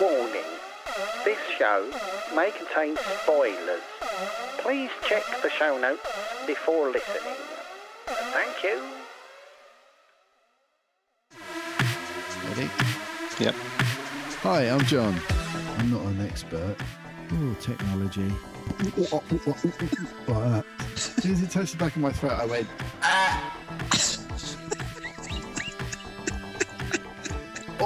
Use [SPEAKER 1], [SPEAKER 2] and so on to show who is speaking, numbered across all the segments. [SPEAKER 1] Warning. This show may contain spoilers. Please check the show notes before listening. Thank you.
[SPEAKER 2] Ready?
[SPEAKER 3] Yep.
[SPEAKER 2] Hi, I'm John. I'm not an expert. Oh, technology. like that. As soon as it touched the back of my throat, I went, ah!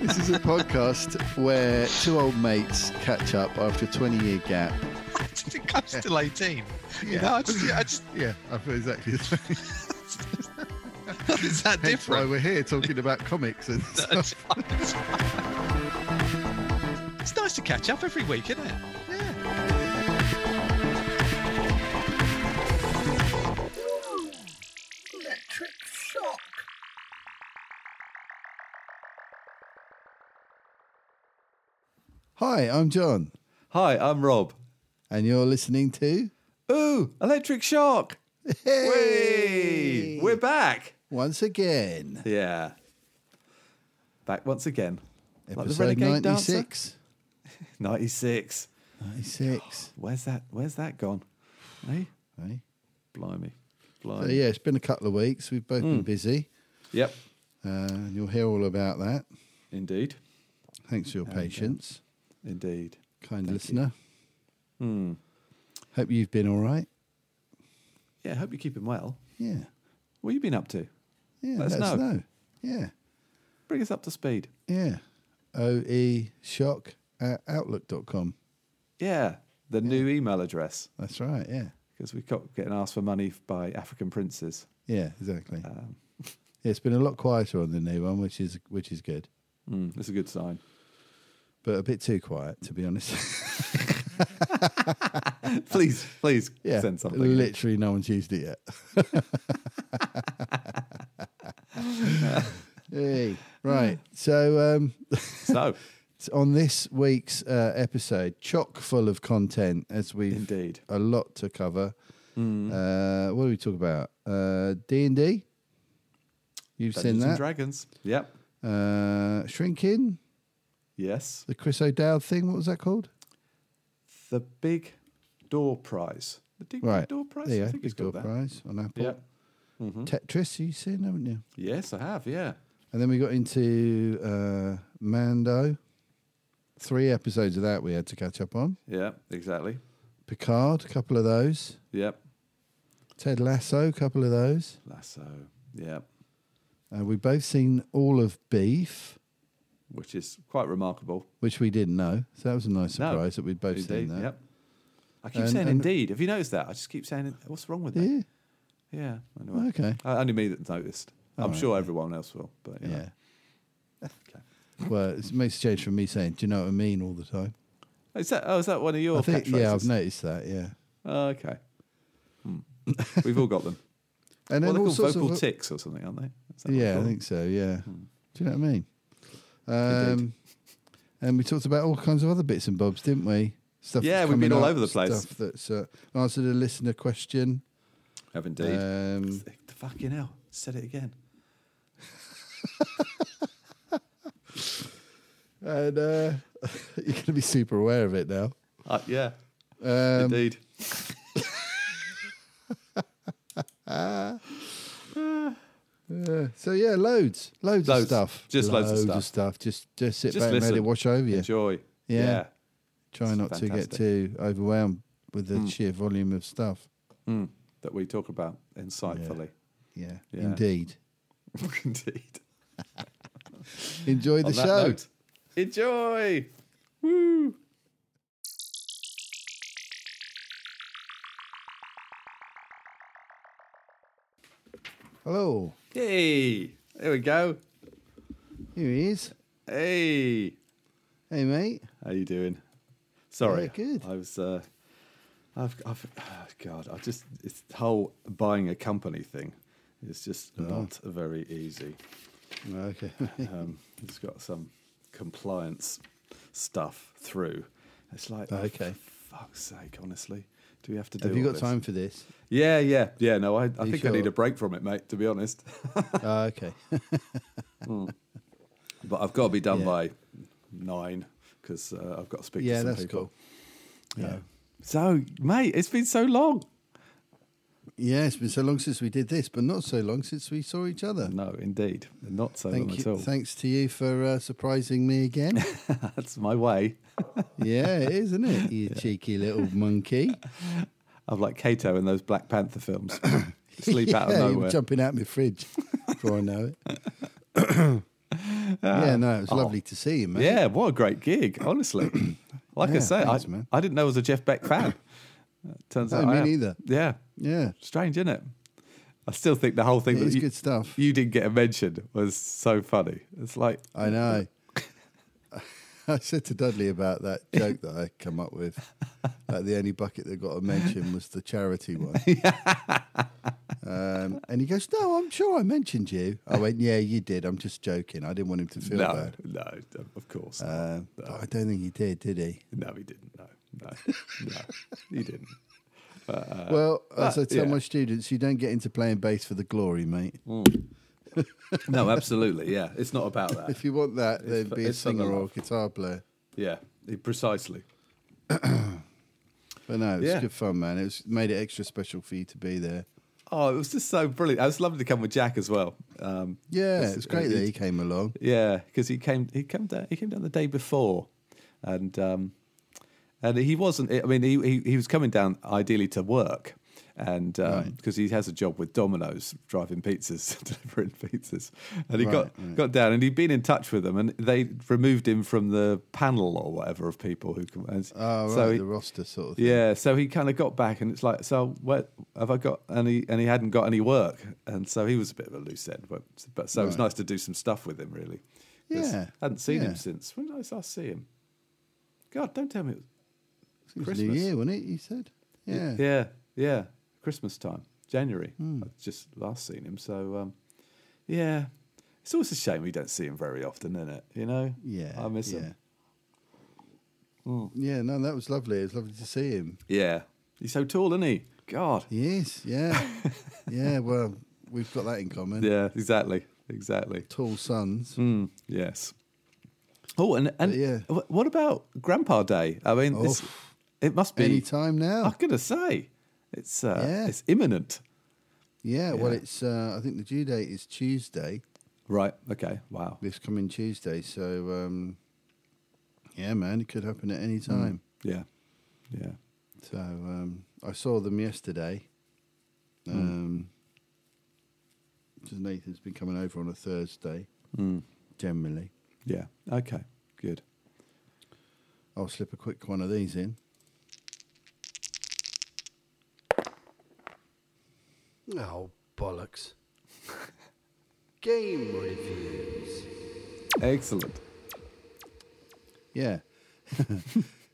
[SPEAKER 2] This is a podcast where two old mates catch up after a 20 year gap.
[SPEAKER 3] I think I'm still 18. You know, I just, I just
[SPEAKER 2] Yeah, I feel exactly the same.
[SPEAKER 3] it's that
[SPEAKER 2] That's why
[SPEAKER 3] different.
[SPEAKER 2] we're here talking about comics and stuff.
[SPEAKER 3] it's nice to catch up every week, isn't it?
[SPEAKER 2] Yeah.
[SPEAKER 1] Electric shock.
[SPEAKER 2] Hi, I'm John.
[SPEAKER 4] Hi, I'm Rob.
[SPEAKER 2] And you're listening to.
[SPEAKER 4] Ooh, electric shock. Hey, we're back.
[SPEAKER 2] Once again.
[SPEAKER 4] Yeah. Back once again. Like the
[SPEAKER 2] Episode
[SPEAKER 4] renegade dancer.
[SPEAKER 2] 96.
[SPEAKER 4] 96.
[SPEAKER 2] 96.
[SPEAKER 4] Where's that where's that gone? Hey?
[SPEAKER 2] Right.
[SPEAKER 4] Blimey.
[SPEAKER 2] So,
[SPEAKER 4] Blimey.
[SPEAKER 2] yeah, it's been a couple of weeks. We've both
[SPEAKER 4] Hmm.
[SPEAKER 2] been busy.
[SPEAKER 4] Yep.
[SPEAKER 2] Uh, and you'll hear all about that.
[SPEAKER 4] Indeed.
[SPEAKER 2] Thanks for your patience,
[SPEAKER 4] Indeed.
[SPEAKER 2] kind listener.
[SPEAKER 4] Hmm.
[SPEAKER 2] Hope you've been all right.
[SPEAKER 4] Yeah, hope you're keeping well.
[SPEAKER 2] Yeah.
[SPEAKER 4] What have you been up to?
[SPEAKER 2] Yeah.
[SPEAKER 4] Let us know.
[SPEAKER 2] Yeah.
[SPEAKER 4] Bring us up to speed.
[SPEAKER 2] Yeah. OE shock at outlook.com.
[SPEAKER 4] Yeah. The new email address.
[SPEAKER 2] That's right. Yeah.
[SPEAKER 4] Because we got getting asked for money by African princes.
[SPEAKER 2] Yeah, exactly.
[SPEAKER 4] Um,
[SPEAKER 2] Yeah, it's been a lot quieter on the new one, which is which is good,
[SPEAKER 4] mm, that's a good sign.
[SPEAKER 2] but a bit too quiet to be honest.
[SPEAKER 4] please, please
[SPEAKER 2] yeah,
[SPEAKER 4] send something.
[SPEAKER 2] Literally, no one's used it yet. hey, right. So um,
[SPEAKER 4] So
[SPEAKER 2] it's on this week's uh, episode, chock full of content as we've
[SPEAKER 4] indeed. Mm.
[SPEAKER 2] a lot to cover. Uh, what do we talk about? Uh, D and D. You've
[SPEAKER 4] Dungeons
[SPEAKER 2] seen
[SPEAKER 4] and
[SPEAKER 2] that.
[SPEAKER 4] Dragons. Yep.
[SPEAKER 2] uh, Shrinking,
[SPEAKER 4] Yes.
[SPEAKER 2] the Chris O'Dowd thing. What was that called?
[SPEAKER 4] The big door prize. The big, big
[SPEAKER 2] Right.
[SPEAKER 4] door prize.
[SPEAKER 2] There you
[SPEAKER 4] I
[SPEAKER 2] go.
[SPEAKER 4] think
[SPEAKER 2] Big
[SPEAKER 4] it's
[SPEAKER 2] door
[SPEAKER 4] called that.
[SPEAKER 2] prize on Apple.
[SPEAKER 4] Yeah. Mm-hmm.
[SPEAKER 2] Tetris, you seen, haven't you?
[SPEAKER 4] Yes, I have. Yeah.
[SPEAKER 2] And then we got into uh, Mando. Three episodes of that we had to catch up on.
[SPEAKER 4] Yeah. Exactly.
[SPEAKER 2] Picard, a couple of those.
[SPEAKER 4] Yep.
[SPEAKER 2] Ted Lasso, a couple of those.
[SPEAKER 4] Lasso. Yep.
[SPEAKER 2] Uh, we both seen all of Beef,
[SPEAKER 4] Which is quite remarkable.
[SPEAKER 2] which we didn't know. So that was a nice
[SPEAKER 4] No.
[SPEAKER 2] surprise that we'd both seen
[SPEAKER 4] Indeed.
[SPEAKER 2] that.
[SPEAKER 4] Yep. I keep
[SPEAKER 2] And-
[SPEAKER 4] saying
[SPEAKER 2] and-
[SPEAKER 4] indeed. Have you noticed that? I just keep saying, it- what's wrong with that?
[SPEAKER 2] Yeah.
[SPEAKER 4] Yeah. Anyway.
[SPEAKER 2] Okay.
[SPEAKER 4] Uh, only me that noticed. I'm
[SPEAKER 2] right,
[SPEAKER 4] sure everyone else will. But you know.
[SPEAKER 2] Yeah. Well, it makes a change from me saying, "Do you know what I mean?" all the time.
[SPEAKER 4] Is that? Oh, is that one of your?
[SPEAKER 2] I think, yeah, I've
[SPEAKER 4] catchphrases?
[SPEAKER 2] noticed that. Yeah,
[SPEAKER 4] Oh, okay. Hmm. We've all got them.
[SPEAKER 2] and
[SPEAKER 4] well,
[SPEAKER 2] then
[SPEAKER 4] they're
[SPEAKER 2] all
[SPEAKER 4] called
[SPEAKER 2] sorts
[SPEAKER 4] vocal
[SPEAKER 2] of
[SPEAKER 4] ticks or something, aren't they? Is that Hmm. what they're
[SPEAKER 2] yeah, I
[SPEAKER 4] called?
[SPEAKER 2] think so. Yeah, do you know what I mean?
[SPEAKER 4] Indeed.
[SPEAKER 2] Um, and we talked about all kinds of other bits and bobs, didn't we? Stuff.
[SPEAKER 4] Yeah,
[SPEAKER 2] that's
[SPEAKER 4] we've been
[SPEAKER 2] coming
[SPEAKER 4] all
[SPEAKER 2] up,
[SPEAKER 4] over the place.
[SPEAKER 2] Stuff that's uh, answered a listener question.
[SPEAKER 4] Have indeed.
[SPEAKER 2] Um,
[SPEAKER 4] the fucking hell. Said it again.
[SPEAKER 2] and uh, you're going to be super aware of it now.
[SPEAKER 4] Uh, yeah.
[SPEAKER 2] Um,
[SPEAKER 4] indeed.
[SPEAKER 2] uh, so yeah, loads, loads,
[SPEAKER 4] Loads.
[SPEAKER 2] of stuff,
[SPEAKER 4] Just loads of
[SPEAKER 2] of stuff. Just just sit
[SPEAKER 4] Just
[SPEAKER 2] back and let
[SPEAKER 4] listen.
[SPEAKER 2] it wash over you.
[SPEAKER 4] Enjoy.
[SPEAKER 2] Yeah.
[SPEAKER 4] Yeah.
[SPEAKER 2] Try
[SPEAKER 4] It's
[SPEAKER 2] not
[SPEAKER 4] fantastic. Hmm.
[SPEAKER 2] to get too overwhelmed with the sheer volume of stuff.
[SPEAKER 4] Mm. That we talk about insightfully.
[SPEAKER 2] Yeah,
[SPEAKER 4] Yeah.
[SPEAKER 2] indeed.
[SPEAKER 4] indeed.
[SPEAKER 2] Enjoy the
[SPEAKER 4] On that
[SPEAKER 2] show.
[SPEAKER 4] note, enjoy.
[SPEAKER 2] Hello,
[SPEAKER 4] Hey. There we go.
[SPEAKER 2] here he is.
[SPEAKER 4] Hey.
[SPEAKER 2] Hey, mate.
[SPEAKER 4] How you doing? Sorry,
[SPEAKER 2] Yeah, good.
[SPEAKER 4] I was. Uh, I've, I've, oh God, I just it's the whole buying a company thing. It's just
[SPEAKER 2] Oh.
[SPEAKER 4] not very easy.
[SPEAKER 2] Okay.
[SPEAKER 4] Um, it's got some compliance stuff through. It's like, oh,
[SPEAKER 2] Okay.
[SPEAKER 4] for fuck's sake, honestly, do we have to do?
[SPEAKER 2] Have you
[SPEAKER 4] all
[SPEAKER 2] got
[SPEAKER 4] this?
[SPEAKER 2] time for this?
[SPEAKER 4] Yeah, yeah, yeah. No, I, I
[SPEAKER 2] you
[SPEAKER 4] think I need
[SPEAKER 2] sure?
[SPEAKER 4] a break from it, mate. To be honest,
[SPEAKER 2] Ah, okay.
[SPEAKER 4] but I've got to be done
[SPEAKER 2] Yeah.
[SPEAKER 4] by nine because uh, I've got to speak to
[SPEAKER 2] yeah,
[SPEAKER 4] some
[SPEAKER 2] that's
[SPEAKER 4] people.
[SPEAKER 2] cool. Yeah.
[SPEAKER 4] So, mate, it's been so long.
[SPEAKER 2] Yeah, it's been so long since we did this, but not so long since we saw each other.
[SPEAKER 4] No, indeed, not so long
[SPEAKER 2] Thank
[SPEAKER 4] at
[SPEAKER 2] you.
[SPEAKER 4] all.
[SPEAKER 2] Thanks to you for uh, surprising me again.
[SPEAKER 4] That's my way.
[SPEAKER 2] yeah, it is, isn't it? You cheeky little monkey.
[SPEAKER 4] I'm like Kato in those Black Panther films. Sleep out of
[SPEAKER 2] Yeah, you were
[SPEAKER 4] nowhere.
[SPEAKER 2] jumping out my fridge before I know it. yeah, no, it was lovely to see you, mate.
[SPEAKER 4] Oh. Yeah, what a great gig, honestly. like I
[SPEAKER 2] Yeah,
[SPEAKER 4] say,
[SPEAKER 2] thanks,
[SPEAKER 4] I,
[SPEAKER 2] man.
[SPEAKER 4] I didn't know I was a Jeff Beck fan. Uh, Turns
[SPEAKER 2] No,
[SPEAKER 4] out
[SPEAKER 2] me
[SPEAKER 4] I am.
[SPEAKER 2] neither.
[SPEAKER 4] Yeah,
[SPEAKER 2] Yeah,
[SPEAKER 4] strange, isn't it? I still think the whole thing
[SPEAKER 2] it
[SPEAKER 4] that
[SPEAKER 2] was
[SPEAKER 4] you,
[SPEAKER 2] good stuff.
[SPEAKER 4] you didn't get a mention was so funny. It's like,
[SPEAKER 2] I know. I said to Dudley about that joke that I come up with. Like the only bucket that got a mention was the charity one. um, and he goes, "No, I'm sure I mentioned you." I went, "Yeah, you did. I'm just joking. I didn't want him to feel
[SPEAKER 4] no,
[SPEAKER 2] bad."
[SPEAKER 4] no, of course. not.
[SPEAKER 2] Um, but I don't think he did, did he?
[SPEAKER 4] no, he didn't. No, no, no, he didn't.
[SPEAKER 2] well, as I
[SPEAKER 4] Uh, but,
[SPEAKER 2] tell
[SPEAKER 4] yeah.
[SPEAKER 2] my students, you don't get into playing bass for the glory, mate.
[SPEAKER 4] No, absolutely. Yeah, it's not about that.
[SPEAKER 2] If you want that, then
[SPEAKER 4] for-
[SPEAKER 2] be a
[SPEAKER 4] it's for the
[SPEAKER 2] singer or a
[SPEAKER 4] love.
[SPEAKER 2] guitar player.
[SPEAKER 4] Yeah, precisely.
[SPEAKER 2] But no, it was
[SPEAKER 4] Yeah.
[SPEAKER 2] good fun, man. It was made it extra special for you to be there.
[SPEAKER 4] Oh, it was just so brilliant. It was lovely to come with Jack as well. Um,
[SPEAKER 2] Yeah,
[SPEAKER 4] It's-
[SPEAKER 2] it was great
[SPEAKER 4] it-
[SPEAKER 2] that he came along.
[SPEAKER 4] yeah, because he came he came down he came down the day before, and um, and he wasn't. I mean, he he, he was coming down ideally to work, and because he has a job with Domino's driving pizzas, delivering pizzas, and he got got down and he'd been in touch with them, and they removed him from the panel or whatever of people who can. and
[SPEAKER 2] Oh, right,
[SPEAKER 4] so he-
[SPEAKER 2] the roster sort of thing.
[SPEAKER 4] Yeah, so he kind of got back, and it's like, so what have I got? And he and he hadn't got any work, and so he was a bit of a loose end. But, but so it was
[SPEAKER 2] Right.
[SPEAKER 4] nice to do some stuff with him, really. 'Cause
[SPEAKER 2] Yeah,
[SPEAKER 4] hadn't seen
[SPEAKER 2] yeah.
[SPEAKER 4] him since. When did I last see him? God, don't tell me it was
[SPEAKER 2] It was
[SPEAKER 4] Christmas.
[SPEAKER 2] New Year, wasn't it? You said, yeah, Hmm.
[SPEAKER 4] yeah, yeah, Christmas time, January. I'd just last seen him. So um, yeah, it's always a shame we don't see him very often, isn't it? You know,
[SPEAKER 2] yeah.
[SPEAKER 4] I miss
[SPEAKER 2] yeah.
[SPEAKER 4] him.
[SPEAKER 2] Yeah, no, that was lovely. It was lovely to see him.
[SPEAKER 4] Yeah, he's so tall, isn't he? God,
[SPEAKER 2] He is, yeah, yeah. Well, we've got that in common.
[SPEAKER 4] yeah, exactly, exactly.
[SPEAKER 2] Tall sons.
[SPEAKER 4] Mm, yes. Oh, and and
[SPEAKER 2] yeah.
[SPEAKER 4] wh- what about Grandpa Day? I mean, this,
[SPEAKER 2] Oh.
[SPEAKER 4] it must be.
[SPEAKER 2] Any time now.
[SPEAKER 4] I'm gonna say it's uh,
[SPEAKER 2] Yeah.
[SPEAKER 4] it's imminent.
[SPEAKER 2] yeah, Well,
[SPEAKER 4] yeah.
[SPEAKER 2] it's. Uh, I think the due date is Tuesday.
[SPEAKER 4] Right. Okay. Wow.
[SPEAKER 2] This coming Tuesday. So, um, yeah, man, it could happen at any time.
[SPEAKER 4] Yeah. Yeah.
[SPEAKER 2] So um, I saw them yesterday.
[SPEAKER 1] Hmm.
[SPEAKER 2] Um, 'cause Nathan's been coming over on a Thursday,
[SPEAKER 4] Mm.
[SPEAKER 2] generally.
[SPEAKER 4] Yeah. Okay. Good.
[SPEAKER 2] I'll slip a quick one of these in.
[SPEAKER 1] Oh, bollocks. Game reviews.
[SPEAKER 4] Excellent.
[SPEAKER 2] Yeah.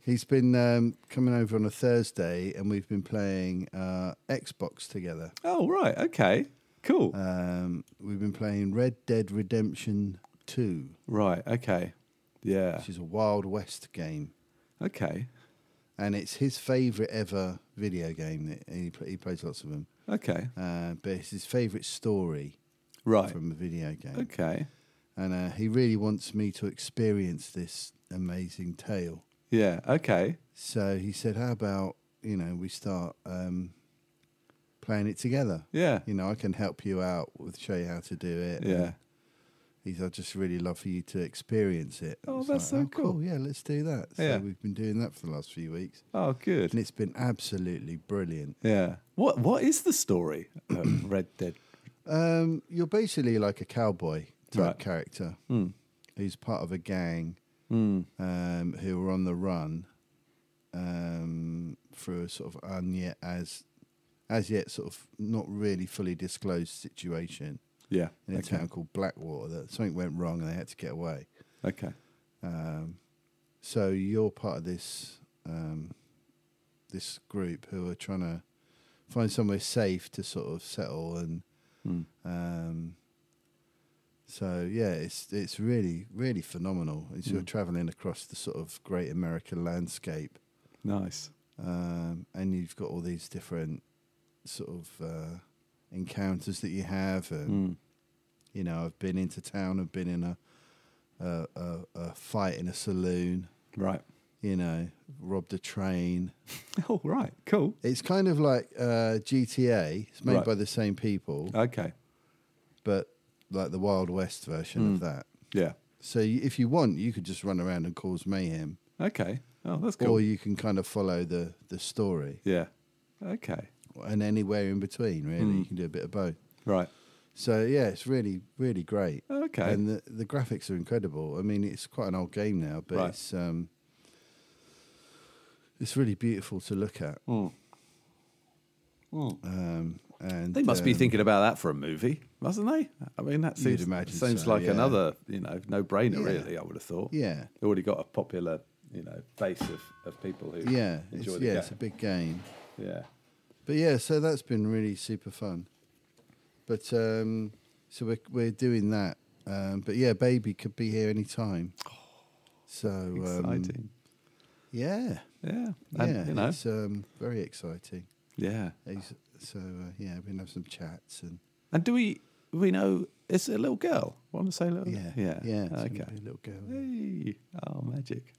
[SPEAKER 2] He's been um, coming over on a Thursday and we've been playing uh, Xbox together.
[SPEAKER 4] Oh right. Okay. Cool.
[SPEAKER 2] Um, we've been playing Red Dead Redemption 2,
[SPEAKER 4] right. Okay. Yeah.
[SPEAKER 2] which is a Wild West game.
[SPEAKER 4] Okay.
[SPEAKER 2] And it's his favourite ever video game. That he, pl- he plays lots of them.
[SPEAKER 4] Okay.
[SPEAKER 2] uh, but it's his favourite story
[SPEAKER 4] Right.
[SPEAKER 2] from a video game.
[SPEAKER 4] Okay.
[SPEAKER 2] And uh, he really wants me to experience this amazing tale.
[SPEAKER 4] Yeah. Okay.
[SPEAKER 2] So he said, How about, you know, we start um, playing it together?
[SPEAKER 4] Yeah.
[SPEAKER 2] You know, I can help you out with show you how to do it.
[SPEAKER 4] Yeah.
[SPEAKER 2] He's, I'd just really love for you to experience it. I
[SPEAKER 4] Oh,
[SPEAKER 2] was
[SPEAKER 4] that's so cool."
[SPEAKER 2] Yeah, let's do that. So
[SPEAKER 4] Yeah.
[SPEAKER 2] we've been doing that for the last few weeks.
[SPEAKER 4] Oh,
[SPEAKER 2] And
[SPEAKER 4] good.
[SPEAKER 2] it's been absolutely brilliant.
[SPEAKER 4] Yeah. What What is the story of Red Dead?
[SPEAKER 2] Um, you're basically like a cowboy type
[SPEAKER 4] Right.
[SPEAKER 2] character
[SPEAKER 4] Hmm.
[SPEAKER 2] who's part of a gang
[SPEAKER 4] Hmm.
[SPEAKER 2] um, who were on the run um, through a sort of un yet as as yet sort of not really fully disclosed situation
[SPEAKER 4] Yeah.
[SPEAKER 2] in a town called Blackwater that something went wrong and they had to get away.
[SPEAKER 4] Okay.
[SPEAKER 2] Um, So you're part of this um, this group who are trying to find somewhere safe to sort of settle, and
[SPEAKER 4] Mm.
[SPEAKER 2] um, so yeah, it's it's really really phenomenal. It's you're traveling across the sort of great American landscape,
[SPEAKER 4] Nice.
[SPEAKER 2] um, and you've got all these different sort of uh, encounters that you have, and
[SPEAKER 4] Mm.
[SPEAKER 2] you know, I've been into town, I've been in a a, a, a fight in a saloon,
[SPEAKER 4] Right.
[SPEAKER 2] you know, robbed a train.
[SPEAKER 4] Oh, right. Cool.
[SPEAKER 2] It's kind of like uh, GTA. It's made
[SPEAKER 4] Right.
[SPEAKER 2] by
[SPEAKER 4] Uh.
[SPEAKER 2] the same people,
[SPEAKER 4] Okay.
[SPEAKER 2] but like the Wild West version
[SPEAKER 4] Hmm.
[SPEAKER 2] of that.
[SPEAKER 4] Yeah.
[SPEAKER 2] So you, if you want, you could just run around and cause mayhem,
[SPEAKER 4] Okay. Oh, that's cool.
[SPEAKER 2] or you can kind of follow the the story,
[SPEAKER 4] yeah. Okay.
[SPEAKER 2] and anywhere in between, really,
[SPEAKER 4] Mm.
[SPEAKER 2] you can do a bit of both.
[SPEAKER 4] Right.
[SPEAKER 2] So yeah, it's really really great.
[SPEAKER 4] Okay.
[SPEAKER 2] And the, the graphics are incredible. I mean, it's quite an old game now, but
[SPEAKER 4] Right.
[SPEAKER 2] it's um, it's really beautiful to look at.
[SPEAKER 4] Mm. Mm.
[SPEAKER 2] Um, and
[SPEAKER 4] They must be
[SPEAKER 2] um,
[SPEAKER 4] thinking about that for a movie, mustn't they? I mean, that
[SPEAKER 2] You'd
[SPEAKER 4] seems,
[SPEAKER 2] imagine
[SPEAKER 4] seems
[SPEAKER 2] so,
[SPEAKER 4] like
[SPEAKER 2] yeah.
[SPEAKER 4] another, you know, no-brainer.
[SPEAKER 2] Yeah.
[SPEAKER 4] Really, I would have thought.
[SPEAKER 2] um, Yeah,
[SPEAKER 4] They already got a popular, you know, base of, of people who
[SPEAKER 2] yeah, it's,
[SPEAKER 4] enjoy
[SPEAKER 2] yeah.
[SPEAKER 4] the
[SPEAKER 2] It's a
[SPEAKER 4] game.
[SPEAKER 2] big game,
[SPEAKER 4] Yeah.
[SPEAKER 2] but yeah. So that's been really super fun. But um, so we're we're doing that. Um, but yeah, baby could be here any time. So um,
[SPEAKER 4] Exciting.
[SPEAKER 2] Yeah,
[SPEAKER 4] yeah.
[SPEAKER 2] yeah.
[SPEAKER 4] And, you know.
[SPEAKER 2] It's um, very exciting.
[SPEAKER 4] Yeah.
[SPEAKER 2] He's- So uh, yeah, we're gonna have some chats and
[SPEAKER 4] And do we we know it's a little girl? Want to say little?
[SPEAKER 2] yeah,
[SPEAKER 4] Oh, Yeah.
[SPEAKER 2] yeah. it's gonna
[SPEAKER 4] Okay.
[SPEAKER 2] be a little girl.
[SPEAKER 4] Hey. Oh, magic.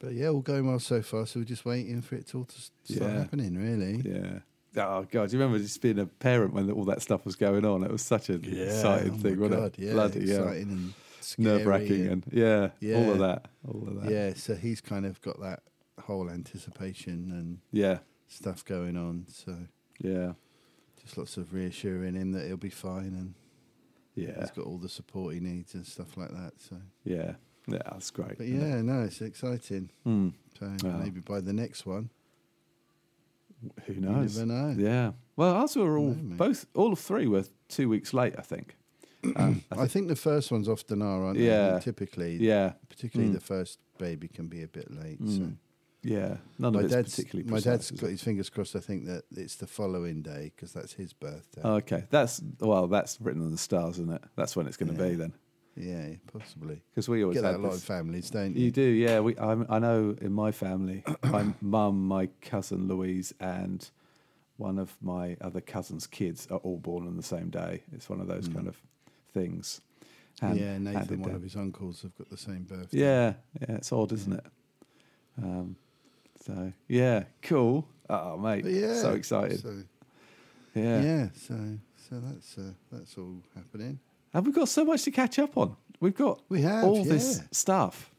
[SPEAKER 2] But yeah, all going well so far. So we're just waiting for it to all to s- start
[SPEAKER 4] Yeah.
[SPEAKER 2] happening, really.
[SPEAKER 4] Yeah. Oh god, do you remember just being a parent when all that stuff was going on? It was such an exciting
[SPEAKER 2] oh
[SPEAKER 4] thing,
[SPEAKER 2] my
[SPEAKER 4] wasn't
[SPEAKER 2] God,
[SPEAKER 4] it?
[SPEAKER 2] Yeah,
[SPEAKER 4] Bloody yeah.
[SPEAKER 2] exciting and scary
[SPEAKER 4] Nerve wracking and yeah, all
[SPEAKER 2] Yeah.
[SPEAKER 4] of that. All of that.
[SPEAKER 2] yeah. So he's kind of got that whole anticipation and
[SPEAKER 4] Yeah.
[SPEAKER 2] stuff going on. So
[SPEAKER 4] Yeah.
[SPEAKER 2] just lots of reassuring him that he'll be fine and
[SPEAKER 4] Yeah.
[SPEAKER 2] he's got all the support he needs and stuff like that. So,
[SPEAKER 4] Yeah. Yeah, that's great.
[SPEAKER 2] but
[SPEAKER 4] isn't it?
[SPEAKER 2] yeah, no, it's exciting.
[SPEAKER 4] Hmm.
[SPEAKER 2] So
[SPEAKER 4] Yeah.
[SPEAKER 2] maybe by the next one,
[SPEAKER 4] Who
[SPEAKER 2] you
[SPEAKER 4] knows?
[SPEAKER 2] never know.
[SPEAKER 4] Yeah. Well, ours were all
[SPEAKER 2] No, mate.
[SPEAKER 4] both all three were two weeks late, I think. Um, I
[SPEAKER 2] I,
[SPEAKER 4] think-
[SPEAKER 2] think, the first ones often are, aren't
[SPEAKER 4] Yeah.
[SPEAKER 2] they? Typically,
[SPEAKER 4] yeah.
[SPEAKER 2] particularly
[SPEAKER 4] Mm.
[SPEAKER 2] the first baby can be a bit late. So.
[SPEAKER 4] Mm. Yeah. None of it's
[SPEAKER 2] dad's,
[SPEAKER 4] particularly
[SPEAKER 2] my
[SPEAKER 4] precise,
[SPEAKER 2] dad's
[SPEAKER 4] is
[SPEAKER 2] got
[SPEAKER 4] it?
[SPEAKER 2] his fingers crossed. I think that it's the following day because that's his birthday.
[SPEAKER 4] Okay. That's well, that's written in the stars, isn't it? That's when it's going to
[SPEAKER 2] Yeah.
[SPEAKER 4] be then.
[SPEAKER 2] yeah, possibly.
[SPEAKER 4] Because we always
[SPEAKER 2] Get that a
[SPEAKER 4] had
[SPEAKER 2] lot
[SPEAKER 4] this-
[SPEAKER 2] of families, don't you?
[SPEAKER 4] You do, yeah. We, I, I know in my family, my mum, my cousin Louise, and one of my other cousins' kids are all born on the same day. It's one of those kind of things. Hand-
[SPEAKER 2] Hmm. yeah,
[SPEAKER 4] handed
[SPEAKER 2] Nathan, one
[SPEAKER 4] down.
[SPEAKER 2] of his uncles, have got the same birthday.
[SPEAKER 4] Um, Yeah, yeah, it's odd, isn't it? Um, so yeah, cool. Oh mate,
[SPEAKER 2] But yeah,
[SPEAKER 4] so excited.
[SPEAKER 2] So, yeah.
[SPEAKER 4] yeah.
[SPEAKER 2] so so that's uh, that's all happening.
[SPEAKER 4] and we've got so much to catch up on. We've got
[SPEAKER 2] We have
[SPEAKER 4] all
[SPEAKER 2] yeah.
[SPEAKER 4] this stuff.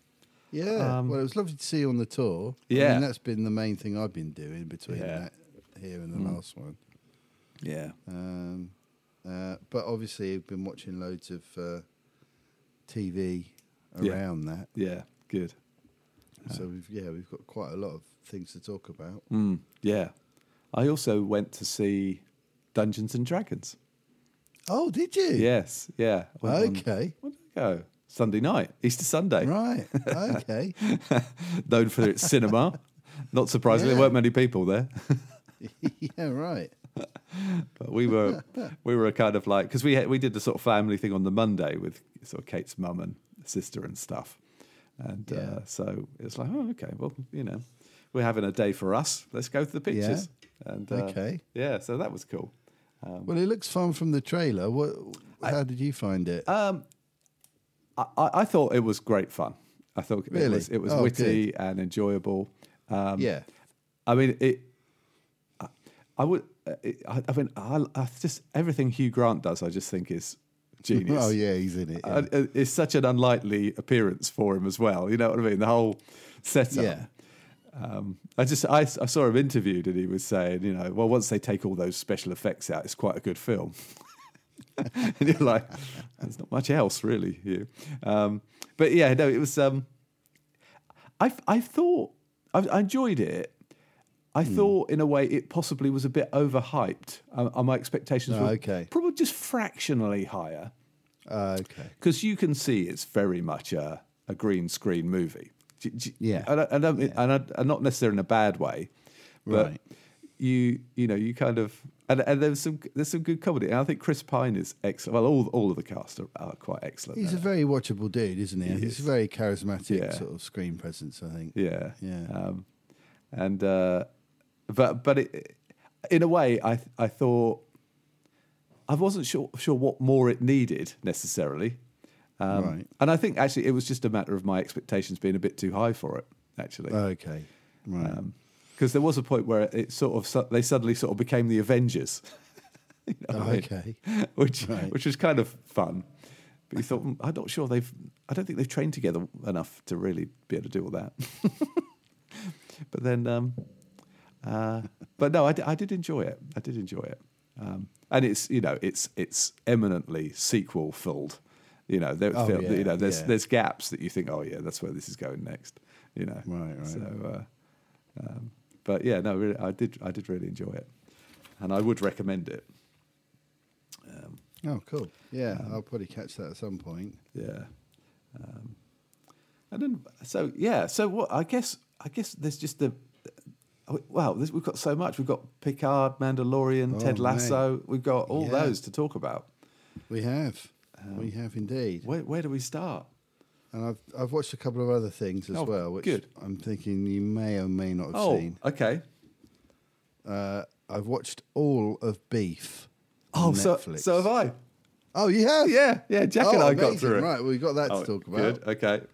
[SPEAKER 2] Yeah,
[SPEAKER 4] um,
[SPEAKER 2] well, it was lovely to see you on the tour. I
[SPEAKER 4] Yeah.
[SPEAKER 2] mean, that's been the main thing I've been doing between
[SPEAKER 4] Yeah. Mm.
[SPEAKER 2] that here and the last one.
[SPEAKER 4] Yeah,
[SPEAKER 2] Um, uh, but obviously, I've been watching loads of uh, TV
[SPEAKER 4] Yeah.
[SPEAKER 2] around that.
[SPEAKER 4] yeah, good.
[SPEAKER 2] So we've yeah, we've got quite a lot of things to talk about.
[SPEAKER 4] Mm, yeah, I also went to see Dungeons and Dragons.
[SPEAKER 2] Oh, did you?
[SPEAKER 4] Yes, yeah. I went on-
[SPEAKER 2] Okay.
[SPEAKER 4] When did I go? Sunday night, Easter Sunday.
[SPEAKER 2] Right. Okay.
[SPEAKER 4] Known for its cinema. Not surprisingly,
[SPEAKER 2] Yeah.
[SPEAKER 4] there weren't many people there.
[SPEAKER 2] yeah. Right.
[SPEAKER 4] But we were we were kind of like because we had, we did the sort of family thing on the Monday with sort of Kate's mum and sister and stuff, and
[SPEAKER 2] Yeah.
[SPEAKER 4] uh, so it was like oh okay well you know we're having a day for us let's go to the pictures and uh, um,
[SPEAKER 2] Okay.
[SPEAKER 4] yeah so that was cool.
[SPEAKER 2] Well, it looks fun from the trailer. What? How did you find it?
[SPEAKER 4] I, I I thought it was great fun. I thought it
[SPEAKER 2] Really?
[SPEAKER 4] was it was
[SPEAKER 2] Oh,
[SPEAKER 4] witty and enjoyable. Um,
[SPEAKER 2] yeah.
[SPEAKER 4] I mean, it. I- I would. It, I, I mean, I, I just everything Hugh Grant does, I just think is genius. Uh,
[SPEAKER 2] Oh yeah, he's in it. yeah.
[SPEAKER 4] And it- It's such an unlikely appearance for him as well. You know what I mean? The whole setup.
[SPEAKER 2] Yeah.
[SPEAKER 4] Um, I just I, I saw him interviewed and he was saying, you know, well, once they take all those special effects out, it's quite a good film. and you're like, there's not much else really here. Um, but yeah, no, it was. Um, I I thought I, I enjoyed it. I
[SPEAKER 2] Hmm.
[SPEAKER 4] thought, in a way, it possibly was a bit overhyped. Um, uh, my expectations
[SPEAKER 2] Oh,
[SPEAKER 4] were
[SPEAKER 2] okay.
[SPEAKER 4] probably just fractionally higher
[SPEAKER 2] Uh, okay.
[SPEAKER 4] because you can see it's very much a a green screen movie. Do- do-
[SPEAKER 2] Yeah.
[SPEAKER 4] I don't, I don't, and I, and not necessarily in a bad way, but
[SPEAKER 2] Right.
[SPEAKER 4] you you know you kind of and, and there's some there's some good comedy. And I think Chris Pine is excellent. Well, all all of the cast are, are quite excellent.
[SPEAKER 2] He's
[SPEAKER 4] there.
[SPEAKER 2] a very watchable dude, isn't he?
[SPEAKER 4] Uh, He
[SPEAKER 2] He's a
[SPEAKER 4] is.
[SPEAKER 2] very charismatic
[SPEAKER 4] Yeah.
[SPEAKER 2] sort of screen presence, I think.
[SPEAKER 4] Yeah,
[SPEAKER 2] Yeah.
[SPEAKER 4] Um, and uh, but but it, in a way, I I thought I wasn't sure sure what more it needed necessarily. Um,
[SPEAKER 2] Right.
[SPEAKER 4] And I think actually it was just a matter of my expectations being a bit too high for it. Actually,
[SPEAKER 2] Okay. Right.
[SPEAKER 4] um, because there was a point where it sort of su- they suddenly sort of became the Avengers. You know what I mean?
[SPEAKER 2] Oh, okay.
[SPEAKER 4] which
[SPEAKER 2] Right.
[SPEAKER 4] which was kind of fun. But you thought "Mm, I'm not sure they've I don't think they've trained together enough to really be able to do all that. but then, um, uh, but no, I, di- I did enjoy it. I did enjoy it, um, and it's you know it's it's eminently sequel filled. You know, there,
[SPEAKER 2] Oh,
[SPEAKER 4] fil-
[SPEAKER 2] yeah,
[SPEAKER 4] you know, there's
[SPEAKER 2] yeah.
[SPEAKER 4] there's gaps that you think, oh yeah, that's where this is going next. You know,
[SPEAKER 2] Right, right.
[SPEAKER 4] So, uh, um, but yeah, no, really, I did I did really enjoy it, and I would recommend it.
[SPEAKER 2] Oh, cool. Yeah,
[SPEAKER 4] um,
[SPEAKER 2] I'll probably catch that at some point.
[SPEAKER 4] Yeah. Um, and then so yeah, so what I guess I guess there's just the uh, wow, there's, we've got so much. We've got Picard, Mandalorian,
[SPEAKER 2] Oh,
[SPEAKER 4] Ted Lasso. We've got all
[SPEAKER 2] Yeah.
[SPEAKER 4] those to talk about.
[SPEAKER 2] We have.
[SPEAKER 4] um,
[SPEAKER 2] we have indeed.
[SPEAKER 4] Where where do we start?
[SPEAKER 2] And I've I've watched a couple of other things as
[SPEAKER 4] Oh,
[SPEAKER 2] well, which
[SPEAKER 4] good.
[SPEAKER 2] I'm thinking you may or may not have
[SPEAKER 4] oh,
[SPEAKER 2] seen.
[SPEAKER 4] okay.
[SPEAKER 2] Uh, I've watched all of Beef.
[SPEAKER 4] Oh,
[SPEAKER 2] on
[SPEAKER 4] so
[SPEAKER 2] Netflix.
[SPEAKER 4] so have I.
[SPEAKER 2] Oh, you have?
[SPEAKER 4] Yeah, yeah. Jack
[SPEAKER 2] oh,
[SPEAKER 4] and I got
[SPEAKER 2] amazing.
[SPEAKER 4] through it.
[SPEAKER 2] Right, well, we got that
[SPEAKER 4] Oh,
[SPEAKER 2] to talk about.
[SPEAKER 4] Good. Okay.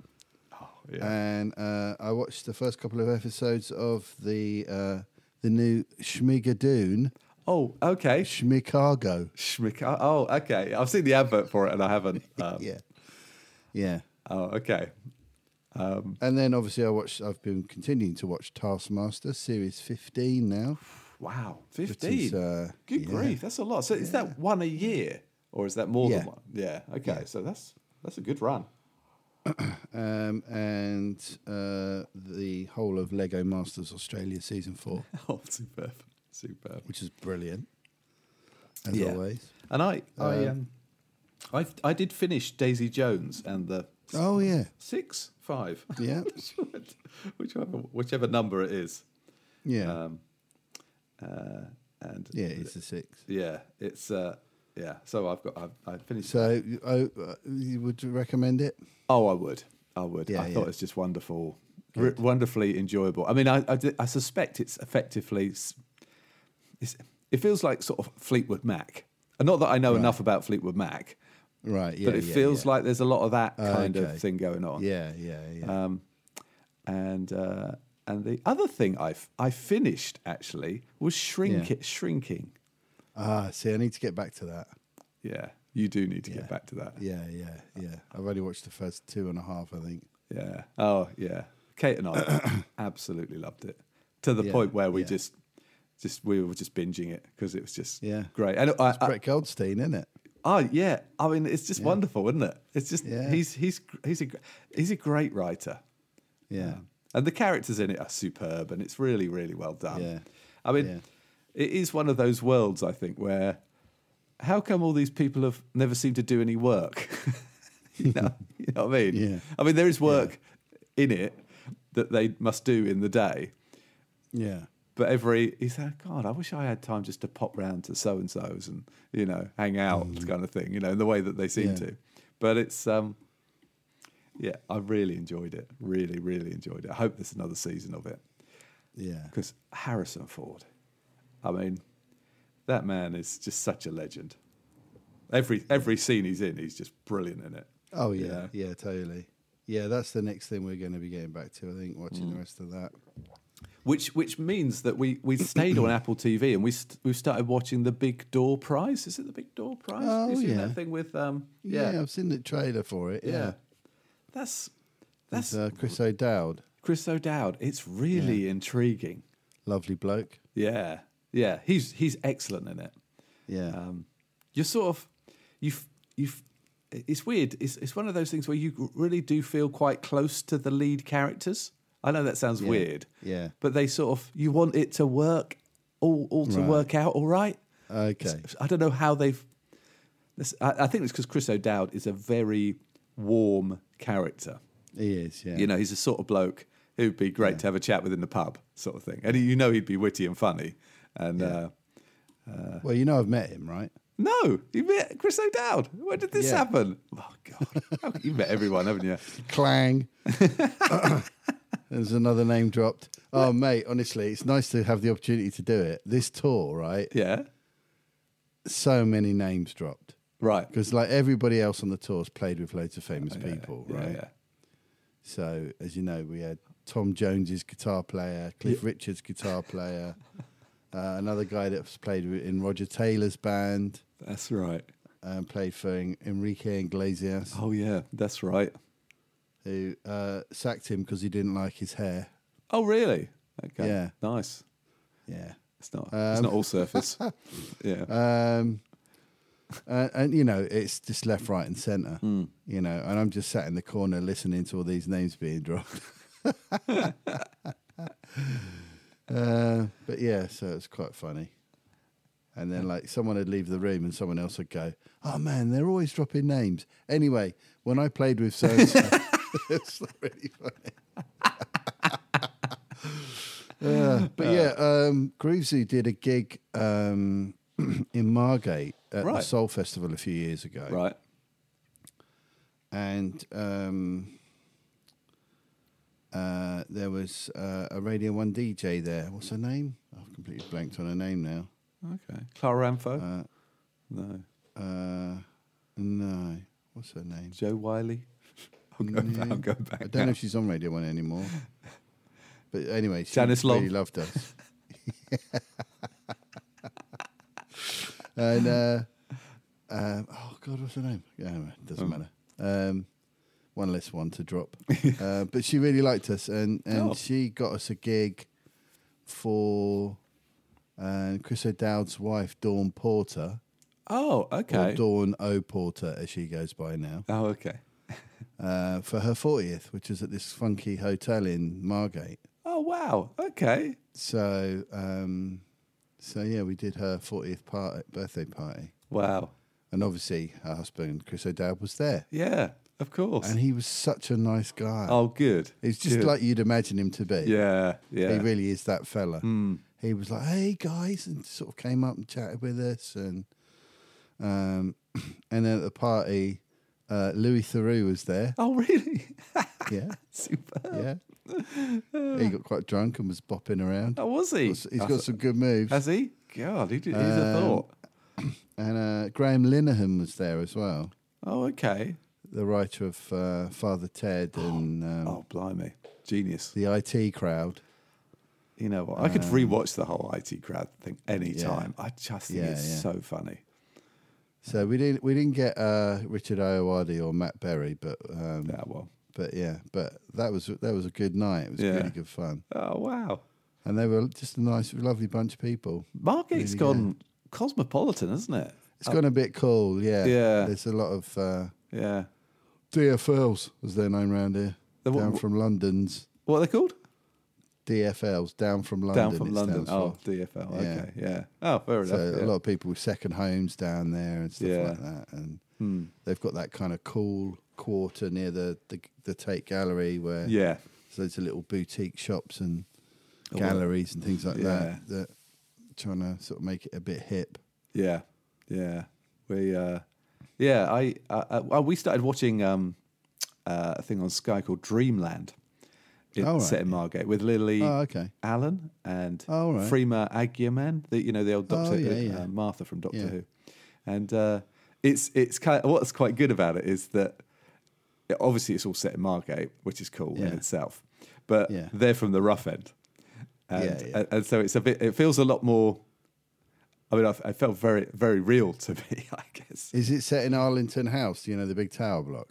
[SPEAKER 4] Oh, yeah.
[SPEAKER 2] And uh, I watched the first couple of episodes of the uh, the new Schmigadoon,
[SPEAKER 4] oh, okay.
[SPEAKER 2] Schmicargo.
[SPEAKER 4] Schmick. Oh, okay. I've seen the advert for it, and I haven't. Um,
[SPEAKER 2] Yeah, yeah.
[SPEAKER 4] Oh, okay.
[SPEAKER 2] And then obviously I watched. I've been continuing to watch Taskmaster series fifteen now.
[SPEAKER 4] Wow,
[SPEAKER 2] is,
[SPEAKER 4] fifteen.
[SPEAKER 2] uh,
[SPEAKER 4] Good
[SPEAKER 2] yeah.
[SPEAKER 4] grief, that's a lot. So is that one a year, or is that more than
[SPEAKER 2] Yeah.
[SPEAKER 4] one? Yeah. Okay. So that's that's a good run.
[SPEAKER 2] um, and uh, the whole of Lego Masters Australia season four,
[SPEAKER 4] Oh, superb, superb.
[SPEAKER 2] which is brilliant as
[SPEAKER 4] Yeah.
[SPEAKER 2] always.
[SPEAKER 4] And I,
[SPEAKER 2] Uh,
[SPEAKER 4] I, um, I, I did finish Daisy Jones and the
[SPEAKER 2] Oh yeah,
[SPEAKER 4] six, five,
[SPEAKER 2] yeah,
[SPEAKER 4] whichever whichever number it is.
[SPEAKER 2] yeah,
[SPEAKER 4] Um, uh, and
[SPEAKER 2] yeah. It's a six.
[SPEAKER 4] yeah, it's uh, yeah. So I've got I've, I finished.
[SPEAKER 2] So I, uh, you would recommend it?
[SPEAKER 4] Oh, I would. I would.
[SPEAKER 2] Yeah,
[SPEAKER 4] I
[SPEAKER 2] yeah.
[SPEAKER 4] thought it was just wonderful, r- wonderfully enjoyable. I mean, I, I, d- I suspect it's effectively, s- it's, it feels like sort of Fleetwood Mac. And not that I know enough about Fleetwood Mac,
[SPEAKER 2] Right. Yeah.
[SPEAKER 4] but it
[SPEAKER 2] yeah,
[SPEAKER 4] feels
[SPEAKER 2] yeah. Oh,
[SPEAKER 4] like there's a lot of that kind
[SPEAKER 2] okay.
[SPEAKER 4] of thing going on.
[SPEAKER 2] Yeah, yeah, yeah.
[SPEAKER 4] Um, and uh, and the other thing I f- I finished actually was shrink
[SPEAKER 2] Yeah.
[SPEAKER 4] shrinking.
[SPEAKER 2] ah, see, I need to get back to that.
[SPEAKER 4] Yeah, you do need to get back to that.
[SPEAKER 2] Yeah, yeah, yeah. I've only watched the first two and a half, I think.
[SPEAKER 4] Yeah. Oh, yeah. Kate and I absolutely loved it to the
[SPEAKER 2] Yeah,
[SPEAKER 4] point where we
[SPEAKER 2] yeah.
[SPEAKER 4] just, just we were just binging it because it was just
[SPEAKER 2] Yeah.
[SPEAKER 4] great. And I, I,
[SPEAKER 2] Brett Goldstein, isn't it?
[SPEAKER 4] oh yeah, I mean it's just wonderful, isn't it? It's just
[SPEAKER 2] Yeah.
[SPEAKER 4] he's he's he's a gr- he's a great writer,
[SPEAKER 2] Yeah,
[SPEAKER 4] and the characters in it are superb, and it's really really well done.
[SPEAKER 2] Yeah.
[SPEAKER 4] I mean,
[SPEAKER 2] Yeah.
[SPEAKER 4] it is one of those worlds I think where how come all these people have never seemed to do any work? you know, you know what I mean?
[SPEAKER 2] Yeah.
[SPEAKER 4] I mean, there is work in it that they must do in the day,
[SPEAKER 2] yeah,
[SPEAKER 4] but every he said, God, I wish I had time just to pop round to so and so's and you know hang out kind of thing. You know, in the way that they seem
[SPEAKER 2] Yeah.
[SPEAKER 4] to. But it's um, yeah, I really enjoyed it. Really, really enjoyed it. I hope there's another season of it
[SPEAKER 2] yeah.
[SPEAKER 4] because Harrison Ford, I mean, that man is just such a legend. Every every scene he's in, he's just brilliant in it.
[SPEAKER 2] Oh yeah, yeah, totally. Yeah, that's the next thing we're going to be getting back to. I think watching the rest of that.
[SPEAKER 4] Which which means that we we stayed on Apple TV and we st- we started watching the Big Door Prize. Is it the Big Door Prize?
[SPEAKER 2] Oh,
[SPEAKER 4] you seen
[SPEAKER 2] yeah.
[SPEAKER 4] that thing with um
[SPEAKER 2] Yeah.
[SPEAKER 4] yeah yeah,
[SPEAKER 2] I've seen the trailer for it. Yeah,
[SPEAKER 4] that's
[SPEAKER 2] that's
[SPEAKER 4] that's
[SPEAKER 2] uh, Chris O'Dowd,
[SPEAKER 4] Chris O'Dowd. It's really intriguing.
[SPEAKER 2] lovely bloke.
[SPEAKER 4] Yeah yeah, he's he's excellent in it.
[SPEAKER 2] Yeah,
[SPEAKER 4] um, you're sort of you you it's weird it's it's one of those things where you really do feel quite close to the lead characters i know that sounds weird
[SPEAKER 2] yeah.
[SPEAKER 4] but they sort of you want it to work all all to
[SPEAKER 2] Right.
[SPEAKER 4] work out all right
[SPEAKER 2] Okay.
[SPEAKER 4] It's- i don't know how they've this, I, I think it's because chris o'dowd is a very warm character
[SPEAKER 2] He is, yeah.
[SPEAKER 4] uh, You know, he's the sort of bloke who'd be great to have a chat with in the pub, sort of thing. And he- you know, he'd be witty and funny. And uh,
[SPEAKER 2] well, you know, I've met him, right?
[SPEAKER 4] no, you met Chris O'Dowd. When did this
[SPEAKER 2] Yeah.
[SPEAKER 4] happen? Oh God, How- you met everyone, haven't you?
[SPEAKER 2] Clang. There's another name dropped. Oh, mate, honestly, it's nice to have the opportunity to do it. This tour, right?
[SPEAKER 4] Yeah,
[SPEAKER 2] So many names dropped
[SPEAKER 4] right.
[SPEAKER 2] because, like, everybody else on the tour's played with loads of famous people,
[SPEAKER 4] Yeah,
[SPEAKER 2] right?
[SPEAKER 4] yeah.
[SPEAKER 2] So, as you know, we had Tom Jones's guitar player, Cliff Richard's guitar player, uh, another guy that's played with- in Roger Taylor's band,
[SPEAKER 4] that's right.
[SPEAKER 2] um, played for En- Enrique Iglesias,
[SPEAKER 4] Oh yeah, that's right.
[SPEAKER 2] who uh, sacked him because he didn't like his hair.
[SPEAKER 4] Oh really? Okay.
[SPEAKER 2] Yeah. Um,
[SPEAKER 4] Nice.
[SPEAKER 2] Yeah.
[SPEAKER 4] It's not. it's not all surface. yeah.
[SPEAKER 2] Um, uh, and you know, it's just left, right, and centre. You know, and I'm just sat in the corner listening to all these names being dropped. uh, but yeah, so it's quite funny. And then, like, someone would leave the room, and someone else would go, "Oh man, they're always dropping names." Anyway, when I played with so, it's not really funny. Uh, but yeah, um, Groovesy did a gig um, in Margate at the
[SPEAKER 4] Right.
[SPEAKER 2] Soul Festival a few years ago,
[SPEAKER 4] right.
[SPEAKER 2] and um, uh, there was uh, a Radio One DJ there. What's her name? I've completely blanked on her name now.
[SPEAKER 4] Okay. Clara Ramfo.
[SPEAKER 2] Uh,
[SPEAKER 4] no.
[SPEAKER 2] uh, no, what's her name?
[SPEAKER 4] Joe Wiley. I'll go back. I'll go back.
[SPEAKER 2] I don't know if she's on Radio One anymore. But anyway, she
[SPEAKER 4] Janice Long.
[SPEAKER 2] really loved us. and uh, um, oh god, what's her name? Yeah, anyway,
[SPEAKER 4] Oh.
[SPEAKER 2] doesn't matter. Um, one less one to drop. uh, but she really liked us, and and
[SPEAKER 4] Oh.
[SPEAKER 2] she got us a gig for uh, Chris O'Dowd's wife, Dawn Porter,
[SPEAKER 4] Oh,
[SPEAKER 2] or
[SPEAKER 4] okay.
[SPEAKER 2] Dawn O Porter, as she goes by now
[SPEAKER 4] Oh, okay.
[SPEAKER 2] uh, for her 40th, which was at this funky hotel in Margate.
[SPEAKER 4] Oh, wow. Okay.
[SPEAKER 2] So, um, so yeah, we did her 40th part- birthday party.
[SPEAKER 4] Wow.
[SPEAKER 2] And obviously, her husband, Chris O'Dowd, was there.
[SPEAKER 4] Yeah. Of course.
[SPEAKER 2] And he was such a nice guy.
[SPEAKER 4] oh, good.
[SPEAKER 2] He's just
[SPEAKER 4] Good.
[SPEAKER 2] like you'd imagine him to be.
[SPEAKER 4] Yeah. Hmm. Yeah.
[SPEAKER 2] He really is that fella. He was like, hey, guys, and sort of came up and chatted with us. And um, and then at the party, uh, Louis Theroux was there.
[SPEAKER 4] oh, really?
[SPEAKER 2] Yeah.
[SPEAKER 4] Super.
[SPEAKER 2] Yeah. he got quite drunk and was bopping around.
[SPEAKER 4] Oh, was he?
[SPEAKER 2] He's got some good moves.
[SPEAKER 4] Has he? God, he did, he's a
[SPEAKER 2] Um,
[SPEAKER 4] thought.
[SPEAKER 2] And uh, Graham Linehan was there as well,
[SPEAKER 4] Oh, okay.
[SPEAKER 2] the writer of uh, Father Ted and um,
[SPEAKER 4] Oh, blimey. Genius.
[SPEAKER 2] the IT crowd.
[SPEAKER 4] You know what? I could rewatch the whole IT crowd thing any
[SPEAKER 2] Um, Yeah.
[SPEAKER 4] time. I just think
[SPEAKER 2] Yeah,
[SPEAKER 4] it's
[SPEAKER 2] yeah.
[SPEAKER 4] so funny.
[SPEAKER 2] So we didn't we didn't get uh, Richard Ayoade or Matt Berry, but um,
[SPEAKER 4] That one.
[SPEAKER 2] but yeah, but that was that was a good night. It was
[SPEAKER 4] Yeah.
[SPEAKER 2] really good fun,
[SPEAKER 4] Oh, wow.
[SPEAKER 2] and they were just a nice, lovely bunch of people.
[SPEAKER 4] Margate's
[SPEAKER 2] Really,
[SPEAKER 4] gone cosmopolitan, isn't it?
[SPEAKER 2] It's gone a bit cool, yeah.
[SPEAKER 4] Oh. Yeah.
[SPEAKER 2] there's a lot of uh,
[SPEAKER 4] Yeah.
[SPEAKER 2] DFLs, as they're known around here,
[SPEAKER 4] The what-
[SPEAKER 2] down from London's
[SPEAKER 4] What are they called?
[SPEAKER 2] DFLs, down from London.
[SPEAKER 4] Down
[SPEAKER 2] it
[SPEAKER 4] from London.
[SPEAKER 2] stands
[SPEAKER 4] Oh,
[SPEAKER 2] for.
[SPEAKER 4] DFL.
[SPEAKER 2] Yeah.
[SPEAKER 4] Okay. Yeah. Oh, fair
[SPEAKER 2] So
[SPEAKER 4] enough.
[SPEAKER 2] a
[SPEAKER 4] yeah.
[SPEAKER 2] lot of people with second homes down there and stuff
[SPEAKER 4] Yeah.
[SPEAKER 2] like that, and
[SPEAKER 4] Hmm.
[SPEAKER 2] they've got that kind of cool quarter near the the, the Tate Gallery where
[SPEAKER 4] Yeah.
[SPEAKER 2] there's loads of little boutique shops and
[SPEAKER 4] Oh, well.
[SPEAKER 2] galleries and things like
[SPEAKER 4] Yeah.
[SPEAKER 2] that that trying to sort of make it a bit hip.
[SPEAKER 4] Yeah. Yeah. We, uh, yeah, I, uh, uh, well, we started watching um, uh, a thing on Sky called Dreamland. It,
[SPEAKER 2] Oh, right,
[SPEAKER 4] Set in Margate with Lily
[SPEAKER 2] Oh, okay.
[SPEAKER 4] Allen and
[SPEAKER 2] Oh, right.
[SPEAKER 4] Freema Agyeman, the you know the old Doctor
[SPEAKER 2] Oh, yeah,
[SPEAKER 4] Who,
[SPEAKER 2] yeah.
[SPEAKER 4] Uh, Martha from Doctor
[SPEAKER 2] Yeah.
[SPEAKER 4] Who, and uh, it's it's kind what's quite good about it is that yeah, obviously it's all set in Margate, which is cool in
[SPEAKER 2] Yeah.
[SPEAKER 4] itself, but
[SPEAKER 2] Yeah.
[SPEAKER 4] they're from the rough end, and,
[SPEAKER 2] Yeah, yeah.
[SPEAKER 4] and and so it's a bit it feels a lot more. I mean, I, I felt very very real to me, I guess.
[SPEAKER 2] Is it set in Arlington House? You know the big tower block.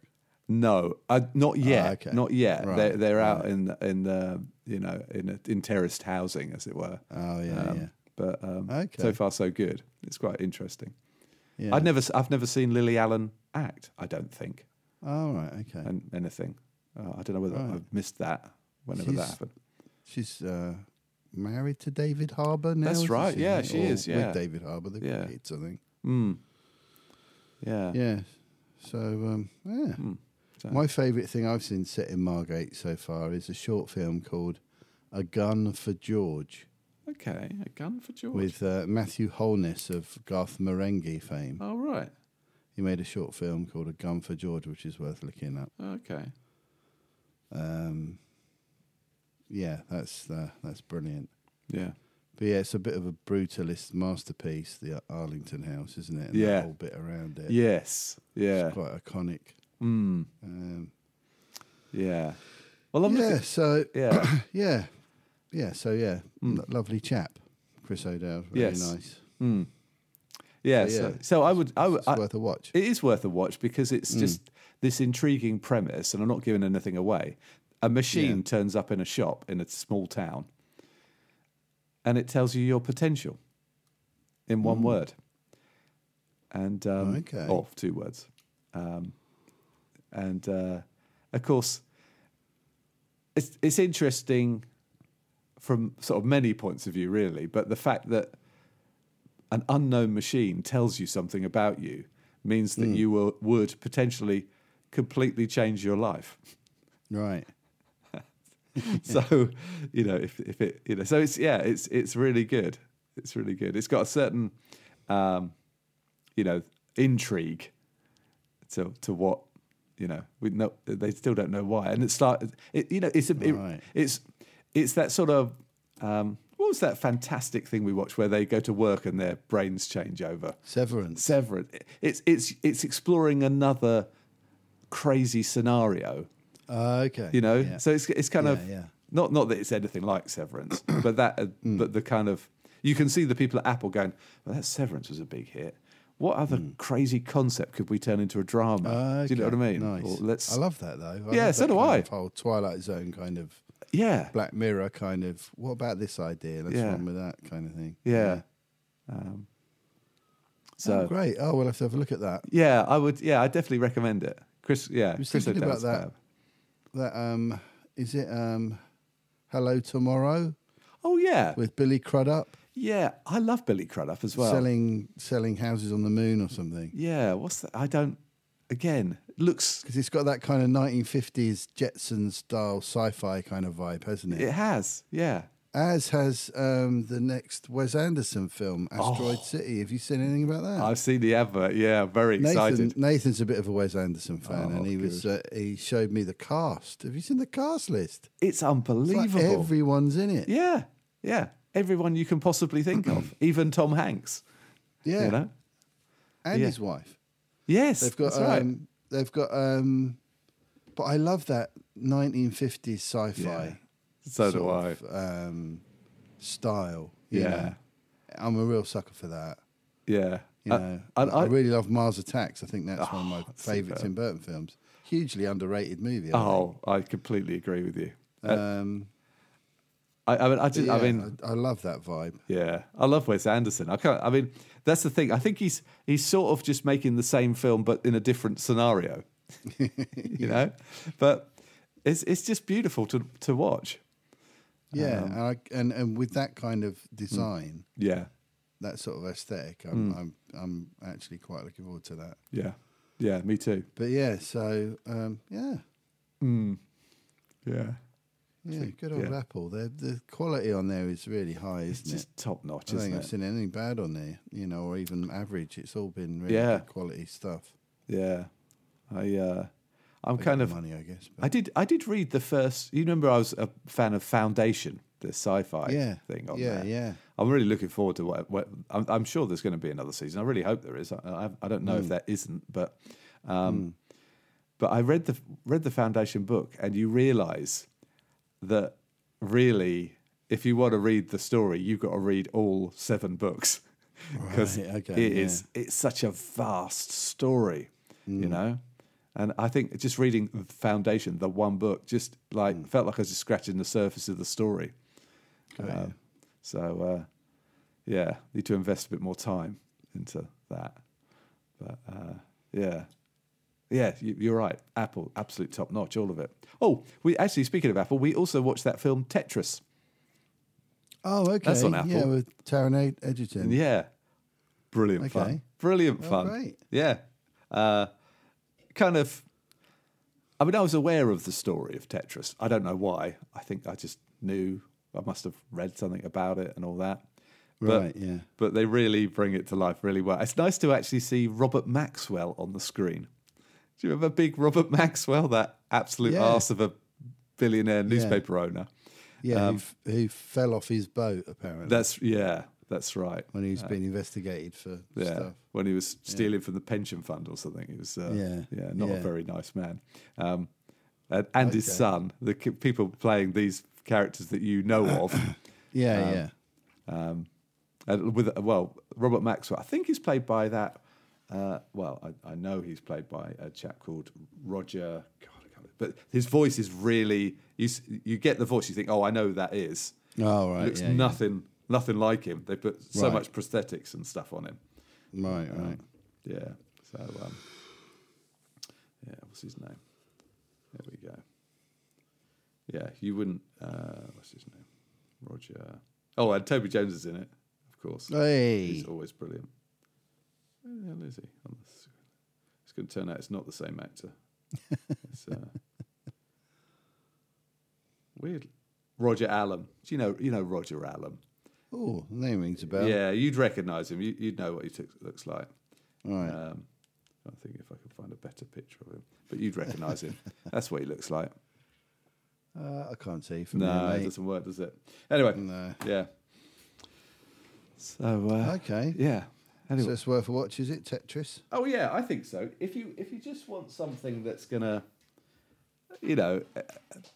[SPEAKER 4] No, I, not yet.
[SPEAKER 2] Ah, okay.
[SPEAKER 4] Not yet.
[SPEAKER 2] Right,
[SPEAKER 4] They're, they're out in the, in the you know in a, in terraced housing, as it were.
[SPEAKER 2] Oh yeah,
[SPEAKER 4] Um,
[SPEAKER 2] yeah.
[SPEAKER 4] But um,
[SPEAKER 2] Okay.
[SPEAKER 4] so far so good. It's quite interesting.
[SPEAKER 2] Yeah.
[SPEAKER 4] I'd never, s- I've never seen Lily Allen act. I don't think,
[SPEAKER 2] All right, okay.
[SPEAKER 4] and anything. Uh, I don't know whether
[SPEAKER 2] Right.
[SPEAKER 4] I've missed that. Whenever that
[SPEAKER 2] She's-
[SPEAKER 4] happened,
[SPEAKER 2] She's uh, married to David Harbour now.
[SPEAKER 4] That's
[SPEAKER 2] isn't
[SPEAKER 4] right,
[SPEAKER 2] she?
[SPEAKER 4] yeah, she
[SPEAKER 2] Or
[SPEAKER 4] is, yeah.
[SPEAKER 2] with David Harbour. They've
[SPEAKER 4] Yeah.
[SPEAKER 2] got kids, I think.
[SPEAKER 4] mm. Hmm. yeah. Hmm.
[SPEAKER 2] Yeah. So um, yeah.
[SPEAKER 4] So,
[SPEAKER 2] My favourite thing I've seen set in Margate so far is a short film called A Gun for George
[SPEAKER 4] okay, a gun for George.
[SPEAKER 2] with uh, Matthew Holness of Garth Marenghi fame.
[SPEAKER 4] All Oh, right.
[SPEAKER 2] He made a short film called A Gun for George, which is worth looking up.
[SPEAKER 4] Okay.
[SPEAKER 2] Um, yeah, that's uh, that's brilliant.
[SPEAKER 4] Yeah.
[SPEAKER 2] But yeah, it's a bit of a brutalist masterpiece, the Arlington House, isn't it? And
[SPEAKER 4] Yeah.
[SPEAKER 2] that whole bit around it.
[SPEAKER 4] Yes. Yeah.
[SPEAKER 2] It's quite iconic.
[SPEAKER 4] Mm.
[SPEAKER 2] Um,
[SPEAKER 4] Yeah. Well, I'm
[SPEAKER 2] yeah,
[SPEAKER 4] looking.
[SPEAKER 2] so
[SPEAKER 4] Yeah.
[SPEAKER 2] yeah, yeah, so yeah,
[SPEAKER 4] Mm.
[SPEAKER 2] lo- lovely chap, Chris O'Dowd. Very
[SPEAKER 4] Yes.
[SPEAKER 2] nice.
[SPEAKER 4] Mm. Yeah.
[SPEAKER 2] So,
[SPEAKER 4] So,
[SPEAKER 2] yeah.
[SPEAKER 4] so, I would. I would.
[SPEAKER 2] It's
[SPEAKER 4] I,
[SPEAKER 2] worth a watch. Mm.
[SPEAKER 4] it is worth a watch because it's just this intriguing premise, and I'm not giving anything away. A machine
[SPEAKER 2] Yeah.
[SPEAKER 4] turns up in a shop in a small town, and it tells you your potential in one word, and um,
[SPEAKER 2] Okay.
[SPEAKER 4] or two words, um, and uh, of course, it's it's interesting from sort of many points of view, really. But the fact that an unknown machine tells you something about you means that you will, would potentially completely change your life.
[SPEAKER 2] Right.
[SPEAKER 4] so, you know, if if it, you know, so it's yeah, it's it's really good. It's really good. It's got a certain, um, you know, intrigue to to what you know. We know they still don't know why, and it started. It, you know, it's a it-
[SPEAKER 2] Right.
[SPEAKER 4] it's it's that sort of. Um, what was that fantastic thing we watched where they go to work and their brains change over?
[SPEAKER 2] Severance.
[SPEAKER 4] Severance. It's it's it's exploring another crazy scenario,
[SPEAKER 2] Uh, okay.
[SPEAKER 4] you know.
[SPEAKER 2] Yeah.
[SPEAKER 4] So it's it's kind
[SPEAKER 2] Yeah,
[SPEAKER 4] of
[SPEAKER 2] yeah. Mm.
[SPEAKER 4] not not that it's anything like Severance, but that uh, but the kind of you can see the people at Apple going, well, that Severance was a big hit. What other
[SPEAKER 2] Mm.
[SPEAKER 4] crazy concept could we turn into a drama?
[SPEAKER 2] Uh,
[SPEAKER 4] Do you know what I
[SPEAKER 2] okay,
[SPEAKER 4] mean? Or
[SPEAKER 2] Nice.
[SPEAKER 4] let's
[SPEAKER 2] I love that though. I
[SPEAKER 4] Yeah,
[SPEAKER 2] love
[SPEAKER 4] so
[SPEAKER 2] that
[SPEAKER 4] do
[SPEAKER 2] kind
[SPEAKER 4] I.
[SPEAKER 2] Of whole Twilight Zone kind of
[SPEAKER 4] yeah,
[SPEAKER 2] Black Mirror kind of. What about this idea? Let's
[SPEAKER 4] Yeah.
[SPEAKER 2] run with that kind of thing.
[SPEAKER 4] yeah. Um, so
[SPEAKER 2] Oh, great. Oh, we'll have to have a look at that.
[SPEAKER 4] yeah, I would yeah, I definitely recommend it. Chris, yeah,
[SPEAKER 2] was
[SPEAKER 4] Chris
[SPEAKER 2] thinking about
[SPEAKER 4] O'Dowd's
[SPEAKER 2] that.
[SPEAKER 4] fab.
[SPEAKER 2] That um, is it um, Hello Tomorrow
[SPEAKER 4] Oh yeah,
[SPEAKER 2] with Billy Crudup
[SPEAKER 4] yeah. I love Billy Crudup as well.
[SPEAKER 2] selling selling houses on the moon or something.
[SPEAKER 4] Yeah, what's that? I don't. Again, looks
[SPEAKER 2] Because it's got that kind of 1950s Jetson style sci-fi kind of vibe, hasn't it?
[SPEAKER 4] it has. Yeah,
[SPEAKER 2] As has um, the next Wes Anderson film, Asteroid
[SPEAKER 4] Oh.
[SPEAKER 2] City. Have you seen anything about that?
[SPEAKER 4] I've seen the advert. Yeah, very
[SPEAKER 2] Nathan,
[SPEAKER 4] excited.
[SPEAKER 2] Nathan's a bit of a Wes Anderson fan,
[SPEAKER 4] Oh,
[SPEAKER 2] and he was uh, he showed me the cast. Have you seen the cast list?
[SPEAKER 4] It's
[SPEAKER 2] It's like
[SPEAKER 4] unbelievable.
[SPEAKER 2] everyone's in it.
[SPEAKER 4] yeah, yeah. Everyone you can possibly think of, even Tom Hanks.
[SPEAKER 2] Yeah,
[SPEAKER 4] You know.
[SPEAKER 2] and
[SPEAKER 4] yeah.
[SPEAKER 2] his wife.
[SPEAKER 4] Yes,
[SPEAKER 2] They've got
[SPEAKER 4] that's right.
[SPEAKER 2] um, they've got um, but I love that 1950s sci-fi.
[SPEAKER 4] Yeah. so do I.
[SPEAKER 2] sort of, um, style. you
[SPEAKER 4] Yeah.
[SPEAKER 2] know. I'm a real sucker for that.
[SPEAKER 4] yeah.
[SPEAKER 2] You
[SPEAKER 4] Uh,
[SPEAKER 2] know,
[SPEAKER 4] and
[SPEAKER 2] I,
[SPEAKER 4] I-
[SPEAKER 2] really love Mars Attacks. I think that's one of
[SPEAKER 4] Oh,
[SPEAKER 2] my favourite
[SPEAKER 4] superb.
[SPEAKER 2] Tim Burton films. Hugely underrated movie. I
[SPEAKER 4] oh, I completely agree with you.
[SPEAKER 2] think. um,
[SPEAKER 4] I, I mean, I,
[SPEAKER 2] but
[SPEAKER 4] just,
[SPEAKER 2] yeah,
[SPEAKER 4] I mean,
[SPEAKER 2] I, I love that vibe.
[SPEAKER 4] Yeah, I love Wes Anderson. I can't. I mean, that's the thing. I think he's he's sort of just making the same film but in a different scenario. you know, but it's it's just beautiful to to watch.
[SPEAKER 2] Yeah,
[SPEAKER 4] um,
[SPEAKER 2] and, I, and and with that kind of
[SPEAKER 4] hmm.
[SPEAKER 2] design,
[SPEAKER 4] Yeah,
[SPEAKER 2] that sort of aesthetic, I'm,
[SPEAKER 4] Hmm.
[SPEAKER 2] I'm I'm actually quite looking forward to that.
[SPEAKER 4] yeah, yeah. Me too.
[SPEAKER 2] But yeah, so um, yeah,
[SPEAKER 4] Yeah,
[SPEAKER 2] Hmm. yeah, good old
[SPEAKER 4] yeah.
[SPEAKER 2] Apple. The the quality on there is really high, isn't
[SPEAKER 4] it's
[SPEAKER 2] it?
[SPEAKER 4] just top notch,
[SPEAKER 2] I don't
[SPEAKER 4] isn't
[SPEAKER 2] think
[SPEAKER 4] it?
[SPEAKER 2] I've seen anything bad on there, you know, or even average. It's all been really
[SPEAKER 4] Yeah.
[SPEAKER 2] good quality stuff.
[SPEAKER 4] yeah, I uh, I'm
[SPEAKER 2] They
[SPEAKER 4] kind
[SPEAKER 2] got
[SPEAKER 4] of
[SPEAKER 2] the money, I guess. But
[SPEAKER 4] I did I did read the first. You remember I was a fan of Foundation, the sci-fi
[SPEAKER 2] yeah,
[SPEAKER 4] thing on
[SPEAKER 2] yeah,
[SPEAKER 4] there.
[SPEAKER 2] yeah.
[SPEAKER 4] I'm really looking forward to what. what I'm, I'm sure there's going to be another season. I really hope there is. I, I, I don't
[SPEAKER 2] Mm.
[SPEAKER 4] know if that isn't, but um, but I read the read the foundation book, and you realise that really, if you want to read the story, you've got to read all seven books because
[SPEAKER 2] Right,
[SPEAKER 4] it
[SPEAKER 2] okay,
[SPEAKER 4] is- it's such a vast story, you
[SPEAKER 2] Mm.
[SPEAKER 4] know. And I think just reading Foundation, the one book, just like
[SPEAKER 2] Mm.
[SPEAKER 4] felt like I was just scratching the surface of the story.
[SPEAKER 2] Great.
[SPEAKER 4] Um, so uh, yeah, need to invest a bit more time into that. But uh, yeah, yeah, you, you're right. Apple, absolute top notch, all of it. Oh, we actually speaking of Apple, we also watched that film Tetris.
[SPEAKER 2] oh, okay.
[SPEAKER 4] that's on
[SPEAKER 2] Yeah,
[SPEAKER 4] Apple.
[SPEAKER 2] with Taron Ed- Edgerton.
[SPEAKER 4] And yeah, brilliant fun,
[SPEAKER 2] Okay.
[SPEAKER 4] brilliant
[SPEAKER 2] Oh,
[SPEAKER 4] fun.
[SPEAKER 2] great.
[SPEAKER 4] Yeah, uh, kind of I mean, I was aware of the story of Tetris. I don't know why. I think I just knew. I must have read something about it and all that. But,
[SPEAKER 2] Right, yeah.
[SPEAKER 4] But they really bring it to life really well. It's nice to actually see Robert Maxwell on the screen. Do you remember big Robert Maxwell, that absolute
[SPEAKER 2] Yeah.
[SPEAKER 4] arse of a billionaire newspaper owner?
[SPEAKER 2] Yeah,
[SPEAKER 4] um,
[SPEAKER 2] who, f- who fell off his boat apparently
[SPEAKER 4] That's yeah, that's right.
[SPEAKER 2] when he's been investigated for
[SPEAKER 4] uh, yeah,
[SPEAKER 2] stuff.
[SPEAKER 4] when he was stealing from the pension fund or something. He was uh, yeah,
[SPEAKER 2] Yeah,
[SPEAKER 4] not a
[SPEAKER 2] yeah.
[SPEAKER 4] very nice man. Um, and, and his son, the ki- people playing these characters that you know of,
[SPEAKER 2] Yeah,
[SPEAKER 4] Um,
[SPEAKER 2] yeah.
[SPEAKER 4] and Uh, with well, Robert Maxwell. I think he's played by that. Uh, well, I, I know he's played by a chap called Roger. God, I can't, but his voice is really you. s- You get the voice, you think, oh, I know who that is.
[SPEAKER 2] Oh right,
[SPEAKER 4] Looks
[SPEAKER 2] yeah, yeah.
[SPEAKER 4] nothing, nothing like him. They put so
[SPEAKER 2] Right.
[SPEAKER 4] much prosthetics and stuff on him.
[SPEAKER 2] Right, right.
[SPEAKER 4] Yeah. So, um, yeah, what's his name? There we go. Yeah, you wouldn't. Uh, what's his name? Roger. Oh, and Toby Jones is in it, of course.
[SPEAKER 2] Hey,
[SPEAKER 4] He's always brilliant. Where the hell is he? On the s- It's going to turn out it's not the same actor. It's, uh, weird. Roger Allen. Do you know? You know Roger Allen.
[SPEAKER 2] oh, name rings a bell.
[SPEAKER 4] Yeah, you'd recognise him. You, you'd know what he t- looks like.
[SPEAKER 2] All right.
[SPEAKER 4] Um, I think if I could find a better picture of him, but you'd recognise him. That's what he looks like.
[SPEAKER 2] Uh, I can't see from
[SPEAKER 4] No,
[SPEAKER 2] there,
[SPEAKER 4] it
[SPEAKER 2] mate. Mm.
[SPEAKER 4] doesn't work, does it? Anyway,
[SPEAKER 2] No.
[SPEAKER 4] yeah. So uh,
[SPEAKER 2] Okay.
[SPEAKER 4] yeah. Anyway,
[SPEAKER 2] So it's worth a watch, is it? Tetris.
[SPEAKER 4] oh yeah, I think so. If you if you just want something that's gonna, you know, uh,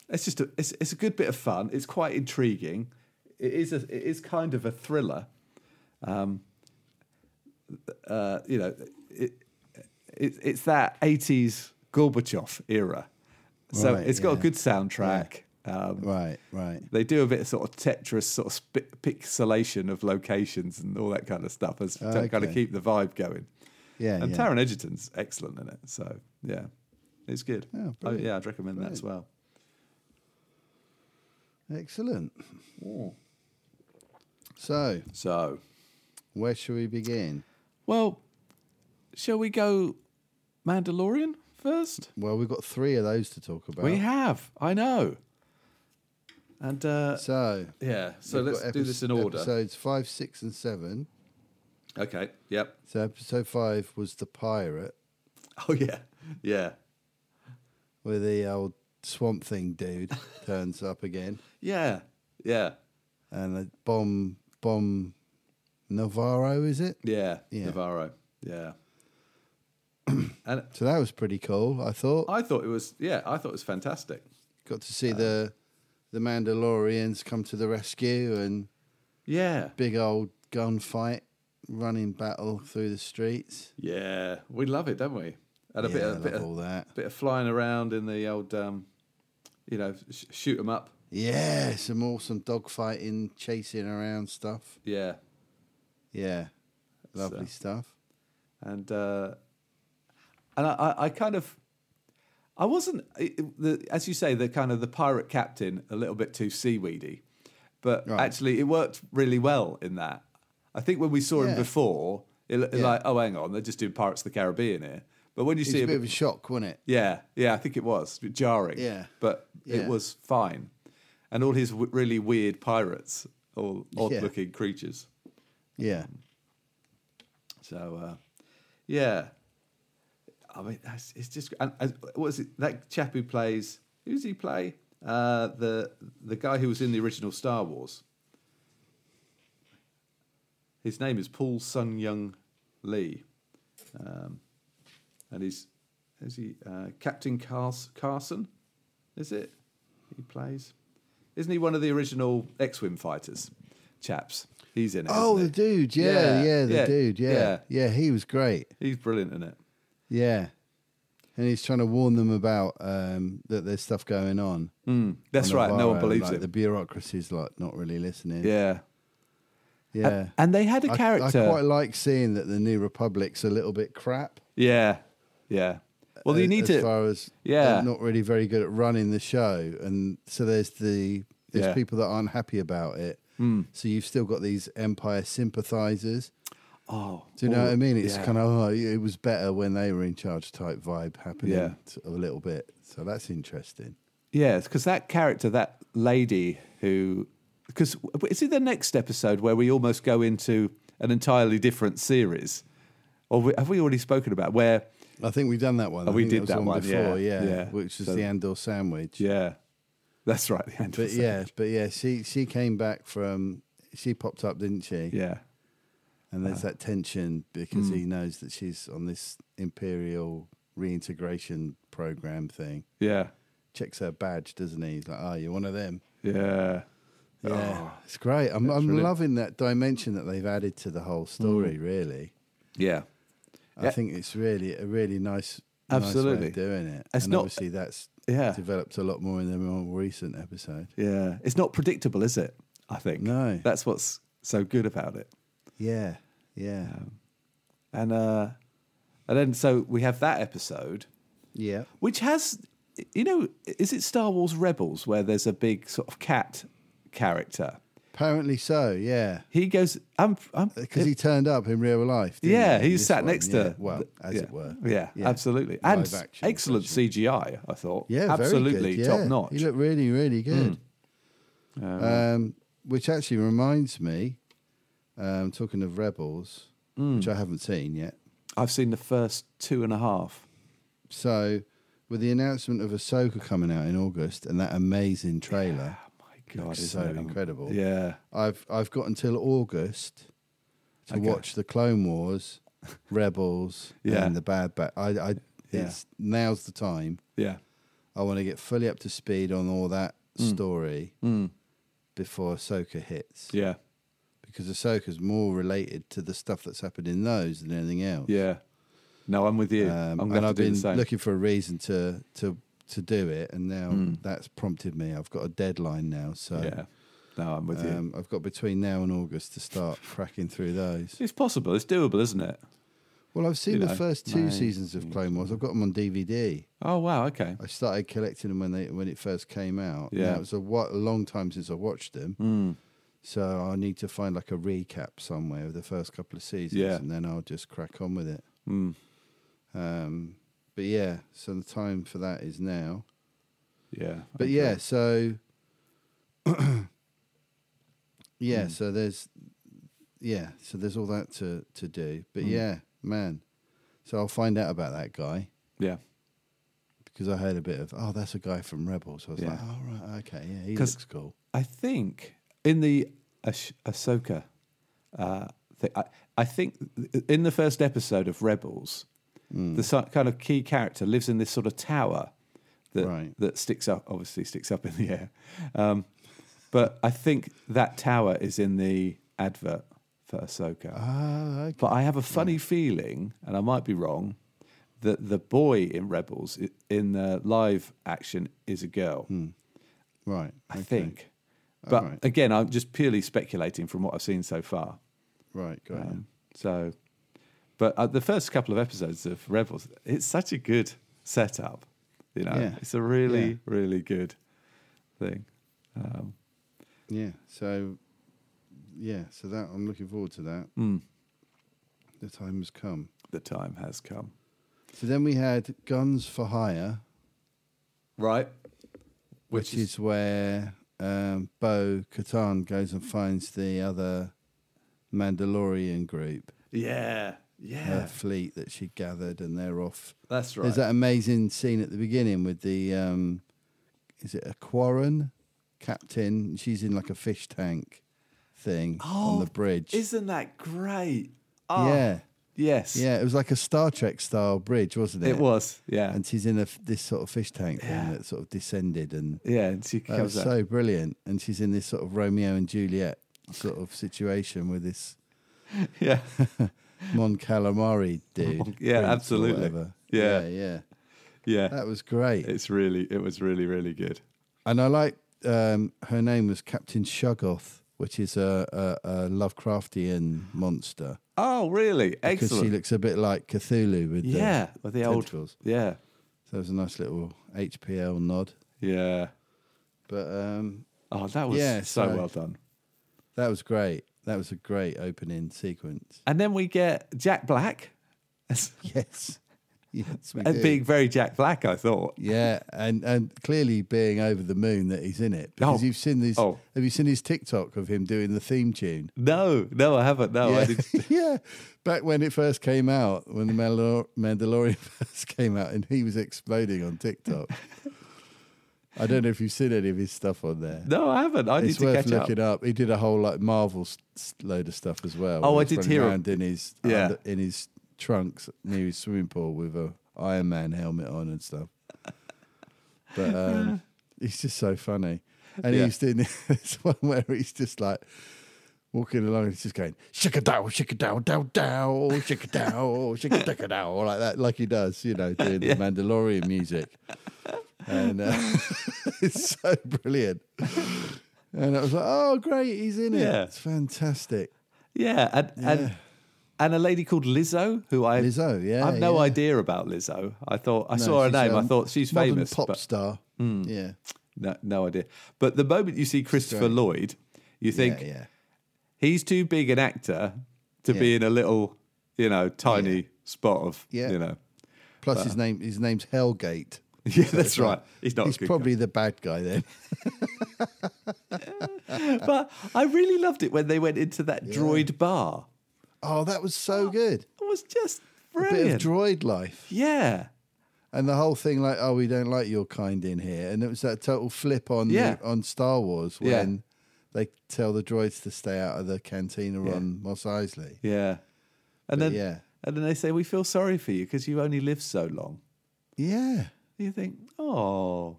[SPEAKER 4] it's just a, it's it's a good bit of fun. It's quite intriguing. It is a it is kind of a thriller. Um, uh, you know, it, it, it's that 80s Gorbachev era. So
[SPEAKER 2] Right,
[SPEAKER 4] it's got a
[SPEAKER 2] yeah.
[SPEAKER 4] good soundtrack. Um,
[SPEAKER 2] Right, right.
[SPEAKER 4] They do a bit of sort of Tetris sort of sp- pixelation of locations and all that kind of stuff as to kind of
[SPEAKER 2] Ah, Okay.
[SPEAKER 4] keep the vibe going.
[SPEAKER 2] Yeah,
[SPEAKER 4] and
[SPEAKER 2] yeah.
[SPEAKER 4] Taron Egerton's excellent in it. So yeah, it's good.
[SPEAKER 2] Yeah,
[SPEAKER 4] oh,
[SPEAKER 2] brilliant,
[SPEAKER 4] yeah I'd recommend that as well.
[SPEAKER 2] Excellent. So,
[SPEAKER 4] So,
[SPEAKER 2] where shall we begin?
[SPEAKER 4] well, shall we go Mandalorian first?
[SPEAKER 2] Well, we've got three of those to talk about.
[SPEAKER 4] We have, I know. And uh,
[SPEAKER 2] so,
[SPEAKER 4] yeah, so
[SPEAKER 2] we've
[SPEAKER 4] let's
[SPEAKER 2] got
[SPEAKER 4] do
[SPEAKER 2] epi-
[SPEAKER 4] this in order.
[SPEAKER 2] Episodes five, six, and seven.
[SPEAKER 4] Okay. Yep.
[SPEAKER 2] So, episode five was the pirate,
[SPEAKER 4] Oh yeah. Yeah.
[SPEAKER 2] where the old swamp thing dude turns up again,
[SPEAKER 4] Yeah. Yeah.
[SPEAKER 2] and a bomb, bomb, Navarro is it?
[SPEAKER 4] Yeah.
[SPEAKER 2] Yeah.
[SPEAKER 4] Navarro. Yeah. and
[SPEAKER 2] So that was pretty cool. I thought
[SPEAKER 4] I Uh. thought it was yeah, I thought it was fantastic.
[SPEAKER 2] got to see the the Mandalorians come to the rescue and
[SPEAKER 4] Yeah.
[SPEAKER 2] big old gunfight, running battle through the streets.
[SPEAKER 4] Yeah. We love it, don't we? And a
[SPEAKER 2] yeah,
[SPEAKER 4] bit
[SPEAKER 2] I
[SPEAKER 4] of
[SPEAKER 2] love
[SPEAKER 4] bit
[SPEAKER 2] all
[SPEAKER 4] of,
[SPEAKER 2] that.
[SPEAKER 4] bit of flying around in the old um you know, sh- shoot 'em up.
[SPEAKER 2] Yeah, some awesome dogfighting, chasing around stuff.
[SPEAKER 4] Yeah.
[SPEAKER 2] Yeah, lovely
[SPEAKER 4] So-
[SPEAKER 2] stuff.
[SPEAKER 4] and uh, and I, I, I kind of I wasn't it- it- the, as you say the kind of the pirate captain a little bit too seaweedy, but
[SPEAKER 2] Right.
[SPEAKER 4] actually it worked really well in that. I think when we saw him
[SPEAKER 2] Yeah.
[SPEAKER 4] before, it looked
[SPEAKER 2] Yeah.
[SPEAKER 4] like oh hang on they're just doing Pirates of the Caribbean here. But when you
[SPEAKER 2] It was
[SPEAKER 4] see
[SPEAKER 2] a
[SPEAKER 4] him,
[SPEAKER 2] bit of a shock, wasn't it?
[SPEAKER 4] yeah, yeah, I think it was a bit jarring.
[SPEAKER 2] Yeah.
[SPEAKER 4] but it
[SPEAKER 2] Yeah.
[SPEAKER 4] was fine, and all his w- really weird pirates, all
[SPEAKER 2] Yeah.
[SPEAKER 4] odd looking creatures.
[SPEAKER 2] Yeah,
[SPEAKER 4] So, uh, yeah. I mean, that's- it's just and, and what is it? That chap who plays who's he play? Uh, the the guy who was in the original Star Wars. His name is Paul Sun Young Lee, um, and he's is he uh, Captain Cars- Carson? Is it he plays? Isn't he one of the original X-wing fighters, chaps? He's in it.
[SPEAKER 2] Oh, the
[SPEAKER 4] isn't he?
[SPEAKER 2] dude. Yeah, yeah, the dude. Yeah.
[SPEAKER 4] yeah.
[SPEAKER 2] yeah, he was great.
[SPEAKER 4] He's brilliant in it.
[SPEAKER 2] Yeah, and he's trying to warn them about um, that there's stuff going on.
[SPEAKER 4] Mm, that's right. No one
[SPEAKER 2] Navarro,
[SPEAKER 4] believes
[SPEAKER 2] like,
[SPEAKER 4] him.
[SPEAKER 2] The bureaucracy's like not really listening.
[SPEAKER 4] yeah.
[SPEAKER 2] yeah.
[SPEAKER 4] And they had a
[SPEAKER 2] I-
[SPEAKER 4] character.
[SPEAKER 2] I, quite like seeing that the New Republic's a little bit crap.
[SPEAKER 4] yeah. Yeah. Well, you
[SPEAKER 2] a-
[SPEAKER 4] need
[SPEAKER 2] as
[SPEAKER 4] to.
[SPEAKER 2] far as
[SPEAKER 4] Yeah.
[SPEAKER 2] they're not really very good at running the show, and so there's the there's
[SPEAKER 4] Yeah. Hmm.
[SPEAKER 2] people that aren't happy about it. So you've still got these Empire sympathisers
[SPEAKER 4] Oh,
[SPEAKER 2] Do you know
[SPEAKER 4] oh,
[SPEAKER 2] what I mean? It's
[SPEAKER 4] yeah.
[SPEAKER 2] kind of oh, it was better when they were in charge type vibe happening
[SPEAKER 4] Yeah.
[SPEAKER 2] sort of a little bit. So that's interesting.
[SPEAKER 4] Yeah, because that character, that lady who, because is it the next episode where we almost go into an entirely different series, or we, have we already spoken about where?
[SPEAKER 2] I think we've done that one.
[SPEAKER 4] Oh,
[SPEAKER 2] I
[SPEAKER 4] we
[SPEAKER 2] think
[SPEAKER 4] did
[SPEAKER 2] was
[SPEAKER 4] that
[SPEAKER 2] on
[SPEAKER 4] one,
[SPEAKER 2] before, yeah,
[SPEAKER 4] yeah, yeah.
[SPEAKER 2] which was
[SPEAKER 4] So-
[SPEAKER 2] the Andor sandwich.
[SPEAKER 4] Yeah, that's right. The end of
[SPEAKER 2] But
[SPEAKER 4] the-
[SPEAKER 2] yeah, but yeah, she she came back from she popped up, didn't she?
[SPEAKER 4] yeah,
[SPEAKER 2] And there's that tension because
[SPEAKER 4] Mm.
[SPEAKER 2] he knows that she's on this imperial reintegration program thing.
[SPEAKER 4] yeah,
[SPEAKER 2] Checks her badge, doesn't he? He's like, "Oh, you're one of them."
[SPEAKER 4] yeah. Oh,
[SPEAKER 2] Yeah, it's great. I'm I'm
[SPEAKER 4] really-
[SPEAKER 2] loving that dimension that they've added to the whole story. Really,
[SPEAKER 4] Yeah.
[SPEAKER 2] I
[SPEAKER 4] Mm. Yeah.
[SPEAKER 2] think it's really a really nice, nice way of
[SPEAKER 4] Absolutely.
[SPEAKER 2] doing it.
[SPEAKER 4] It's
[SPEAKER 2] and
[SPEAKER 4] not-
[SPEAKER 2] obviously that's
[SPEAKER 4] Yeah.
[SPEAKER 2] developed a lot more in the more recent episode.
[SPEAKER 4] Yeah. It's not predictable, is it? I think.
[SPEAKER 2] No.
[SPEAKER 4] That's what's so good about it.
[SPEAKER 2] Yeah, yeah,
[SPEAKER 4] And uh and then so we have that episode
[SPEAKER 2] yeah.
[SPEAKER 4] which has you know is it Star Wars Rebels where there's a big sort of cat character.
[SPEAKER 2] Apparently so. Yeah,
[SPEAKER 4] He goes I'm I'm
[SPEAKER 2] because he turned up in real life. didn't
[SPEAKER 4] yeah,
[SPEAKER 2] he,
[SPEAKER 4] he
[SPEAKER 2] in this
[SPEAKER 4] sat
[SPEAKER 2] one,
[SPEAKER 4] next
[SPEAKER 2] yeah.
[SPEAKER 4] to.
[SPEAKER 2] Well,
[SPEAKER 4] th-
[SPEAKER 2] as
[SPEAKER 4] yeah.
[SPEAKER 2] it were.
[SPEAKER 4] Yeah,
[SPEAKER 2] Yeah.
[SPEAKER 4] absolutely.
[SPEAKER 2] Live
[SPEAKER 4] And
[SPEAKER 2] action
[SPEAKER 4] excellent
[SPEAKER 2] version.
[SPEAKER 4] CGI, I thought.
[SPEAKER 2] Yeah, very good,
[SPEAKER 4] absolutely
[SPEAKER 2] yeah.
[SPEAKER 4] top notch. Hmm.
[SPEAKER 2] He looked really, really good. Um, which actually reminds me, um, talking of Rebels,
[SPEAKER 4] Hmm.
[SPEAKER 2] which I haven't seen yet.
[SPEAKER 4] I've seen the first two and a half.
[SPEAKER 2] So, with the announcement of Ahsoka coming out in August and that amazing trailer,
[SPEAKER 4] Oh my god,
[SPEAKER 2] Looks
[SPEAKER 4] isn't
[SPEAKER 2] so
[SPEAKER 4] it? Um,
[SPEAKER 2] incredible.
[SPEAKER 4] Yeah.
[SPEAKER 2] I've I've got until August to
[SPEAKER 4] Okay.
[SPEAKER 2] watch the Clone Wars, Rebels,
[SPEAKER 4] Yeah.
[SPEAKER 2] and the Bad Batch. I, I
[SPEAKER 4] Yeah.
[SPEAKER 2] it's now's the time.
[SPEAKER 4] Yeah.
[SPEAKER 2] I want to get fully up to speed on all that
[SPEAKER 4] Hmm.
[SPEAKER 2] story before Ahsoka hits.
[SPEAKER 4] Yeah.
[SPEAKER 2] Because Ahsoka's more related to the stuff that's happened in those than anything else.
[SPEAKER 4] Yeah. No, I'm with you.
[SPEAKER 2] Um,
[SPEAKER 4] I'm
[SPEAKER 2] and
[SPEAKER 4] going to
[SPEAKER 2] I've
[SPEAKER 4] do
[SPEAKER 2] been
[SPEAKER 4] the same.
[SPEAKER 2] looking for a reason to to to do it, and now that's prompted me. I've got a deadline now, so
[SPEAKER 4] Hmm. yeah. No, I'm with you.
[SPEAKER 2] um, I've got between now and August to start cracking through those.
[SPEAKER 4] It's possible. It's doable, isn't it?
[SPEAKER 2] Well, I've seen
[SPEAKER 4] You
[SPEAKER 2] the
[SPEAKER 4] know,
[SPEAKER 2] first two
[SPEAKER 4] May,
[SPEAKER 2] seasons of Clone Wars. I've got them on DVD.
[SPEAKER 4] Oh wow. Okay.
[SPEAKER 2] I started collecting them when they when it first came out. Now,
[SPEAKER 4] Yeah.
[SPEAKER 2] it was a, wa- a long time since I watched them.
[SPEAKER 4] Hmm.
[SPEAKER 2] So I need to find like a recap somewhere of the first couple of seasons,
[SPEAKER 4] Yeah.
[SPEAKER 2] and then I'll just crack on with it.
[SPEAKER 4] Hmm.
[SPEAKER 2] Um, but yeah, so the time for that is now.
[SPEAKER 4] Yeah.
[SPEAKER 2] But yeah, so
[SPEAKER 4] Hmm.
[SPEAKER 2] yeah, so there's yeah, so there's all that to to do.
[SPEAKER 4] Hmm.
[SPEAKER 2] But yeah, man, so I'll find out about that guy
[SPEAKER 4] Yeah.
[SPEAKER 2] because I heard a bit of oh, that's a guy from Rebels. I was like,
[SPEAKER 4] Yeah.
[SPEAKER 2] oh right, okay, yeah, he
[SPEAKER 4] 'Cause-
[SPEAKER 2] looks cool.
[SPEAKER 4] I think in the Ash- Ahsoka, uh, thi- I, I think in the first episode of Rebels,
[SPEAKER 2] Hmm.
[SPEAKER 4] the so- kind of key character lives in this sort of tower that
[SPEAKER 2] Right.
[SPEAKER 4] that sticks up, obviously sticks up in the air. Um, but I think that tower is in the advert for Ahsoka.
[SPEAKER 2] Ah, okay.
[SPEAKER 4] But I have a funny feeling, and I might be wrong, that the boy in Rebels i- in the live action is a girl.
[SPEAKER 2] right,
[SPEAKER 4] I
[SPEAKER 2] Hmm, okay,
[SPEAKER 4] think. But
[SPEAKER 2] right.
[SPEAKER 4] again, I'm just purely speculating from what I've seen so far.
[SPEAKER 2] right, got it.
[SPEAKER 4] Um, so, but uh, the first couple of episodes of Rebels, it's such a good setup. You know,
[SPEAKER 2] Yeah.
[SPEAKER 4] it's a really,
[SPEAKER 2] Yeah.
[SPEAKER 4] really good thing. Um,
[SPEAKER 2] Yeah, so yeah, so that I'm looking forward to that. The time has come.
[SPEAKER 4] hmm, the time has come.
[SPEAKER 2] So then we had Guns for Hire.
[SPEAKER 4] Right.
[SPEAKER 2] which is, where um, Bo Katan goes and finds the other Mandalorian group,
[SPEAKER 4] yeah. Yeah.
[SPEAKER 2] her fleet that she gathered, and they're off.
[SPEAKER 4] that's right.
[SPEAKER 2] There's that amazing scene at the beginning with the um, is it a Quarren captain? She's in like a fish tank thing on
[SPEAKER 4] Oh, ah.
[SPEAKER 2] the bridge.
[SPEAKER 4] Isn't that great?
[SPEAKER 2] yeah,
[SPEAKER 4] Yes.
[SPEAKER 2] yeah, it was like a Star Trek style bridge, wasn't it?
[SPEAKER 4] It was. Yeah.
[SPEAKER 2] And she's in a, f- this sort of fish tank
[SPEAKER 4] Yeah.
[SPEAKER 2] thing that sort of descended and
[SPEAKER 4] yeah. And she
[SPEAKER 2] That was
[SPEAKER 4] comes out.
[SPEAKER 2] so brilliant. And she's in this sort of Romeo and Juliet sort of situation with this
[SPEAKER 4] yeah.
[SPEAKER 2] Mon Calamari dude.
[SPEAKER 4] Yeah,
[SPEAKER 2] prince or
[SPEAKER 4] absolutely.
[SPEAKER 2] whatever.
[SPEAKER 4] Yeah.
[SPEAKER 2] yeah, yeah.
[SPEAKER 4] Yeah.
[SPEAKER 2] That was great.
[SPEAKER 4] It's really, it was really, really good.
[SPEAKER 2] And I like um, her name was Captain Shuggoth, which is a, a, a Lovecraftian monster.
[SPEAKER 4] Oh, really?
[SPEAKER 2] Because
[SPEAKER 4] Excellent.
[SPEAKER 2] she looks a bit like Cthulhu with
[SPEAKER 4] yeah,
[SPEAKER 2] the,
[SPEAKER 4] with the old.
[SPEAKER 2] tentacles.
[SPEAKER 4] Yeah,
[SPEAKER 2] So it was a nice little HPL nod.
[SPEAKER 4] yeah.
[SPEAKER 2] But um,
[SPEAKER 4] Oh, that was
[SPEAKER 2] Yeah,
[SPEAKER 4] so
[SPEAKER 2] so-
[SPEAKER 4] well done.
[SPEAKER 2] that was great. That was a great opening sequence.
[SPEAKER 4] And then we get Jack Black as-
[SPEAKER 2] Yes. Yes, we
[SPEAKER 4] and
[SPEAKER 2] do.
[SPEAKER 4] being very Jack Black, I thought.
[SPEAKER 2] Yeah, and and clearly being over the moon that he's in it because
[SPEAKER 4] Oh.
[SPEAKER 2] you've seen this.
[SPEAKER 4] Oh.
[SPEAKER 2] Have you seen his TikTok of him doing the theme tune?
[SPEAKER 4] No, no, I haven't. No, Oh, I
[SPEAKER 2] yeah.
[SPEAKER 4] didn't.
[SPEAKER 2] yeah, back when it first came out, when the Mandalor- Mandalorian first came out, and he was exploding on TikTok. I don't know if you've seen any of his stuff on there.
[SPEAKER 4] No, I haven't. I
[SPEAKER 2] it's
[SPEAKER 4] need to
[SPEAKER 2] worth
[SPEAKER 4] catch up.
[SPEAKER 2] looking up. He did a whole like Marvel s- s- load of stuff as well.
[SPEAKER 4] Oh,
[SPEAKER 2] where he's
[SPEAKER 4] I did
[SPEAKER 2] running
[SPEAKER 4] hear-
[SPEAKER 2] around in his
[SPEAKER 4] Yeah.
[SPEAKER 2] under- in his trunks near his swimming pool with a Iron Man helmet on and stuff. But um, he's just so funny, and
[SPEAKER 4] Yeah.
[SPEAKER 2] he's doing this one where he's just like walking along and he's just going shika dow shika dow dow dow shika dow shika dicka dow like that like he does you know doing the Mandalorian music and uh, it's so brilliant and I was like oh great he's in it
[SPEAKER 4] Yeah.
[SPEAKER 2] it's fantastic
[SPEAKER 4] Yeah, and
[SPEAKER 2] Yeah.
[SPEAKER 4] and and a lady called Lizzo, who I
[SPEAKER 2] Lizzo oh, yeah
[SPEAKER 4] I have no
[SPEAKER 2] yeah.
[SPEAKER 4] idea about Lizzo. I thought I
[SPEAKER 2] No,
[SPEAKER 4] saw her
[SPEAKER 2] she's,
[SPEAKER 4] name. I
[SPEAKER 2] um,
[SPEAKER 4] thought she's
[SPEAKER 2] modern
[SPEAKER 4] famous,
[SPEAKER 2] pop
[SPEAKER 4] but Hmm.
[SPEAKER 2] star yeah
[SPEAKER 4] no, no idea. But the moment you see Christopher
[SPEAKER 2] great.
[SPEAKER 4] Lloyd, you think
[SPEAKER 2] yeah, yeah.
[SPEAKER 4] he's too big an actor to be in a little, you know, tiny spot of,
[SPEAKER 2] Yeah.
[SPEAKER 4] you know.
[SPEAKER 2] plus his name his name's Hellgate
[SPEAKER 4] Yeah, that's right. He's not. a
[SPEAKER 2] he's
[SPEAKER 4] Oh, good guy.
[SPEAKER 2] probably the bad guy then
[SPEAKER 4] But I really loved it when they went into that droid bar.
[SPEAKER 2] oh that was so good
[SPEAKER 4] It was just
[SPEAKER 2] bit of
[SPEAKER 4] brilliant.
[SPEAKER 2] droid life
[SPEAKER 4] yeah,
[SPEAKER 2] and the whole thing like oh we don't like your kind in here and it was that total flip on
[SPEAKER 4] Yeah.
[SPEAKER 2] the, on star wars when
[SPEAKER 4] Yeah.
[SPEAKER 2] they tell the droids to stay out of the cantina on moss isley
[SPEAKER 4] yeah.
[SPEAKER 2] But
[SPEAKER 4] And then
[SPEAKER 2] yeah.
[SPEAKER 4] and then they say we feel sorry for you because you only live so long.
[SPEAKER 2] yeah
[SPEAKER 4] You think, oh,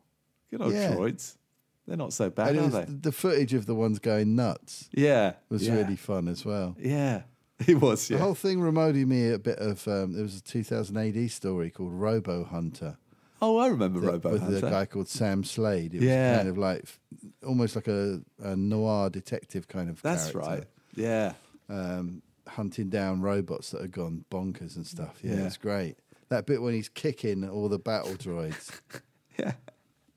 [SPEAKER 4] good old
[SPEAKER 2] Yeah.
[SPEAKER 4] droids. They're not so bad,
[SPEAKER 2] and it
[SPEAKER 4] are
[SPEAKER 2] was,
[SPEAKER 4] they?
[SPEAKER 2] the footage of the ones going nuts
[SPEAKER 4] Yeah.
[SPEAKER 2] was
[SPEAKER 4] yeah.
[SPEAKER 2] really Oh. fun as well
[SPEAKER 4] Yeah. It was,
[SPEAKER 2] the
[SPEAKER 4] yeah.
[SPEAKER 2] whole thing reminded me a bit of um, there was a 2000 AD story called Robo Hunter
[SPEAKER 4] Oh, I remember
[SPEAKER 2] that-
[SPEAKER 4] Robo
[SPEAKER 2] with
[SPEAKER 4] Hunter.
[SPEAKER 2] a guy called Sam Slade. It
[SPEAKER 4] Yeah.
[SPEAKER 2] was kind of like f- almost like a, a noir detective kind of
[SPEAKER 4] That's
[SPEAKER 2] character.
[SPEAKER 4] right. Yeah.
[SPEAKER 2] um, hunting down robots that have gone bonkers and stuff. Yeah,
[SPEAKER 4] Yeah.
[SPEAKER 2] it's great. That bit when he's kicking all the battle droids
[SPEAKER 4] Yeah.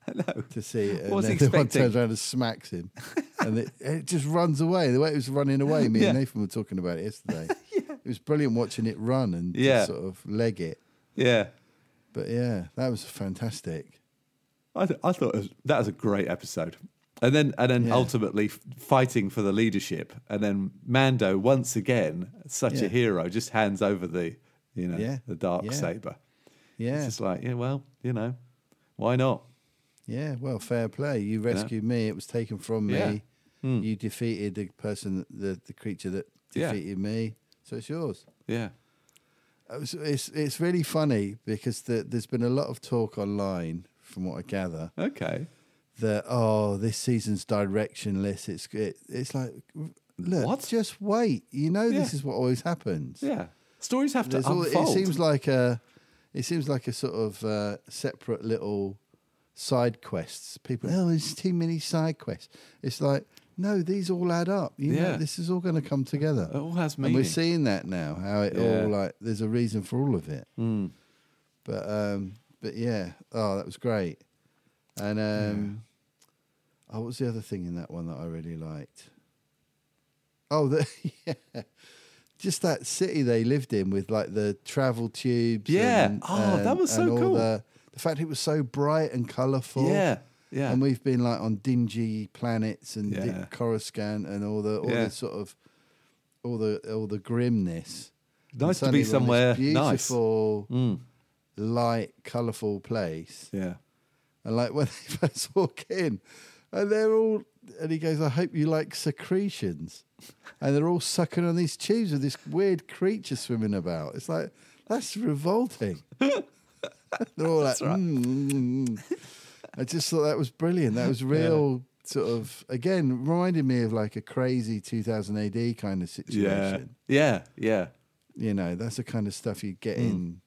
[SPEAKER 4] Hello.
[SPEAKER 2] to see it, and
[SPEAKER 4] Wasn't
[SPEAKER 2] then the one
[SPEAKER 4] expecting.
[SPEAKER 2] turns around and smacks him, and it, it just runs away. The way it was running away, me and
[SPEAKER 4] Yeah.
[SPEAKER 2] Nathan were talking about it yesterday. It was brilliant watching it run and just
[SPEAKER 4] Yeah.
[SPEAKER 2] sort of leg it.
[SPEAKER 4] Yeah.
[SPEAKER 2] But yeah, that was fantastic.
[SPEAKER 4] I, th- I thought it was, that was a great episode. And then, and then
[SPEAKER 2] Yeah.
[SPEAKER 4] ultimately f- fighting for the leadership. And then Mando, once again, such a
[SPEAKER 2] Yeah.
[SPEAKER 4] hero, just hands over the, you know,
[SPEAKER 2] Yeah.
[SPEAKER 4] the dark
[SPEAKER 2] Yeah.
[SPEAKER 4] saber. It's
[SPEAKER 2] Yeah,
[SPEAKER 4] just like, yeah, well, you know, why not?
[SPEAKER 2] yeah. Well, fair play. You rescued me. It was taken from me.
[SPEAKER 4] Yeah. Hmm.
[SPEAKER 2] You defeated the person, the the creature that
[SPEAKER 4] Yeah.
[SPEAKER 2] defeated me. So it's yours.
[SPEAKER 4] Yeah.
[SPEAKER 2] It's, it's it's really funny because the, there's been a lot of talk online, from what I gather,
[SPEAKER 4] Okay.
[SPEAKER 2] that oh, this season's directionless. It's it, it's like, look,
[SPEAKER 4] What?
[SPEAKER 2] just wait. You know, this
[SPEAKER 4] Yeah.
[SPEAKER 2] is what always happens.
[SPEAKER 4] Yeah. Stories have to
[SPEAKER 2] There's all,
[SPEAKER 4] unfold.
[SPEAKER 2] it seems like a, it seems like a sort of uh, separate little side quests. People, oh, there's too many side quests. It's like, no, these all add up. You
[SPEAKER 4] Yeah.
[SPEAKER 2] know, this is all going to come together.
[SPEAKER 4] It all has
[SPEAKER 2] And
[SPEAKER 4] meaning.
[SPEAKER 2] we're seeing that now, how it
[SPEAKER 4] Yeah. Hmm.
[SPEAKER 2] all like there's a reason for all of it. But um but yeah, oh that was great. And um oh what was the other thing in that one that I really liked? Oh the yeah. Just that city they lived in with like the travel tubes.
[SPEAKER 4] Yeah.
[SPEAKER 2] and-
[SPEAKER 4] Oh, that
[SPEAKER 2] and-
[SPEAKER 4] was so
[SPEAKER 2] and all
[SPEAKER 4] cool.
[SPEAKER 2] The, the fact it was so bright and colourful.
[SPEAKER 4] yeah. Yeah.
[SPEAKER 2] And we've been like on dingy planets and di-
[SPEAKER 4] Yeah.
[SPEAKER 2] Coruscant and all the all
[SPEAKER 4] Yeah.
[SPEAKER 2] the sort of all the all the grimness. And
[SPEAKER 4] Nice to
[SPEAKER 2] suddenly
[SPEAKER 4] be
[SPEAKER 2] we're on
[SPEAKER 4] somewhere
[SPEAKER 2] this
[SPEAKER 4] nice.
[SPEAKER 2] beautiful, light, colourful place.
[SPEAKER 4] Yeah.
[SPEAKER 2] And like when they first walk in, and they're all and he goes, "I hope you like secretions," and they're all sucking on these tubes with this weird creature swimming about. It's like that's revolting. they're all like, "Mm, mm, mm." I just thought that was brilliant. That was real. Sort of again reminded me of like a crazy 2000 AD kind of
[SPEAKER 4] Yeah.
[SPEAKER 2] situation.
[SPEAKER 4] Yeah. Yeah.
[SPEAKER 2] You know, that's the kind of stuff you
[SPEAKER 4] Hmm.
[SPEAKER 2] get in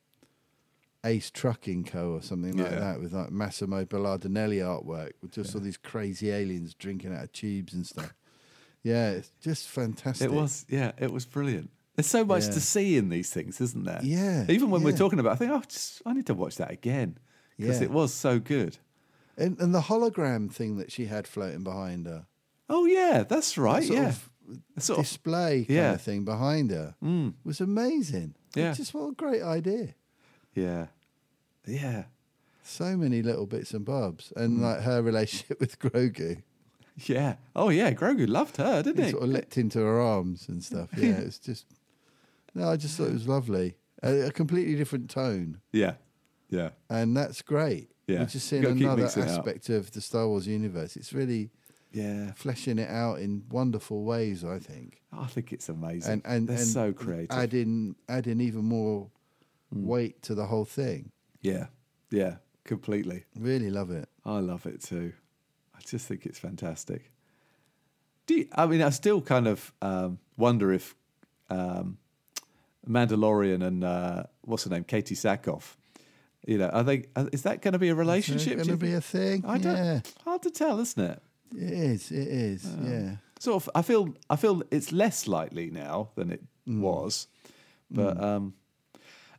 [SPEAKER 2] Ace Trucking Co. or something like
[SPEAKER 4] Yeah.
[SPEAKER 2] that with like Massimo Bellardinelli artwork with just all these crazy aliens drinking out of tubes and stuff. yeah, it's just fantastic.
[SPEAKER 4] It was. Yeah. It was brilliant. There's so much
[SPEAKER 2] Yeah.
[SPEAKER 4] to see in these things, isn't there?
[SPEAKER 2] Yeah,
[SPEAKER 4] Even when we're
[SPEAKER 2] yeah.
[SPEAKER 4] talking about, it, I think oh, just I need to watch that again because
[SPEAKER 2] Yeah.
[SPEAKER 4] it was so good.
[SPEAKER 2] And, and the hologram thing that she had floating behind her.
[SPEAKER 4] Oh yeah, that's right.
[SPEAKER 2] sort
[SPEAKER 4] yeah.
[SPEAKER 2] of
[SPEAKER 4] Sort of-
[SPEAKER 2] display kind
[SPEAKER 4] yeah. Hmm.
[SPEAKER 2] of thing behind her was amazing.
[SPEAKER 4] Yeah.
[SPEAKER 2] Just what a great idea.
[SPEAKER 4] yeah, yeah,
[SPEAKER 2] So many little bits and bobs.
[SPEAKER 4] Hmm.
[SPEAKER 2] And like her relationship with Grogu.
[SPEAKER 4] yeah. Oh yeah, Grogu loved her, didn't
[SPEAKER 2] He
[SPEAKER 4] he?
[SPEAKER 2] sort of leapt into her arms and stuff. Yeah, it's just No, I just thought it was lovely. A, a completely different tone.
[SPEAKER 4] Yeah, yeah,
[SPEAKER 2] And that's great.
[SPEAKER 4] Yeah.
[SPEAKER 2] We're just seeing
[SPEAKER 4] Gotta keep
[SPEAKER 2] another
[SPEAKER 4] mixing it up.
[SPEAKER 2] aspect of the Star Wars universe. It's really
[SPEAKER 4] yeah.
[SPEAKER 2] fleshing it out in wonderful ways, I think.
[SPEAKER 4] Oh, I think it's amazing.
[SPEAKER 2] and and
[SPEAKER 4] they're
[SPEAKER 2] and
[SPEAKER 4] so creative. Hmm.
[SPEAKER 2] Adding adding even more weight to the whole thing.
[SPEAKER 4] yeah, yeah, completely.
[SPEAKER 2] Really love it.
[SPEAKER 4] I love it too. I just think it's fantastic. Do you, I mean? I still kind of um, wonder if um, Mandalorian and uh, what's her name, Katie Sackhoff. You know, are they? Are, is that going to be a relationship?
[SPEAKER 2] Going
[SPEAKER 4] do
[SPEAKER 2] to
[SPEAKER 4] you
[SPEAKER 2] be a
[SPEAKER 4] think?
[SPEAKER 2] thing.
[SPEAKER 4] I don't.
[SPEAKER 2] Yeah,
[SPEAKER 4] Hard to tell, isn't it?
[SPEAKER 2] it is. It is.
[SPEAKER 4] Oh.
[SPEAKER 2] yeah.
[SPEAKER 4] Sort of. I feel. I feel it's less likely now than it
[SPEAKER 2] Mm.
[SPEAKER 4] was, but um,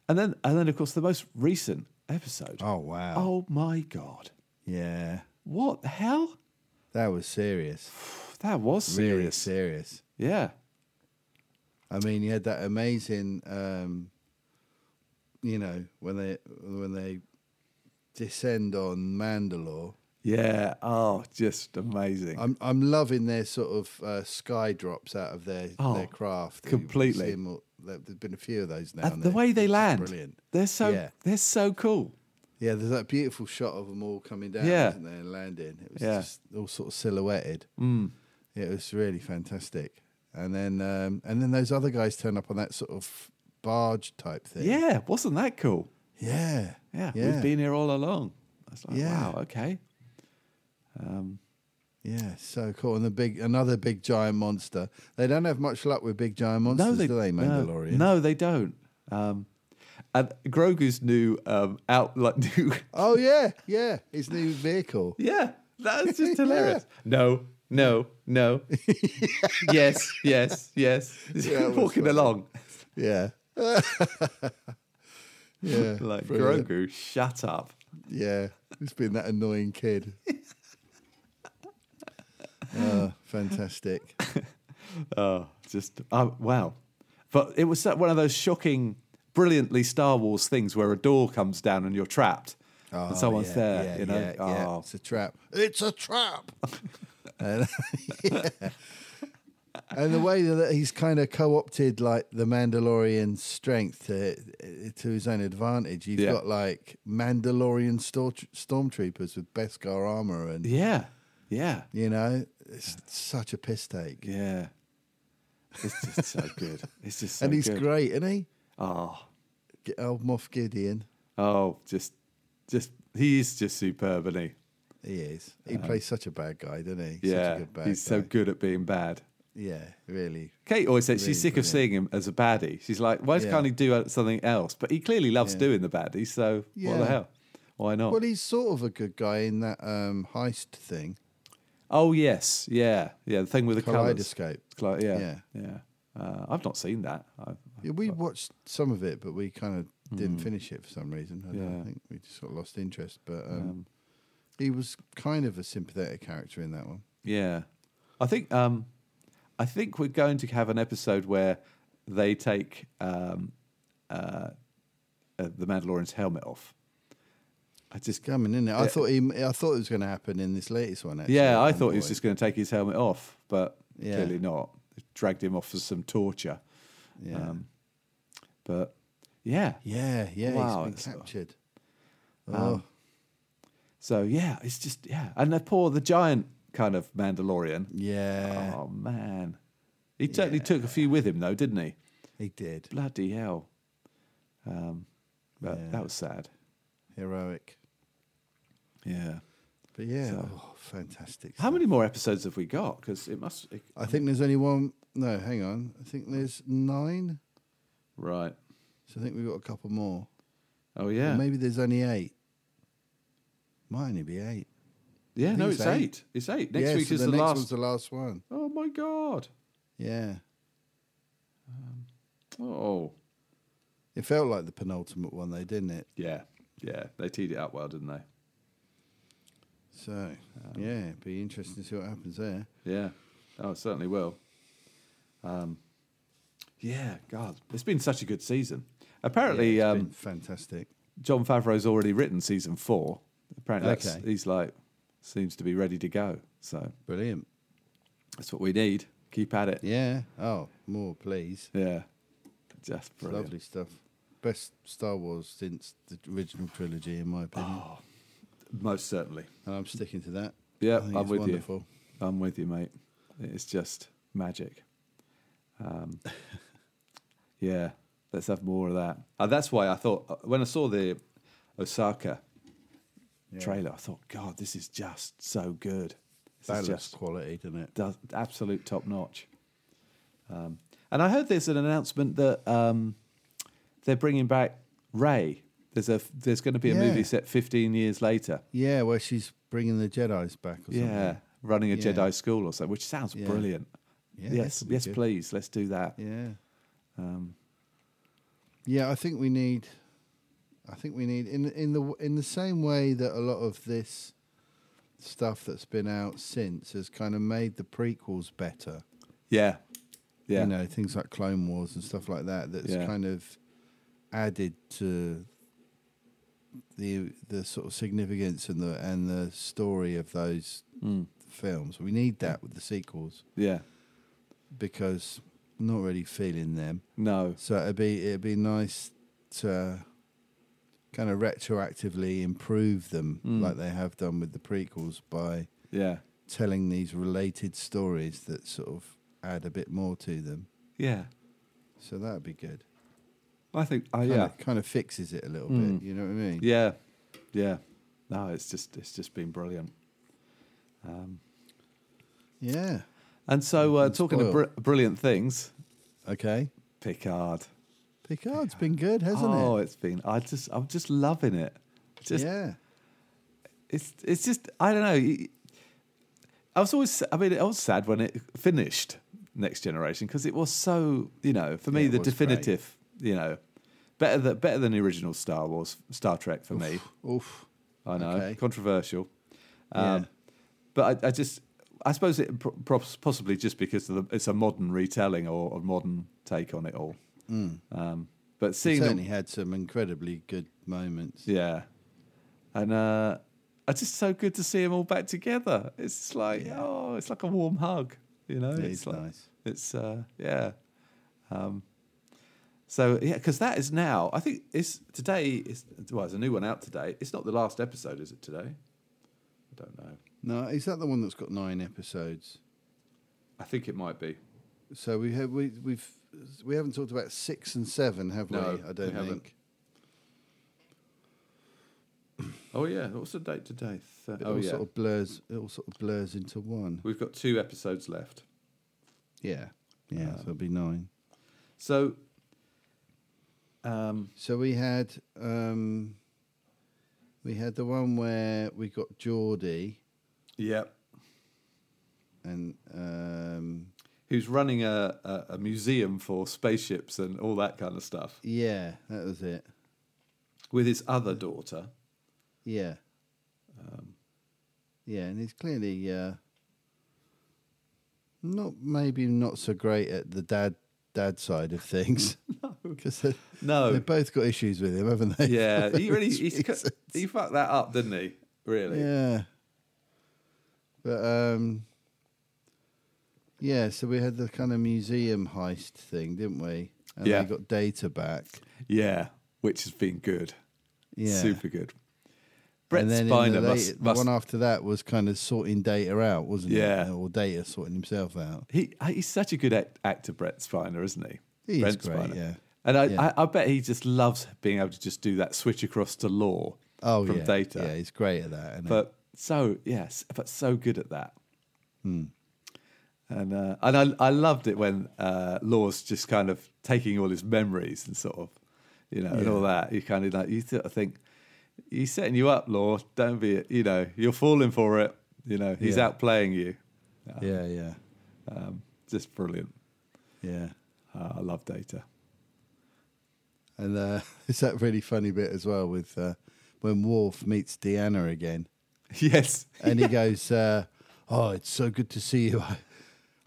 [SPEAKER 4] and then and then of course the most recent episode.
[SPEAKER 2] Oh wow.
[SPEAKER 4] oh my god!
[SPEAKER 2] Yeah.
[SPEAKER 4] What the hell?
[SPEAKER 2] That was serious.
[SPEAKER 4] That was
[SPEAKER 2] Really
[SPEAKER 4] serious.
[SPEAKER 2] serious.
[SPEAKER 4] Yeah.
[SPEAKER 2] I mean, you had that amazing, um, you know, when they when they descend on Mandalore.
[SPEAKER 4] Yeah. Oh, just amazing.
[SPEAKER 2] I'm I'm loving their sort of uh, sky drops out of their
[SPEAKER 4] Oh,
[SPEAKER 2] their craft. You
[SPEAKER 4] completely.
[SPEAKER 2] see 'em all- there- There's been a few of those now.
[SPEAKER 4] And
[SPEAKER 2] and
[SPEAKER 4] the
[SPEAKER 2] they're
[SPEAKER 4] way they
[SPEAKER 2] just
[SPEAKER 4] land,
[SPEAKER 2] brilliant.
[SPEAKER 4] they're so
[SPEAKER 2] Yeah.
[SPEAKER 4] they're so cool.
[SPEAKER 2] Yeah, there's that beautiful shot of them all coming down,
[SPEAKER 4] Yeah.
[SPEAKER 2] isn't there, and landing. It was
[SPEAKER 4] Yeah.
[SPEAKER 2] just all sort of silhouetted. Mm. It was really fantastic. And then um, and then those other guys turn up on that sort of barge type thing.
[SPEAKER 4] Yeah. Wasn't that cool?
[SPEAKER 2] Yeah.
[SPEAKER 4] Yeah.
[SPEAKER 2] Yeah.
[SPEAKER 4] We've been here all along. I was like,
[SPEAKER 2] Yeah.
[SPEAKER 4] wow. Okay. Um,
[SPEAKER 2] Yeah, so cool. And the big another big giant monster. They don't have much luck with big giant monsters,
[SPEAKER 4] no, they
[SPEAKER 2] do they,
[SPEAKER 4] no,
[SPEAKER 2] Mandalorian?
[SPEAKER 4] No, they don't. Um, and Grogu's new um, out like new.
[SPEAKER 2] Oh yeah, yeah. His new vehicle.
[SPEAKER 4] yeah. That was just hilarious. No. No, no. yes, yes, yes.
[SPEAKER 2] Yeah, it was
[SPEAKER 4] Walking
[SPEAKER 2] funny.
[SPEAKER 4] along.
[SPEAKER 2] Yeah. yeah.
[SPEAKER 4] Like,
[SPEAKER 2] brilliant.
[SPEAKER 4] Grogu, shut up.
[SPEAKER 2] Yeah. He's been that annoying kid. oh, fantastic.
[SPEAKER 4] Oh, just uh, wow! But it was so- one of those shocking, brilliantly Star Wars things where a door comes down and you're trapped,
[SPEAKER 2] Oh,
[SPEAKER 4] and someone's
[SPEAKER 2] yeah,
[SPEAKER 4] there.
[SPEAKER 2] yeah,
[SPEAKER 4] you know,
[SPEAKER 2] yeah, yeah.
[SPEAKER 4] Oh,
[SPEAKER 2] It's a trap. It's a trap. and, yeah. And the way that he's kind of co-opted like the Mandalorian strength to to his own advantage. You've
[SPEAKER 4] Yeah.
[SPEAKER 2] got like Mandalorian stor- stormtroopers with Beskar armor and
[SPEAKER 4] yeah, yeah,
[SPEAKER 2] You know, it's such a piss take.
[SPEAKER 4] yeah. It's just so good. It's just so
[SPEAKER 2] and he's
[SPEAKER 4] good.
[SPEAKER 2] great, isn't he?
[SPEAKER 4] Oh,
[SPEAKER 2] G- Old Moff Gideon.
[SPEAKER 4] oh, just, just he is just superb, isn't he?
[SPEAKER 2] He is. He plays such a bad guy, doesn't he?
[SPEAKER 4] Uh-huh.
[SPEAKER 2] Such
[SPEAKER 4] Yeah,
[SPEAKER 2] a good bad
[SPEAKER 4] he's so
[SPEAKER 2] guy.
[SPEAKER 4] good at being bad.
[SPEAKER 2] Yeah, really.
[SPEAKER 4] Kate always said
[SPEAKER 2] Really
[SPEAKER 4] she's sick of
[SPEAKER 2] brilliant.
[SPEAKER 4] seeing him as a baddie. She's like, why
[SPEAKER 2] Yeah.
[SPEAKER 4] can't he do uh, something else? But he clearly loves
[SPEAKER 2] Yeah.
[SPEAKER 4] doing the baddie, so what
[SPEAKER 2] Yeah.
[SPEAKER 4] the hell? Why not?
[SPEAKER 2] Well, he's sort of a good guy in that um, heist thing.
[SPEAKER 4] Oh yes, yeah, yeah. The thing with the colours.
[SPEAKER 2] Kaleidoscope.
[SPEAKER 4] Cli- yeah, yeah.
[SPEAKER 2] Yeah.
[SPEAKER 4] Uh, I've not seen that. I, I-
[SPEAKER 2] Yeah, we watched some of it, but we kind of didn't finish it for some reason. I
[SPEAKER 4] Hmm. Yeah.
[SPEAKER 2] don't think we just sort of lost interest. But um, he was kind of a sympathetic character in that one.
[SPEAKER 4] yeah, I think um, I think we're going to have an episode where they take um, uh, uh, the Mandalorian's helmet off. I just,
[SPEAKER 2] Coming in there, I thought he, I thought it was going to happen in this latest one. Actually,
[SPEAKER 4] yeah,
[SPEAKER 2] at
[SPEAKER 4] I
[SPEAKER 2] one
[SPEAKER 4] thought he was
[SPEAKER 2] point.
[SPEAKER 4] just going to take his helmet off, but
[SPEAKER 2] Yeah.
[SPEAKER 4] clearly not. They dragged him off for some torture.
[SPEAKER 2] Yeah.
[SPEAKER 4] Um, but yeah,
[SPEAKER 2] Yeah, yeah,
[SPEAKER 4] Wow,
[SPEAKER 2] he's
[SPEAKER 4] it's- uh, um,
[SPEAKER 2] been captured. oh,
[SPEAKER 4] so yeah, it's just yeah, and the poor the giant kind of Mandalorian.
[SPEAKER 2] yeah,
[SPEAKER 4] Oh man, he certainly took a few with him though, didn't he?
[SPEAKER 2] he did.
[SPEAKER 4] Bloody hell! Um, but
[SPEAKER 2] Yeah.
[SPEAKER 4] that was sad.
[SPEAKER 2] Heroic.
[SPEAKER 4] Yeah.
[SPEAKER 2] But yeah, oh, fantastic.
[SPEAKER 4] How
[SPEAKER 2] stuff.
[SPEAKER 4] many more episodes have we got? Because it must. It,
[SPEAKER 2] I think there's only one. No, hang on. I think there's nine.
[SPEAKER 4] right.
[SPEAKER 2] So I think we've got a couple more.
[SPEAKER 4] Oh
[SPEAKER 2] Or
[SPEAKER 4] yeah.
[SPEAKER 2] maybe there's only eight. Might only be eight.
[SPEAKER 4] yeah.
[SPEAKER 2] think
[SPEAKER 4] No,
[SPEAKER 2] it's
[SPEAKER 4] it's eight.
[SPEAKER 2] eight.
[SPEAKER 4] It's eight. Next
[SPEAKER 2] Yeah,
[SPEAKER 4] week
[SPEAKER 2] so
[SPEAKER 4] is
[SPEAKER 2] the,
[SPEAKER 4] the,
[SPEAKER 2] next
[SPEAKER 4] last.
[SPEAKER 2] one's the last one.
[SPEAKER 4] Oh my god.
[SPEAKER 2] Yeah.
[SPEAKER 4] Oh.
[SPEAKER 2] It felt like the penultimate one, though, didn't it?
[SPEAKER 4] Yeah. Yeah. They teed it up well, didn't they? Um,
[SPEAKER 2] So, yeah, it'd be interesting to see what happens there.
[SPEAKER 4] Yeah. Oh, it certainly will. Yeah, God, it's been such a good season. Apparently,
[SPEAKER 2] It's been
[SPEAKER 4] um,
[SPEAKER 2] fantastic.
[SPEAKER 4] John Favreau's already written season four. Apparently, that's,
[SPEAKER 2] Okay.
[SPEAKER 4] he's like seems to be ready to go. So
[SPEAKER 2] Brilliant.
[SPEAKER 4] that's what we need. Keep at it. Yeah,
[SPEAKER 2] Yeah. Oh, more, please.
[SPEAKER 4] just
[SPEAKER 2] It's
[SPEAKER 4] brilliant.
[SPEAKER 2] Lovely stuff. Best Star Wars since the original trilogy, in my opinion.
[SPEAKER 4] Most certainly.
[SPEAKER 2] And I'm sticking to that.
[SPEAKER 4] Yeah,
[SPEAKER 2] I think
[SPEAKER 4] I'm
[SPEAKER 2] it's
[SPEAKER 4] with you.
[SPEAKER 2] wonderful.
[SPEAKER 4] I'm with you, mate. It's just magic. Um, yeah, let's have more of that. Uh, that's why I thought when I saw the Osaka trailer, I thought, God, this is just so good. This
[SPEAKER 2] Balanced
[SPEAKER 4] is just
[SPEAKER 2] quality, doesn't it?
[SPEAKER 4] does, absolute top notch. Um, and I heard there's an announcement that um, they're bringing back Ray. There's a there's going to be a
[SPEAKER 2] Yeah.
[SPEAKER 4] movie set 15 years later.
[SPEAKER 2] Yeah, where she's bringing the Jedi's back or something.
[SPEAKER 4] Yeah, running a
[SPEAKER 2] Yeah.
[SPEAKER 4] Jedi school or so, which sounds
[SPEAKER 2] Yeah.
[SPEAKER 4] brilliant.
[SPEAKER 2] Yeah,
[SPEAKER 4] yes,
[SPEAKER 2] that'll be
[SPEAKER 4] yes,
[SPEAKER 2] good.
[SPEAKER 4] please, let's do that.
[SPEAKER 2] Yeah.
[SPEAKER 4] Um,
[SPEAKER 2] Yeah, I think we need. I think we need in in the in the same way that a lot of this stuff that's been out since has kind of made the prequels better.
[SPEAKER 4] yeah, yeah,
[SPEAKER 2] You know, things like Clone Wars and stuff like that. That's
[SPEAKER 4] Yeah.
[SPEAKER 2] kind of added to the the sort of significance and the and the story of those
[SPEAKER 4] Mm.
[SPEAKER 2] films. We need that with the sequels
[SPEAKER 4] yeah.
[SPEAKER 2] because I'm not really feeling them.
[SPEAKER 4] No,
[SPEAKER 2] So it'd be it'd be nice to kind of retroactively improve them
[SPEAKER 4] Mm.
[SPEAKER 2] like they have done with the prequels by
[SPEAKER 4] yeah,
[SPEAKER 2] telling these related stories that sort of add a bit more to them.
[SPEAKER 4] yeah.
[SPEAKER 2] So that'd be good.
[SPEAKER 4] I think, oh,
[SPEAKER 2] Kinda-
[SPEAKER 4] yeah,
[SPEAKER 2] kind of fixes it a little
[SPEAKER 4] Mm.
[SPEAKER 2] bit. You know what I mean?
[SPEAKER 4] yeah, yeah. No, it's just it's just been brilliant. Um,
[SPEAKER 2] Yeah.
[SPEAKER 4] and so, uh,
[SPEAKER 2] And
[SPEAKER 4] talking of br-
[SPEAKER 2] spoiled.
[SPEAKER 4] brilliant things,
[SPEAKER 2] Okay.
[SPEAKER 4] Picard.
[SPEAKER 2] Picard's been good, hasn't
[SPEAKER 4] oh,
[SPEAKER 2] it?
[SPEAKER 4] has been. I just I'm just loving it. Just
[SPEAKER 2] yeah.
[SPEAKER 4] it's it's just I don't know. You- I was always I mean I was sad when it finished Next Generation because it was so you know for me
[SPEAKER 2] Yeah, it
[SPEAKER 4] the
[SPEAKER 2] was great.
[SPEAKER 4] definitive you know better than better than the original Star Wars Star Trek for me.
[SPEAKER 2] Oof.
[SPEAKER 4] I know
[SPEAKER 2] Okay.
[SPEAKER 4] controversial, um,
[SPEAKER 2] Yeah.
[SPEAKER 4] but I, I just I suppose it pro- pro- possibly just because of the, it's a modern retelling or a modern take on it all. Um,
[SPEAKER 2] Mm.
[SPEAKER 4] but
[SPEAKER 2] It
[SPEAKER 4] seeing them-
[SPEAKER 2] certainly had some incredibly good moments.
[SPEAKER 4] yeah. And uh it's just so good to see them all back together. It's just like
[SPEAKER 2] Yeah.
[SPEAKER 4] oh, it's like a warm hug, you know.
[SPEAKER 2] It
[SPEAKER 4] it's
[SPEAKER 2] is
[SPEAKER 4] like,
[SPEAKER 2] nice.
[SPEAKER 4] It's uh yeah. Um so yeah, because that is now. I think it's today. Is well, there's a new one out today. It's not the last episode, is it? Today? I don't know.
[SPEAKER 2] No, is that the one that's got nine episodes?
[SPEAKER 4] I think it might be.
[SPEAKER 2] So we have we we've we haven't talked about six and seven, have
[SPEAKER 4] No,
[SPEAKER 2] we? I don't
[SPEAKER 4] we haven't.
[SPEAKER 2] think.
[SPEAKER 4] Oh yeah, what's the date today? Thir-
[SPEAKER 2] It
[SPEAKER 4] oh
[SPEAKER 2] all
[SPEAKER 4] yeah,
[SPEAKER 2] sort of blurs. It all sort of blurs into one.
[SPEAKER 4] we've got two episodes left.
[SPEAKER 2] Yeah, yeah.
[SPEAKER 4] Um,
[SPEAKER 2] so it'll be nine.
[SPEAKER 4] So, um,
[SPEAKER 2] So we had um, we had the one where we got Geordie
[SPEAKER 4] yeah,
[SPEAKER 2] and um,
[SPEAKER 4] who's running a, a, a museum for spaceships and all that kind of stuff
[SPEAKER 2] yeah, that was it.
[SPEAKER 4] with his other daughter.
[SPEAKER 2] Yeah,
[SPEAKER 4] Um,
[SPEAKER 2] yeah, and he's clearly uh, not maybe not so great at the dad dad side of things. no.
[SPEAKER 4] No,
[SPEAKER 2] They've both got issues with him, haven't they?
[SPEAKER 4] yeah,
[SPEAKER 2] For
[SPEAKER 4] he really
[SPEAKER 2] various
[SPEAKER 4] he's, cu-
[SPEAKER 2] reasons.
[SPEAKER 4] he fucked that up, didn't he? Really?
[SPEAKER 2] Yeah. But um yeah, so we had the kind of museum heist thing, didn't we? And
[SPEAKER 4] Yeah.
[SPEAKER 2] they got data back.
[SPEAKER 4] Yeah, which has been good,
[SPEAKER 2] Yeah.
[SPEAKER 4] super good. Brett
[SPEAKER 2] and then in
[SPEAKER 4] Spiner
[SPEAKER 2] the, late-
[SPEAKER 4] must,
[SPEAKER 2] the
[SPEAKER 4] must
[SPEAKER 2] one after that was kind of sorting data out, wasn't it?
[SPEAKER 4] Yeah.
[SPEAKER 2] Or data sorting himself out.
[SPEAKER 4] he he's such a good act, actor, Brett Spiner, isn't he?
[SPEAKER 2] He is
[SPEAKER 4] Brent
[SPEAKER 2] great, yeah.
[SPEAKER 4] And I,
[SPEAKER 2] Yeah.
[SPEAKER 4] I, I bet he just loves being able to just do that switch across to law
[SPEAKER 2] Oh
[SPEAKER 4] from
[SPEAKER 2] yeah.
[SPEAKER 4] data.
[SPEAKER 2] Yeah, he's great at that. isn't he?
[SPEAKER 4] but so yes, but so good at that.
[SPEAKER 2] Hmm.
[SPEAKER 4] And uh, and I I loved it when uh, Law's just kind of taking all his memories and sort of you know and all that. You kind of like you sort of think he's setting you up, Law. Don't be you know you're falling for it. You know he's
[SPEAKER 2] Yeah.
[SPEAKER 4] outplaying you.
[SPEAKER 2] yeah, yeah.
[SPEAKER 4] Um, just brilliant.
[SPEAKER 2] Yeah.
[SPEAKER 4] Uh, I love data.
[SPEAKER 2] And uh, it's that really funny bit as well with uh, when Worf meets Deanna again.
[SPEAKER 4] yes.
[SPEAKER 2] and he goes, uh, "Oh, it's so good to see you. I,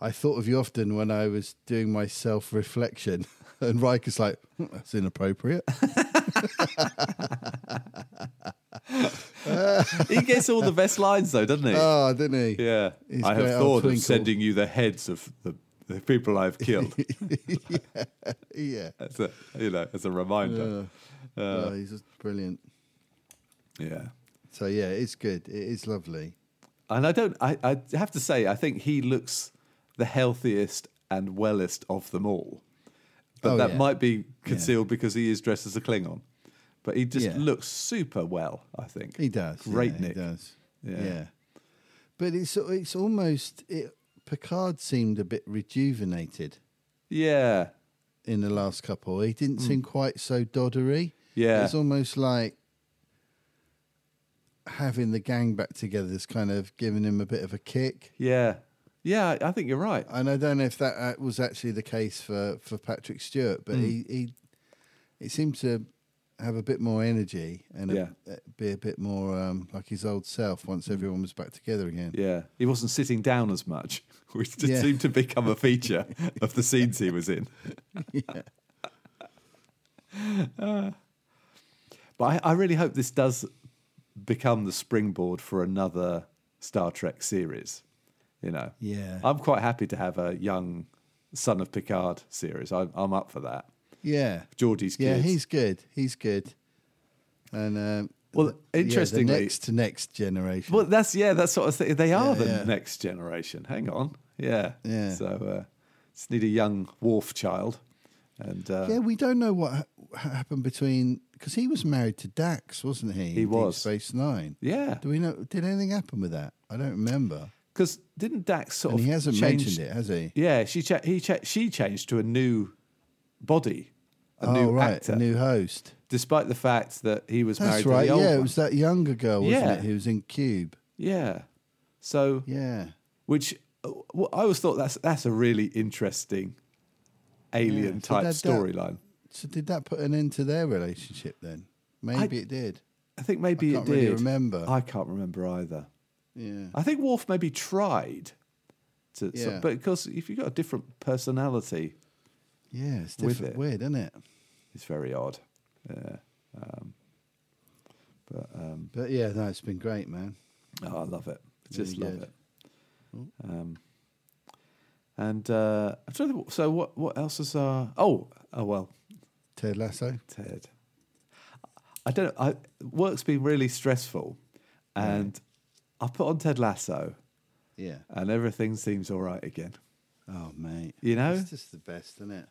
[SPEAKER 2] I thought of you often when I was doing my self reflection. And Riker's like, "Hmm, that's inappropriate.
[SPEAKER 4] he gets all the best lines though, doesn't he?
[SPEAKER 2] oh, didn't he?
[SPEAKER 4] yeah.
[SPEAKER 2] He's
[SPEAKER 4] I have
[SPEAKER 2] great old
[SPEAKER 4] thought
[SPEAKER 2] twinkle.
[SPEAKER 4] of sending you the heads of the, the people I've killed.
[SPEAKER 2] Yeah.
[SPEAKER 4] as a, you know, as a reminder. Uh.
[SPEAKER 2] Oh, he's just brilliant.
[SPEAKER 4] yeah.
[SPEAKER 2] So, yeah, it's good. It is lovely.
[SPEAKER 4] And I don't. I, I have to say, I think he looks the healthiest and wellest of them all. But
[SPEAKER 2] Oh,
[SPEAKER 4] that
[SPEAKER 2] yeah.
[SPEAKER 4] might be concealed because he is dressed as a Klingon. But he just
[SPEAKER 2] Yeah.
[SPEAKER 4] looks super well. I think
[SPEAKER 2] He does.
[SPEAKER 4] Great
[SPEAKER 2] yeah, He
[SPEAKER 4] Nick.
[SPEAKER 2] does.
[SPEAKER 4] Yeah.
[SPEAKER 2] Yeah. But it's it's almost it, Picard seemed a bit rejuvenated
[SPEAKER 4] Yeah,
[SPEAKER 2] in the last couple. He didn't seem quite so doddery.
[SPEAKER 4] Hmm. Yeah.
[SPEAKER 2] It's almost like having the gang back together is kind of giving him a bit of a kick.
[SPEAKER 4] yeah, yeah. I I think you're right.
[SPEAKER 2] And I don't know if that uh, was actually the case for, for Patrick Stewart,
[SPEAKER 4] Hmm.
[SPEAKER 2] but he, he he seemed to have a bit more energy and a-
[SPEAKER 4] Yeah. Hmm.
[SPEAKER 2] uh be a bit more um, like his old self once everyone was back together again.
[SPEAKER 4] Yeah, he wasn't sitting down as much, which just
[SPEAKER 2] Yeah.
[SPEAKER 4] seemed to become a feature of the scenes he was in. Uh, but I, I really hope this does become the springboard for another Star Trek series. You know,
[SPEAKER 2] Yeah.
[SPEAKER 4] I'm quite happy to have a young Son of Picard series. I, I'm up for that.
[SPEAKER 2] Yeah.
[SPEAKER 4] Geordie's
[SPEAKER 2] Yeah,
[SPEAKER 4] kids.
[SPEAKER 2] he's good. He's good. And um,
[SPEAKER 4] Well,
[SPEAKER 2] th- yeah, the
[SPEAKER 4] interestingly-
[SPEAKER 2] next next generation.
[SPEAKER 4] Well, that's yeah, that's sort of thing. They are
[SPEAKER 2] Yeah,
[SPEAKER 4] the
[SPEAKER 2] yeah.
[SPEAKER 4] next generation. Hang on, yeah,
[SPEAKER 2] Yeah.
[SPEAKER 4] So uh, just need a young wharf child, and uh,
[SPEAKER 2] yeah, we don't know what ha- ha- happened between because he was married to Dax, wasn't he? in Deep
[SPEAKER 4] was.
[SPEAKER 2] Space Nine.
[SPEAKER 4] yeah,
[SPEAKER 2] Do we know? Did anything happen with that? I don't remember.
[SPEAKER 4] because didn't Dax sort
[SPEAKER 2] And
[SPEAKER 4] of
[SPEAKER 2] he hasn't
[SPEAKER 4] change-
[SPEAKER 2] mentioned it, has he?
[SPEAKER 4] Yeah, she cha- he cha- she changed to a new body, a
[SPEAKER 2] oh,
[SPEAKER 4] new
[SPEAKER 2] right,
[SPEAKER 4] actor,
[SPEAKER 2] a new host.
[SPEAKER 4] despite the fact that he was
[SPEAKER 2] That's
[SPEAKER 4] married
[SPEAKER 2] right.
[SPEAKER 4] to the old
[SPEAKER 2] Yeah, it
[SPEAKER 4] one.
[SPEAKER 2] was that younger girl, wasn't
[SPEAKER 4] Yeah.
[SPEAKER 2] it? Who was in Cube.
[SPEAKER 4] yeah. So
[SPEAKER 2] Yeah,
[SPEAKER 4] which uh, well, I always thought that's that's a really interesting alien
[SPEAKER 2] Yeah, so
[SPEAKER 4] type
[SPEAKER 2] that- that-
[SPEAKER 4] storyline.
[SPEAKER 2] So did that put an end to their relationship then? Maybe it did.
[SPEAKER 4] I think maybe
[SPEAKER 2] can't
[SPEAKER 4] it did.
[SPEAKER 2] really remember.
[SPEAKER 4] I can't remember either.
[SPEAKER 2] Yeah.
[SPEAKER 4] I think Worf maybe tried to, so-
[SPEAKER 2] Yeah.
[SPEAKER 4] but of course, if you've got a different personality,
[SPEAKER 2] Yeah, it's
[SPEAKER 4] With
[SPEAKER 2] different.
[SPEAKER 4] it.
[SPEAKER 2] Weird, isn't it?
[SPEAKER 4] it's very odd. Yeah. Um, but um,
[SPEAKER 2] But yeah, no, it's been great, man.
[SPEAKER 4] oh, I love it. Just
[SPEAKER 2] Really
[SPEAKER 4] love
[SPEAKER 2] good.
[SPEAKER 4] it. Um, and uh, I'm trying to think, so what? What else is our? Oh, oh well,
[SPEAKER 2] Ted Lasso.
[SPEAKER 4] Ted. I don't. I work's been really stressful, and I put on Ted Lasso,
[SPEAKER 2] Yeah.
[SPEAKER 4] and everything seems all right again.
[SPEAKER 2] Oh, mate.
[SPEAKER 4] You know?
[SPEAKER 2] it's just the best, isn't it?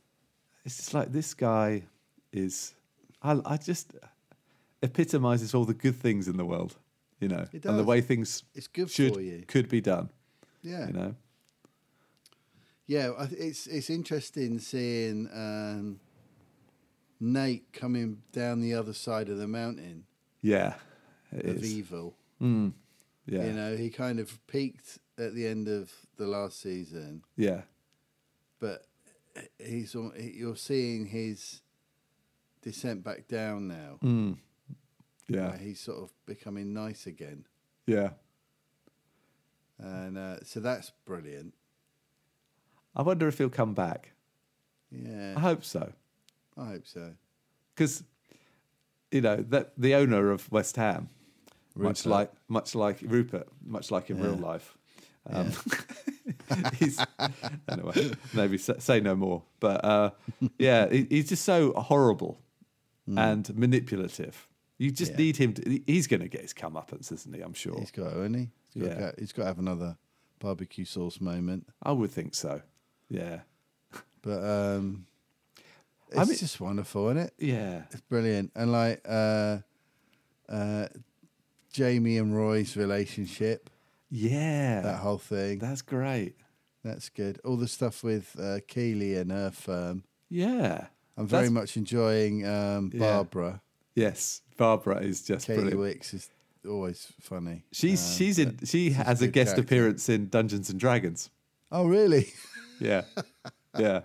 [SPEAKER 4] it's just like this guy is I, I just epitomizes all the good things in the world you know
[SPEAKER 2] It
[SPEAKER 4] and the
[SPEAKER 2] does.
[SPEAKER 4] way things
[SPEAKER 2] It's good
[SPEAKER 4] should
[SPEAKER 2] for you.
[SPEAKER 4] could be done
[SPEAKER 2] Yeah.
[SPEAKER 4] you know
[SPEAKER 2] Yeah. I th- It's it's interesting seeing um, Nate coming down the other side of the mountain
[SPEAKER 4] yeah it
[SPEAKER 2] of
[SPEAKER 4] is.
[SPEAKER 2] evil.
[SPEAKER 4] yeah
[SPEAKER 2] You know, he kind of peaked at the end of the last season,
[SPEAKER 4] yeah
[SPEAKER 2] but he's al- you're seeing his descent back down now.
[SPEAKER 4] Mm. yeah
[SPEAKER 2] Where he's sort of becoming nice again.
[SPEAKER 4] yeah
[SPEAKER 2] And uh, so that's brilliant.
[SPEAKER 4] i wonder if he'll come back i
[SPEAKER 2] Yeah,
[SPEAKER 4] hope so
[SPEAKER 2] I hope so.
[SPEAKER 4] because you know that the owner of west ham much
[SPEAKER 2] Rupert.
[SPEAKER 4] like much like rupert much like in real life um, he's anyway maybe sa- say no more but uh, yeah he, he's just so horrible and manipulative you just
[SPEAKER 2] Hmm. Yeah.
[SPEAKER 4] need him to he- he's going to get his comeuppance isn't he i'm sure
[SPEAKER 2] He's got, to, hasn't he? He's got,
[SPEAKER 4] Yeah.
[SPEAKER 2] to, he's got to have another barbecue sauce moment.
[SPEAKER 4] i would think so yeah
[SPEAKER 2] But um, it's
[SPEAKER 4] I mean-
[SPEAKER 2] just wonderful, isn't it?
[SPEAKER 4] yeah
[SPEAKER 2] It's brilliant. And like uh, uh, Jamie and Roy's relationship,
[SPEAKER 4] yeah
[SPEAKER 2] that whole thing,
[SPEAKER 4] that's great
[SPEAKER 2] that's good. All the stuff with uh, Keely and her firm.
[SPEAKER 4] yeah
[SPEAKER 2] I'm very
[SPEAKER 4] That's-
[SPEAKER 2] much enjoying um,
[SPEAKER 4] Yeah.
[SPEAKER 2] Barbara.
[SPEAKER 4] yes barbara is just
[SPEAKER 2] Katie
[SPEAKER 4] brilliant
[SPEAKER 2] Wicks is always funny.
[SPEAKER 4] She's
[SPEAKER 2] Um,
[SPEAKER 4] she's in she
[SPEAKER 2] she's a
[SPEAKER 4] has a
[SPEAKER 2] good
[SPEAKER 4] guest
[SPEAKER 2] character.
[SPEAKER 4] appearance in Dungeons and Dragons.
[SPEAKER 2] oh, really?
[SPEAKER 4] Yeah. yeah.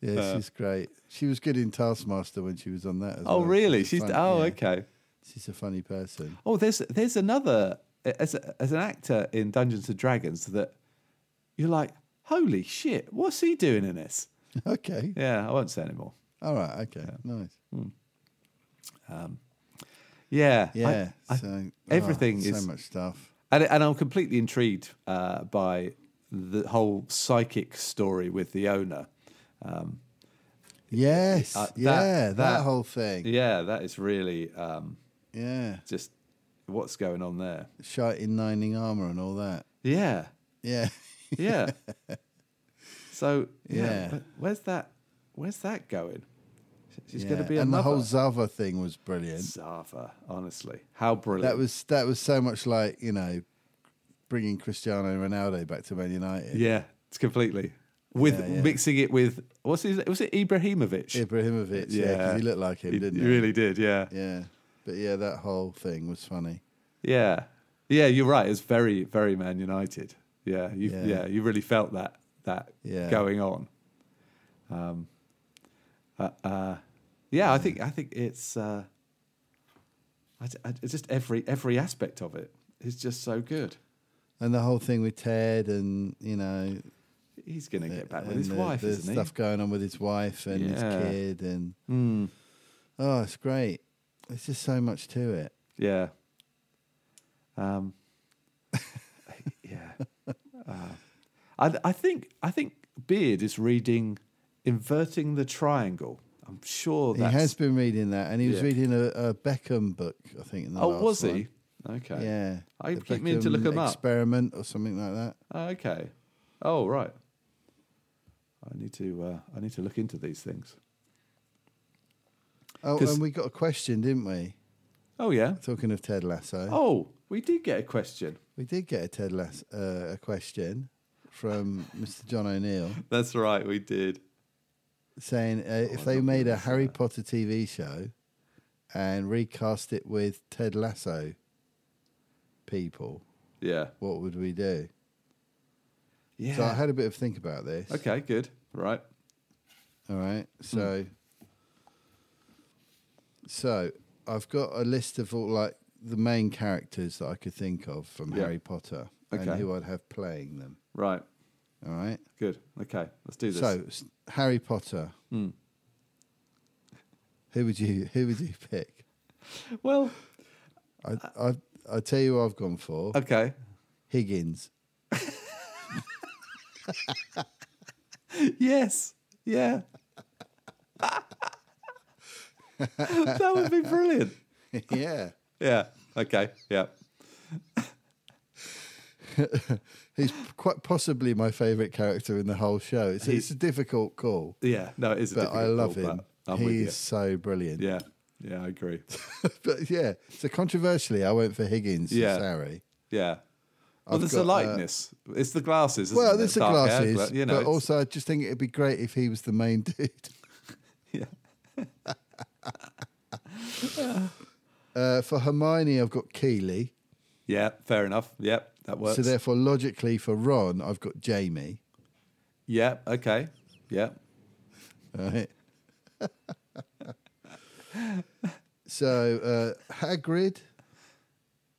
[SPEAKER 2] Yeah,
[SPEAKER 4] Uh.
[SPEAKER 2] she's great. She was good in Taskmaster when she was on that as well.
[SPEAKER 4] Oh really?
[SPEAKER 2] a
[SPEAKER 4] She's
[SPEAKER 2] fun-
[SPEAKER 4] oh
[SPEAKER 2] yeah,
[SPEAKER 4] okay.
[SPEAKER 2] She's a funny person.
[SPEAKER 4] Oh there's there's another as a, as an actor in Dungeons and Dragons that you're like, holy shit, what's he doing in this?
[SPEAKER 2] Okay.
[SPEAKER 4] Yeah, I won't say anymore.
[SPEAKER 2] All right. Okay. Nice.
[SPEAKER 4] Yeah, I-
[SPEAKER 2] Yeah.
[SPEAKER 4] I-
[SPEAKER 2] so
[SPEAKER 4] everything
[SPEAKER 2] oh,
[SPEAKER 4] is-
[SPEAKER 2] so much stuff.
[SPEAKER 4] and, and I'm completely intrigued uh, by the whole psychic story with the owner.
[SPEAKER 2] Yes.
[SPEAKER 4] Uh, that-
[SPEAKER 2] yeah. That,
[SPEAKER 4] that-
[SPEAKER 2] whole thing. Yeah.
[SPEAKER 4] Yeah, that is really um, just what's going on there.
[SPEAKER 2] Shite in nining armor and all that.
[SPEAKER 4] Yeah,
[SPEAKER 2] Yeah.
[SPEAKER 4] yeah. so yeah,
[SPEAKER 2] Yeah.
[SPEAKER 4] but where's that? Where's that going? She's
[SPEAKER 2] yeah.
[SPEAKER 4] going to be
[SPEAKER 2] and the
[SPEAKER 4] another
[SPEAKER 2] whole Zava thing was brilliant.
[SPEAKER 4] Zava. Honestly, how brilliant!
[SPEAKER 2] That was that was so much like you know, bringing Cristiano Ronaldo back to Man United.
[SPEAKER 4] yeah, it's completely with
[SPEAKER 2] Yeah, yeah.
[SPEAKER 4] mixing it with what's his? Was it Ibrahimovic?
[SPEAKER 2] Ibrahimovic. Yeah, 'cause
[SPEAKER 4] Yeah.
[SPEAKER 2] he looked like him,
[SPEAKER 4] He-
[SPEAKER 2] didn't
[SPEAKER 4] he
[SPEAKER 2] he?
[SPEAKER 4] really did. Yeah.
[SPEAKER 2] Yeah, but yeah, that whole thing was funny.
[SPEAKER 4] Yeah, yeah, you're right. It's very, very Man United. Yeah, you, yeah.
[SPEAKER 2] Yeah.
[SPEAKER 4] you really felt that that
[SPEAKER 2] Yeah.
[SPEAKER 4] going on. Um, uh, uh, yeah, I think I think it's uh, I, I- it's just every every aspect of it is just so good.
[SPEAKER 2] And the whole thing with Ted, and you know,
[SPEAKER 4] He's gonna get back with
[SPEAKER 2] and
[SPEAKER 4] his
[SPEAKER 2] the,
[SPEAKER 4] wife,
[SPEAKER 2] the
[SPEAKER 4] isn't
[SPEAKER 2] stuff going on with his wife and
[SPEAKER 4] Yeah.
[SPEAKER 2] his kid, and
[SPEAKER 4] he? Mm,
[SPEAKER 2] oh, it's great. There's just so much to it.
[SPEAKER 4] yeah. Um, yeah. Uh, I I think I think Beard is reading inverting the triangle. I'm sure
[SPEAKER 2] He
[SPEAKER 4] that's
[SPEAKER 2] has been reading that, and he was
[SPEAKER 4] Yeah.
[SPEAKER 2] reading a, a Beckham book, I think. In the
[SPEAKER 4] Oh,
[SPEAKER 2] last
[SPEAKER 4] was
[SPEAKER 2] one.
[SPEAKER 4] he? Okay. Oh,
[SPEAKER 2] Yeah,
[SPEAKER 4] I
[SPEAKER 2] The
[SPEAKER 4] keep meaning to look
[SPEAKER 2] Beckham
[SPEAKER 4] 'em up.
[SPEAKER 2] Experiment or something like that.
[SPEAKER 4] Oh, okay. Oh, right. I need to. Uh, I need to look into these things.
[SPEAKER 2] Oh,
[SPEAKER 4] 'Cause-
[SPEAKER 2] and we got a question, didn't we?
[SPEAKER 4] Oh yeah.
[SPEAKER 2] Talking of Ted Lasso,
[SPEAKER 4] Oh, we did get a question.
[SPEAKER 2] we did get a Ted Lasso uh, a question from Mr. John O'Neill.
[SPEAKER 4] That's right. We did.
[SPEAKER 2] saying uh,
[SPEAKER 4] Oh,
[SPEAKER 2] if they made a Harry Potter TV show and recast it with Ted Lasso people,
[SPEAKER 4] Yeah.
[SPEAKER 2] what would we do?
[SPEAKER 4] Yeah.
[SPEAKER 2] So I had a bit of think about this.
[SPEAKER 4] okay. Good. Right.
[SPEAKER 2] All right.
[SPEAKER 4] Hmm.
[SPEAKER 2] So, so I've got a list of all like the main characters that I could think of from
[SPEAKER 4] Yeah.
[SPEAKER 2] Harry Potter
[SPEAKER 4] Okay.
[SPEAKER 2] and who I'd have playing them.
[SPEAKER 4] Right.
[SPEAKER 2] All right.
[SPEAKER 4] Good. Okay. Let's do this. Hmm.
[SPEAKER 2] So s- Harry Potter. Who would you? Who would you pick?
[SPEAKER 4] well.
[SPEAKER 2] I,
[SPEAKER 4] Uh,
[SPEAKER 2] I, I tell you what I've gone for.
[SPEAKER 4] Okay.
[SPEAKER 2] Higgins.
[SPEAKER 4] Yes. Yeah. that would be brilliant.
[SPEAKER 2] yeah.
[SPEAKER 4] Yeah. Okay. Yeah.
[SPEAKER 2] He's quite possibly my favourite character in the whole show. It's, it's a difficult call,
[SPEAKER 4] Yeah. No, it is. A
[SPEAKER 2] but I
[SPEAKER 4] difficult
[SPEAKER 2] love
[SPEAKER 4] call,
[SPEAKER 2] him.
[SPEAKER 4] but I'm with
[SPEAKER 2] He
[SPEAKER 4] you.
[SPEAKER 2] is so brilliant.
[SPEAKER 4] Yeah, yeah, I agree.
[SPEAKER 2] but yeah, so controversially, I went for Higgins
[SPEAKER 4] Yeah.
[SPEAKER 2] as Harry.
[SPEAKER 4] Yeah. Well,
[SPEAKER 2] I've
[SPEAKER 4] there's
[SPEAKER 2] got,
[SPEAKER 4] a
[SPEAKER 2] uh,
[SPEAKER 4] likeness. it's the glasses. Isn't
[SPEAKER 2] Well,
[SPEAKER 4] it?
[SPEAKER 2] there's the
[SPEAKER 4] Dark hair,
[SPEAKER 2] glasses,
[SPEAKER 4] gla- you know,
[SPEAKER 2] but
[SPEAKER 4] it's-
[SPEAKER 2] also I just think it'd be great if he was the main dude.
[SPEAKER 4] yeah.
[SPEAKER 2] Uh, for Hermione, I've got Keeley.
[SPEAKER 4] yeah, fair enough. Yep, that works.
[SPEAKER 2] So therefore, logically, for Ron, I've got Jamie.
[SPEAKER 4] yeah, okay. Yeah,
[SPEAKER 2] Right. so uh, Hagrid,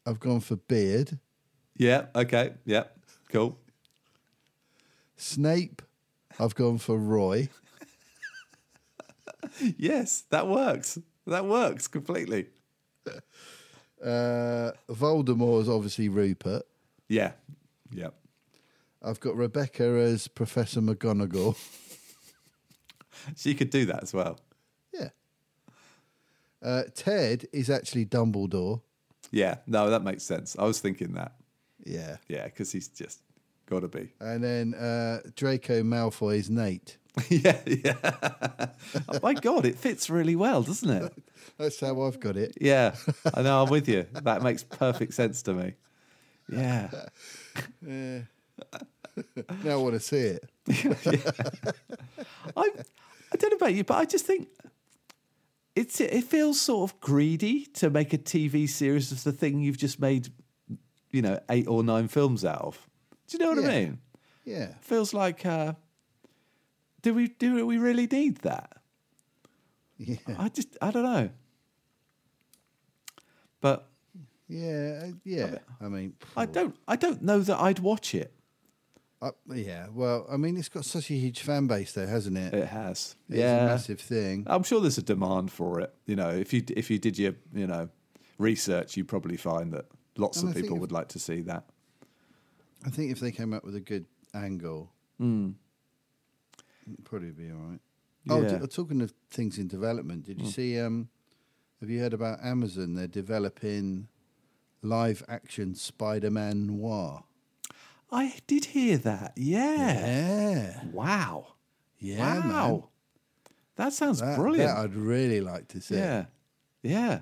[SPEAKER 2] I've gone for Beard.
[SPEAKER 4] yeah, okay. Yeah, cool.
[SPEAKER 2] Snape, I've gone for Roy.
[SPEAKER 4] Yes, that works. That works completely.
[SPEAKER 2] Uh, Voldemort is obviously Rupert.
[SPEAKER 4] Yeah, yeah.
[SPEAKER 2] I've got Rebecca as Professor McGonagall.
[SPEAKER 4] She could do that as well.
[SPEAKER 2] yeah. Uh, Ted is actually Dumbledore.
[SPEAKER 4] Yeah, no, that makes sense. I was thinking that.
[SPEAKER 2] Yeah.
[SPEAKER 4] Yeah, because he's just got to be.
[SPEAKER 2] And then uh, Draco Malfoy is Nate.
[SPEAKER 4] yeah, yeah. oh, my God, it fits really well, doesn't it?
[SPEAKER 2] That's how I've got it.
[SPEAKER 4] Yeah, I know. I'm with you. That makes perfect sense to me. Yeah,
[SPEAKER 2] Now I want to see it.
[SPEAKER 4] I. I don't know about you, but I just think it's it feels sort of greedy to make a TV series of the thing you've just made, you know, eight or nine films out of. Do you know what I
[SPEAKER 2] Yeah.
[SPEAKER 4] mean?
[SPEAKER 2] Yeah.
[SPEAKER 4] Feels like, uh, do we do we really need that?
[SPEAKER 2] Yeah.
[SPEAKER 4] I just I don't know. But
[SPEAKER 2] Yeah, uh, yeah. I mean,
[SPEAKER 4] I don't I don't know that I'd watch it.
[SPEAKER 2] Uh, yeah, well, I mean, it's got such a huge fan base, though, hasn't it?
[SPEAKER 4] It has.
[SPEAKER 2] It's a
[SPEAKER 4] yeah.
[SPEAKER 2] massive thing.
[SPEAKER 4] I'm sure there's a demand for it. You know, if you if you did your you know research, you probably find that lots
[SPEAKER 2] And
[SPEAKER 4] of
[SPEAKER 2] I think
[SPEAKER 4] people
[SPEAKER 2] if-
[SPEAKER 4] would like to see that.
[SPEAKER 2] I think if they came up with a good angle,
[SPEAKER 4] Hmm.
[SPEAKER 2] it'd probably be all right. Oh,
[SPEAKER 4] Yeah. Hmm.
[SPEAKER 2] d- talking of things in development, did you see? Um, have you heard about Amazon? They're developing live action Spider Man noir.
[SPEAKER 4] I did hear that. Yeah.
[SPEAKER 2] Yeah,
[SPEAKER 4] Wow.
[SPEAKER 2] yeah, man.
[SPEAKER 4] wow. That sounds
[SPEAKER 2] That,
[SPEAKER 4] brilliant.
[SPEAKER 2] that I'd really like to see.
[SPEAKER 4] yeah. Yeah.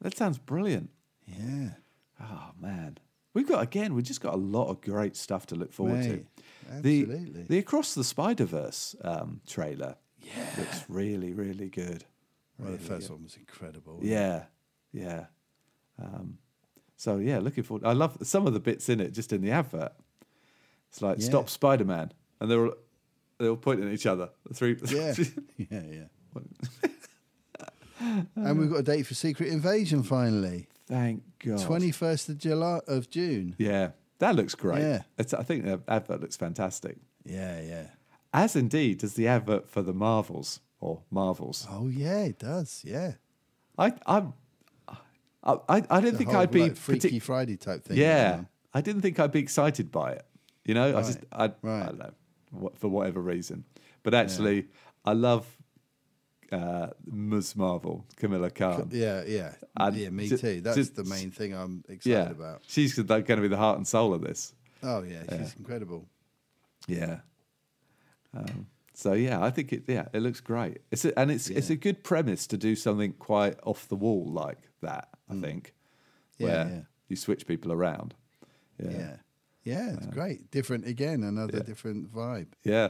[SPEAKER 4] That sounds brilliant.
[SPEAKER 2] yeah.
[SPEAKER 4] Oh man. We've got again, we've just got a lot of great stuff to look forward
[SPEAKER 2] Mate,
[SPEAKER 4] to. The-
[SPEAKER 2] absolutely.
[SPEAKER 4] The, Across the Spider Verse um, trailer yeah. looks really, really good.
[SPEAKER 2] Well, the first one was incredible. wasn't it?
[SPEAKER 4] Yeah, yeah. Um, so yeah, looking forward. I love some of the bits in it, just in the advert. It's like
[SPEAKER 2] Yeah.
[SPEAKER 4] stop Spider Man, and they're all they're all pointing at each other. The three.
[SPEAKER 2] yeah, yeah, yeah. and we've got a date for Secret Invasion finally.
[SPEAKER 4] Thank God.
[SPEAKER 2] Twenty first of July of June.
[SPEAKER 4] Yeah, that looks great.
[SPEAKER 2] Yeah.
[SPEAKER 4] It's, I think the advert looks fantastic.
[SPEAKER 2] Yeah, yeah.
[SPEAKER 4] As indeed does the advert for the Marvels or Marvels.
[SPEAKER 2] Oh yeah, it does. Yeah.
[SPEAKER 4] I I I, I, I don't
[SPEAKER 2] The
[SPEAKER 4] think
[SPEAKER 2] whole,
[SPEAKER 4] I'd be
[SPEAKER 2] like, Freaky
[SPEAKER 4] partic-
[SPEAKER 2] Friday type thing.
[SPEAKER 4] Yeah,
[SPEAKER 2] going
[SPEAKER 4] I didn't think I'd be excited by it. You know, I just I, I
[SPEAKER 2] right.
[SPEAKER 4] don't know what, for whatever reason. But actually, I love uh, Ms. Marvel, Camilla
[SPEAKER 2] on.
[SPEAKER 4] Khan.
[SPEAKER 2] Yeah, yeah.
[SPEAKER 4] I'd
[SPEAKER 2] yeah, me
[SPEAKER 4] ju-
[SPEAKER 2] too. That's
[SPEAKER 4] just-
[SPEAKER 2] the main thing I'm excited
[SPEAKER 4] yeah,
[SPEAKER 2] about.
[SPEAKER 4] she's going to be the heart and soul of this.
[SPEAKER 2] Oh yeah, she's incredible.
[SPEAKER 4] Yeah. Um, so yeah, I think it. Yeah, it looks great. It's a, and it's it's a good premise to do something quite off the wall like that. I think.
[SPEAKER 2] Mm. Yeah,
[SPEAKER 4] where
[SPEAKER 2] yeah.
[SPEAKER 4] you switch people around.
[SPEAKER 2] Yeah.
[SPEAKER 4] Yeah.
[SPEAKER 2] Yeah, it's great. Different again, another different vibe.
[SPEAKER 4] Yeah.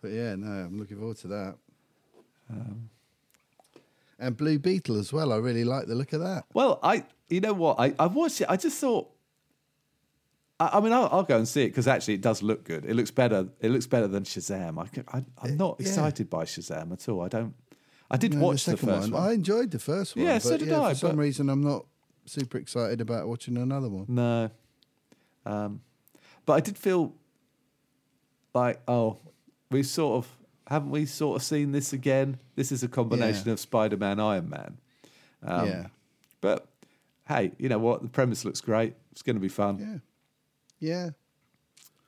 [SPEAKER 2] But yeah, no, I'm looking forward to that.
[SPEAKER 4] Um,
[SPEAKER 2] and Blue Beetle as well. I really like the look of that.
[SPEAKER 4] Well, I, you know what, I, I watched it. I just thought, I, I mean, I'll, I'll go and see it because actually, it does look good. It looks better. It looks better than Shazam. I, can- I I'm not
[SPEAKER 2] Eh, yeah.
[SPEAKER 4] excited by Shazam at all. I don't. I did
[SPEAKER 2] No,
[SPEAKER 4] watch the, first one.
[SPEAKER 2] I enjoyed the first one.
[SPEAKER 4] Yeah,
[SPEAKER 2] but
[SPEAKER 4] so did I,
[SPEAKER 2] For some
[SPEAKER 4] but-
[SPEAKER 2] reason, I'm not super excited about watching another one.
[SPEAKER 4] No. Um, but I did feel like, oh, we sort of haven't we sort of seen this again? This is a combination
[SPEAKER 2] Yeah.
[SPEAKER 4] of Spider Man, Iron Man. Um,
[SPEAKER 2] Yeah.
[SPEAKER 4] But hey, you know what? The premise looks great. It's going to be fun.
[SPEAKER 2] Yeah,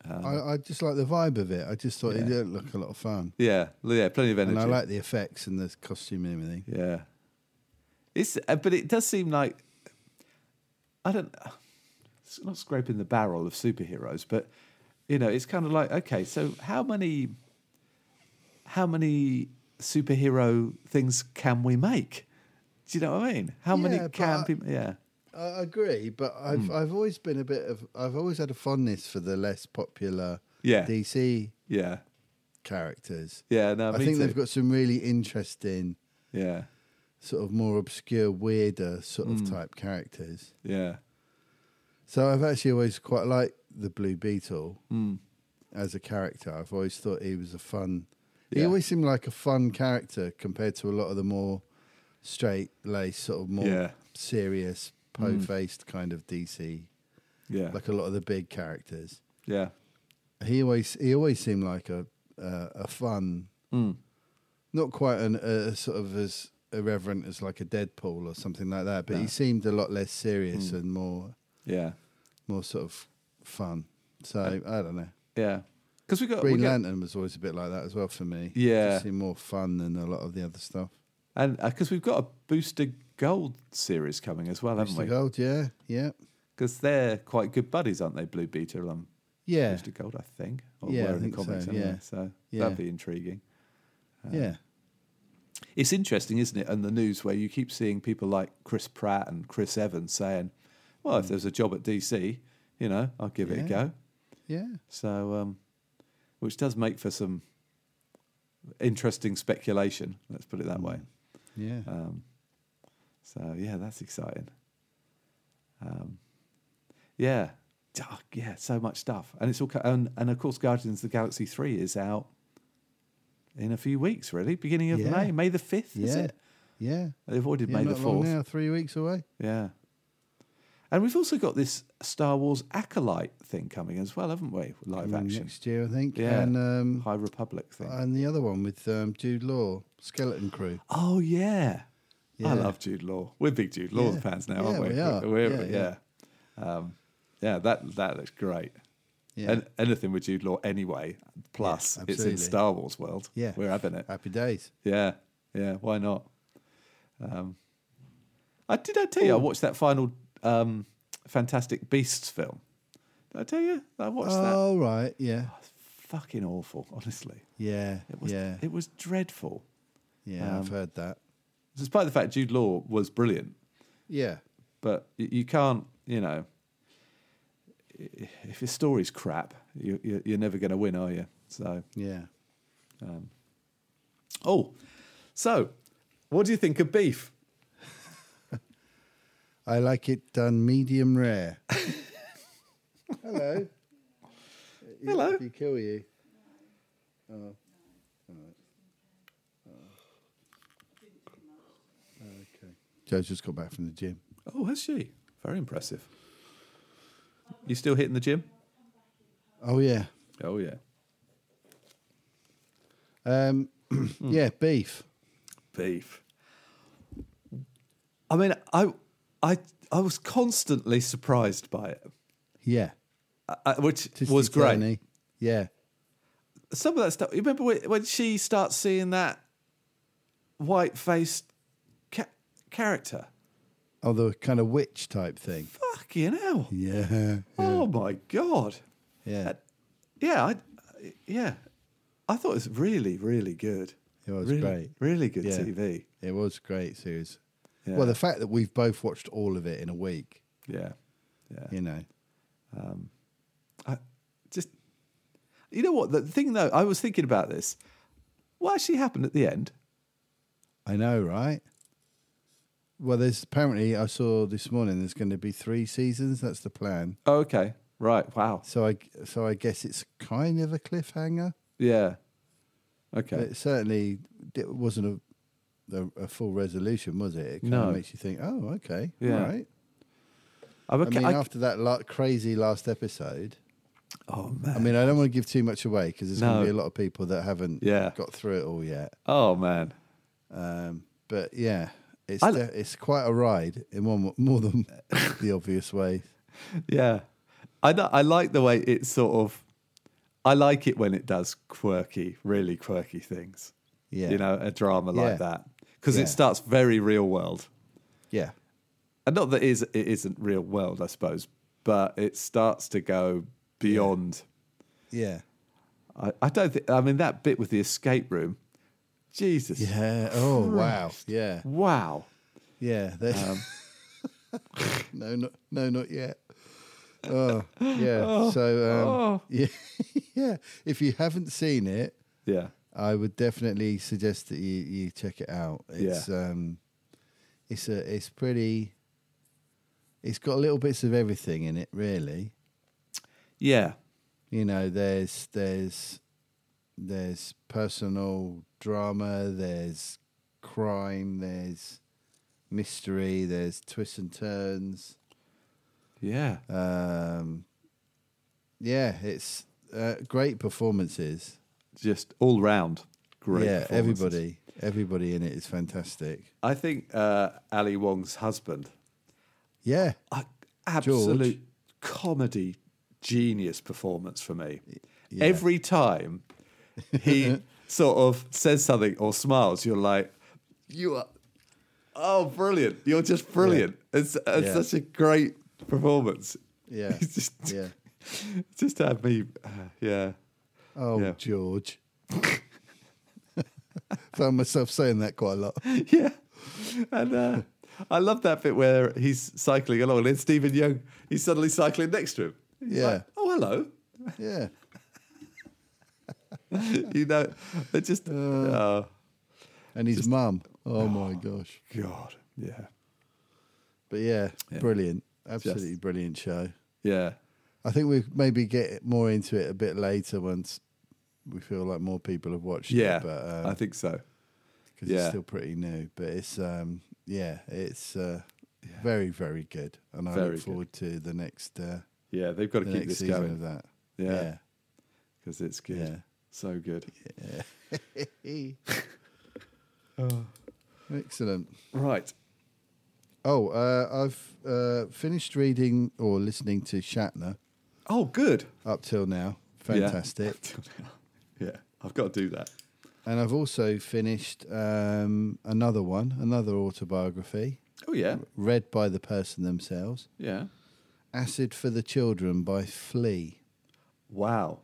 [SPEAKER 2] yeah. I, I just like the vibe of it. I just thought it did look a lot of fun,
[SPEAKER 4] Yeah, yeah, plenty of energy.
[SPEAKER 2] and I like the effects and the costume and everything.
[SPEAKER 4] yeah, it's uh, but it does seem like I don't. It's not scraping the barrel of superheroes, but you know, it's kind of like okay, so how many, how many superhero things can we make? Do you know what I mean? How
[SPEAKER 2] Yeah,
[SPEAKER 4] many
[SPEAKER 2] but
[SPEAKER 4] can
[SPEAKER 2] I-
[SPEAKER 4] people? Yeah,
[SPEAKER 2] I agree, but I've I've always been a bit of I've always had a fondness for the less popular
[SPEAKER 4] Yeah.
[SPEAKER 2] DC
[SPEAKER 4] yeah,
[SPEAKER 2] characters.
[SPEAKER 4] yeah. No,
[SPEAKER 2] I
[SPEAKER 4] me
[SPEAKER 2] think
[SPEAKER 4] too.
[SPEAKER 2] they've got some really interesting,
[SPEAKER 4] yeah,
[SPEAKER 2] sort of more obscure, weirder sort of type characters.
[SPEAKER 4] yeah,
[SPEAKER 2] So I've actually always quite liked the Blue Beetle
[SPEAKER 4] Hmm.
[SPEAKER 2] as a character. I've always thought he was a fun. He
[SPEAKER 4] Yeah.
[SPEAKER 2] always seemed like a fun character compared to a lot of the more straight laced, sort of more
[SPEAKER 4] Yeah. Hmm.
[SPEAKER 2] serious, po faced kind of DC,
[SPEAKER 4] yeah,
[SPEAKER 2] like a lot of the big characters.
[SPEAKER 4] yeah,
[SPEAKER 2] He always he always seemed like a uh, a fun,
[SPEAKER 4] Hmm.
[SPEAKER 2] not quite an, a sort of as irreverent as like a Deadpool or something like that. But he seemed a lot less serious
[SPEAKER 4] Hmm.
[SPEAKER 2] and more
[SPEAKER 4] yeah,
[SPEAKER 2] more sort of fun. So I don't know.
[SPEAKER 4] yeah. Because we got we
[SPEAKER 2] Green
[SPEAKER 4] get-
[SPEAKER 2] Lantern was always a bit like that as well for me.
[SPEAKER 4] Yeah.
[SPEAKER 2] just seemed more fun than a lot of the other stuff.
[SPEAKER 4] And because we've got a Booster Gold series coming as well, haven't
[SPEAKER 2] Mr.
[SPEAKER 4] we?
[SPEAKER 2] Gold, "Oh, yeah, yeah,
[SPEAKER 4] Because they're quite good buddies, aren't they? Blue Beetle and
[SPEAKER 2] yeah,
[SPEAKER 4] Booster Gold, I think. Or
[SPEAKER 2] Yeah, I
[SPEAKER 4] were in
[SPEAKER 2] think
[SPEAKER 4] the
[SPEAKER 2] so,
[SPEAKER 4] comics, aren't
[SPEAKER 2] yeah.
[SPEAKER 4] they? So
[SPEAKER 2] Yeah.
[SPEAKER 4] that'd be intriguing.
[SPEAKER 2] yeah,
[SPEAKER 4] It's interesting, isn't it? And the news where you keep seeing people like Chris Pratt and Chris Evans saying, well, if there's a job at DC, you know, I'll give it a
[SPEAKER 2] Mm. Yeah.
[SPEAKER 4] go.
[SPEAKER 2] yeah.
[SPEAKER 4] So, um, which does make for some interesting speculation, let's put it
[SPEAKER 2] Mm.
[SPEAKER 4] that way.
[SPEAKER 2] yeah.
[SPEAKER 4] Um, so yeah, that's exciting. Um, yeah, Ah, yeah, so much stuff, and it's all co- and, and of course, Guardians of the Galaxy three is out in a few weeks, really, beginning of
[SPEAKER 2] Yeah.
[SPEAKER 4] May, May the fifth. Is
[SPEAKER 2] Yeah.
[SPEAKER 4] it?
[SPEAKER 2] yeah,
[SPEAKER 4] They avoided
[SPEAKER 2] yeah.
[SPEAKER 4] May the
[SPEAKER 2] Not long
[SPEAKER 4] fourth.
[SPEAKER 2] now, three weeks away.
[SPEAKER 4] Yeah, And we've also got this Star Wars acolyte thing coming as well, haven't we? Live
[SPEAKER 2] Coming
[SPEAKER 4] action,
[SPEAKER 2] Mm, next year, I think.
[SPEAKER 4] yeah,
[SPEAKER 2] And um,
[SPEAKER 4] High Republic thing.
[SPEAKER 2] and the other one with um, Jude Law, Skeleton Crew.
[SPEAKER 4] oh yeah.
[SPEAKER 2] Yeah.
[SPEAKER 4] I love Jude Law. We're big Jude Law
[SPEAKER 2] Yeah.
[SPEAKER 4] fans now,
[SPEAKER 2] Yeah,
[SPEAKER 4] aren't we?
[SPEAKER 2] we are.
[SPEAKER 4] We're- we're-
[SPEAKER 2] Yeah,
[SPEAKER 4] yeah, yeah. Um, yeah, that that looks great.
[SPEAKER 2] Yeah.
[SPEAKER 4] And anything with Jude Law, anyway. Plus,
[SPEAKER 2] Yeah,
[SPEAKER 4] it's in
[SPEAKER 2] absolutely.
[SPEAKER 4] Star Wars world.
[SPEAKER 2] Yeah.
[SPEAKER 4] we're having it.
[SPEAKER 2] Happy days.
[SPEAKER 4] Yeah, yeah. Why not? Um, I did. I tell you, I watched that final um, Fantastic Beasts film. Did I tell you? I watched that.
[SPEAKER 2] Oh, right. Yeah.
[SPEAKER 4] It's fucking awful. Honestly,
[SPEAKER 2] Yeah.
[SPEAKER 4] it was.
[SPEAKER 2] yeah.
[SPEAKER 4] It was dreadful.
[SPEAKER 2] yeah. I've
[SPEAKER 4] um,
[SPEAKER 2] heard that.
[SPEAKER 4] Despite the fact Jude Law was brilliant,
[SPEAKER 2] Yeah.
[SPEAKER 4] but you, you can't. You know, i- if your story's crap, you, you, you're never going to win, are you? So,
[SPEAKER 2] Yeah.
[SPEAKER 4] oh, so what do you think of beef?
[SPEAKER 2] I like it done medium rare. Hello.
[SPEAKER 4] Hello.
[SPEAKER 2] If you kill you. Oh. All right. Oh. Okay. Joe's just got back from the gym.
[SPEAKER 4] Oh, has she? Very impressive. You still hitting the gym?
[SPEAKER 2] Oh yeah.
[SPEAKER 4] Oh yeah,
[SPEAKER 2] Um,
[SPEAKER 4] Hmm.
[SPEAKER 2] yeah, beef.
[SPEAKER 4] beef. I mean, I, I, I was constantly surprised by it,
[SPEAKER 2] Yeah.
[SPEAKER 4] I- I- which
[SPEAKER 2] Twisty
[SPEAKER 4] was great.
[SPEAKER 2] turny. Yeah.
[SPEAKER 4] Some of that stuff. You remember when, when she starts seeing that white-faced ca- character?
[SPEAKER 2] Oh, the kind of witch type thing.
[SPEAKER 4] Fucking hell!
[SPEAKER 2] Yeah.
[SPEAKER 4] Oh my god!
[SPEAKER 2] Yeah.
[SPEAKER 4] Yeah, I, yeah, I thought it was really, really good.
[SPEAKER 2] It was
[SPEAKER 4] really,
[SPEAKER 2] great.
[SPEAKER 4] Really good
[SPEAKER 2] Yeah.
[SPEAKER 4] TV.
[SPEAKER 2] It was a great series.
[SPEAKER 4] Yeah.
[SPEAKER 2] Well, the fact that we've both watched all of it in a week,
[SPEAKER 4] Yeah. Yeah.
[SPEAKER 2] you know.
[SPEAKER 4] I just you know what the thing though, I was thinking about this. What actually happened at the end?
[SPEAKER 2] I know, right? Well, there's apparently I saw this morning there's going to be three seasons. That's the plan.
[SPEAKER 4] Oh, okay. Right. Wow.
[SPEAKER 2] So I so I guess it's kind of a cliffhanger.
[SPEAKER 4] Yeah. Okay.
[SPEAKER 2] It certainly it wasn't a, a a full resolution, was it? It kind
[SPEAKER 4] No.
[SPEAKER 2] of makes you think, oh, okay,
[SPEAKER 4] Yeah.
[SPEAKER 2] all right.
[SPEAKER 4] I'm
[SPEAKER 2] I
[SPEAKER 4] okay.
[SPEAKER 2] mean,
[SPEAKER 4] I-
[SPEAKER 2] after that la- crazy last episode,
[SPEAKER 4] oh man.
[SPEAKER 2] I mean, I don't want to give too much away because there's
[SPEAKER 4] No.
[SPEAKER 2] going to be a lot of people that haven't
[SPEAKER 4] Yeah.
[SPEAKER 2] got through it all yet.
[SPEAKER 4] oh man.
[SPEAKER 2] Um, but yeah, it's
[SPEAKER 4] I-
[SPEAKER 2] de- it's quite a ride in one more than the obvious way.
[SPEAKER 4] Yeah. I li- I like the way it's sort of I like it when it does quirky, really quirky things.
[SPEAKER 2] Yeah,
[SPEAKER 4] You know, a drama
[SPEAKER 2] Yeah.
[SPEAKER 4] like that. Because
[SPEAKER 2] Yeah.
[SPEAKER 4] it starts very real world.
[SPEAKER 2] yeah,
[SPEAKER 4] and not that it, is, it isn't real world, I suppose, but it starts to go beyond.
[SPEAKER 2] yeah,
[SPEAKER 4] I, I don't think. I mean, that bit with the escape room, Jesus,
[SPEAKER 2] yeah. Oh wow, yeah,
[SPEAKER 4] wow,
[SPEAKER 2] yeah. They-
[SPEAKER 4] Um,
[SPEAKER 2] no, not, no, not yet. Oh yeah. so um,
[SPEAKER 4] oh.
[SPEAKER 2] yeah, yeah. If you haven't seen it,
[SPEAKER 4] yeah,
[SPEAKER 2] I would definitely suggest that you, you check it out.
[SPEAKER 4] Yeah.
[SPEAKER 2] It's um, it's a it's pretty. It's got little bits of everything in it, really.
[SPEAKER 4] yeah,
[SPEAKER 2] you know there's there's there's personal drama there's crime there's mystery there's twists and turns
[SPEAKER 4] yeah,
[SPEAKER 2] um yeah it's uh, great performances
[SPEAKER 4] just all round, great.
[SPEAKER 2] yeah
[SPEAKER 4] performances.
[SPEAKER 2] everybody everybody in it is fantastic
[SPEAKER 4] I think uh, Ali Wong's husband,
[SPEAKER 2] yeah
[SPEAKER 4] a absolute comedy genius performance for me.
[SPEAKER 2] yeah.
[SPEAKER 4] Every time he sort of says something or smiles, you're like, you are, oh, brilliant. You're just brilliant. It's, uh, it's
[SPEAKER 2] Yeah.
[SPEAKER 4] such a great performance.
[SPEAKER 2] Yeah.
[SPEAKER 4] He's just,
[SPEAKER 2] Yeah.
[SPEAKER 4] just had me, uh, yeah.
[SPEAKER 2] oh
[SPEAKER 4] Yeah.
[SPEAKER 2] george found myself saying that quite a lot
[SPEAKER 4] Yeah. And uh, I love that bit where he's cycling along and then Stephen Young, he's suddenly cycling next to him. He's
[SPEAKER 2] Yeah.
[SPEAKER 4] like, oh, hello.
[SPEAKER 2] yeah
[SPEAKER 4] you know, it
[SPEAKER 2] Uh.
[SPEAKER 4] just, oh,
[SPEAKER 2] and his mum oh my gosh
[SPEAKER 4] God. Yeah.
[SPEAKER 2] But yeah,
[SPEAKER 4] Yeah.
[SPEAKER 2] brilliant. Absolutely brilliant show.
[SPEAKER 4] Yeah.
[SPEAKER 2] I think we maybe get more into it a bit later once we feel like more people have watched
[SPEAKER 4] Yeah.
[SPEAKER 2] it. But um,
[SPEAKER 4] I think so.
[SPEAKER 2] because
[SPEAKER 4] yeah.
[SPEAKER 2] it's still pretty new. But it's um, yeah, it's uh, Very, very good. And I
[SPEAKER 4] Very
[SPEAKER 2] look
[SPEAKER 4] good.
[SPEAKER 2] forward to the next, uh,
[SPEAKER 4] Yeah, they've got to
[SPEAKER 2] the
[SPEAKER 4] keep
[SPEAKER 2] next
[SPEAKER 4] this
[SPEAKER 2] season of
[SPEAKER 4] going
[SPEAKER 2] that.
[SPEAKER 4] Yeah. because it's good.
[SPEAKER 2] Yeah.
[SPEAKER 4] So good.
[SPEAKER 2] Yeah.
[SPEAKER 4] Oh.
[SPEAKER 2] Excellent.
[SPEAKER 4] Right.
[SPEAKER 2] Oh, uh, I've uh, finished reading or listening to Shatner
[SPEAKER 4] Oh, good.
[SPEAKER 2] up till now.
[SPEAKER 4] Yeah.
[SPEAKER 2] Fantastic.
[SPEAKER 4] yeah, I've got to do that.
[SPEAKER 2] And I've also finished um, another one, another autobiography,
[SPEAKER 4] Oh, yeah.
[SPEAKER 2] read by the person themselves
[SPEAKER 4] Yeah.
[SPEAKER 2] Acid for the Children by Flea.
[SPEAKER 4] Wow.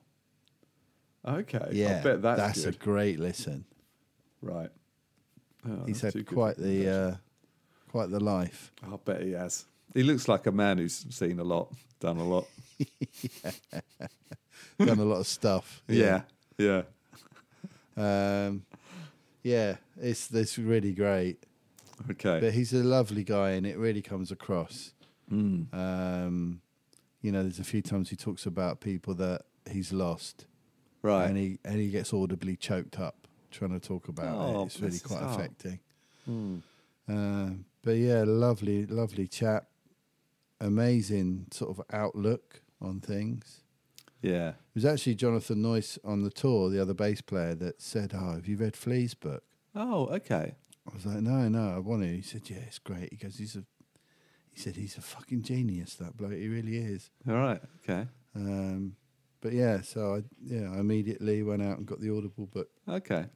[SPEAKER 4] Okay.
[SPEAKER 2] Yeah,
[SPEAKER 4] I bet that's,
[SPEAKER 2] a
[SPEAKER 4] good.
[SPEAKER 2] great listen.
[SPEAKER 4] right. Oh,
[SPEAKER 2] He's
[SPEAKER 4] that's too
[SPEAKER 2] had
[SPEAKER 4] good.
[SPEAKER 2] quite the uh, quite the life.
[SPEAKER 4] I bet he has. He looks like a man who's seen a lot, done a lot.
[SPEAKER 2] Done a lot of stuff.
[SPEAKER 4] yeah. Yeah.
[SPEAKER 2] yeah. Um, yeah, it's this really great.
[SPEAKER 4] Okay.
[SPEAKER 2] But he's a lovely guy, and it really comes across.
[SPEAKER 4] Hmm.
[SPEAKER 2] Um, you know, there's a few times he talks about people that he's lost,
[SPEAKER 4] right.
[SPEAKER 2] and he and he gets audibly choked up trying to talk about
[SPEAKER 4] Oh,
[SPEAKER 2] it. It's really
[SPEAKER 4] bless his
[SPEAKER 2] quite
[SPEAKER 4] heart.
[SPEAKER 2] affecting.
[SPEAKER 4] Hmm.
[SPEAKER 2] Um, but yeah, lovely, lovely chap. Amazing sort of outlook on things.
[SPEAKER 4] yeah.
[SPEAKER 2] It was actually Jonathan Noyce on the tour, the other bass player, that said, "Oh, have you read Flea's book?"
[SPEAKER 4] Oh, okay.
[SPEAKER 2] I was like, no, no, I want to. He said, yeah, it's great. He goes, he's a, he said, he's a fucking genius, that bloke. He really is.
[SPEAKER 4] All right. Okay.
[SPEAKER 2] Um, but yeah, so I, yeah, I immediately went out and got the Audible book.
[SPEAKER 4] Okay.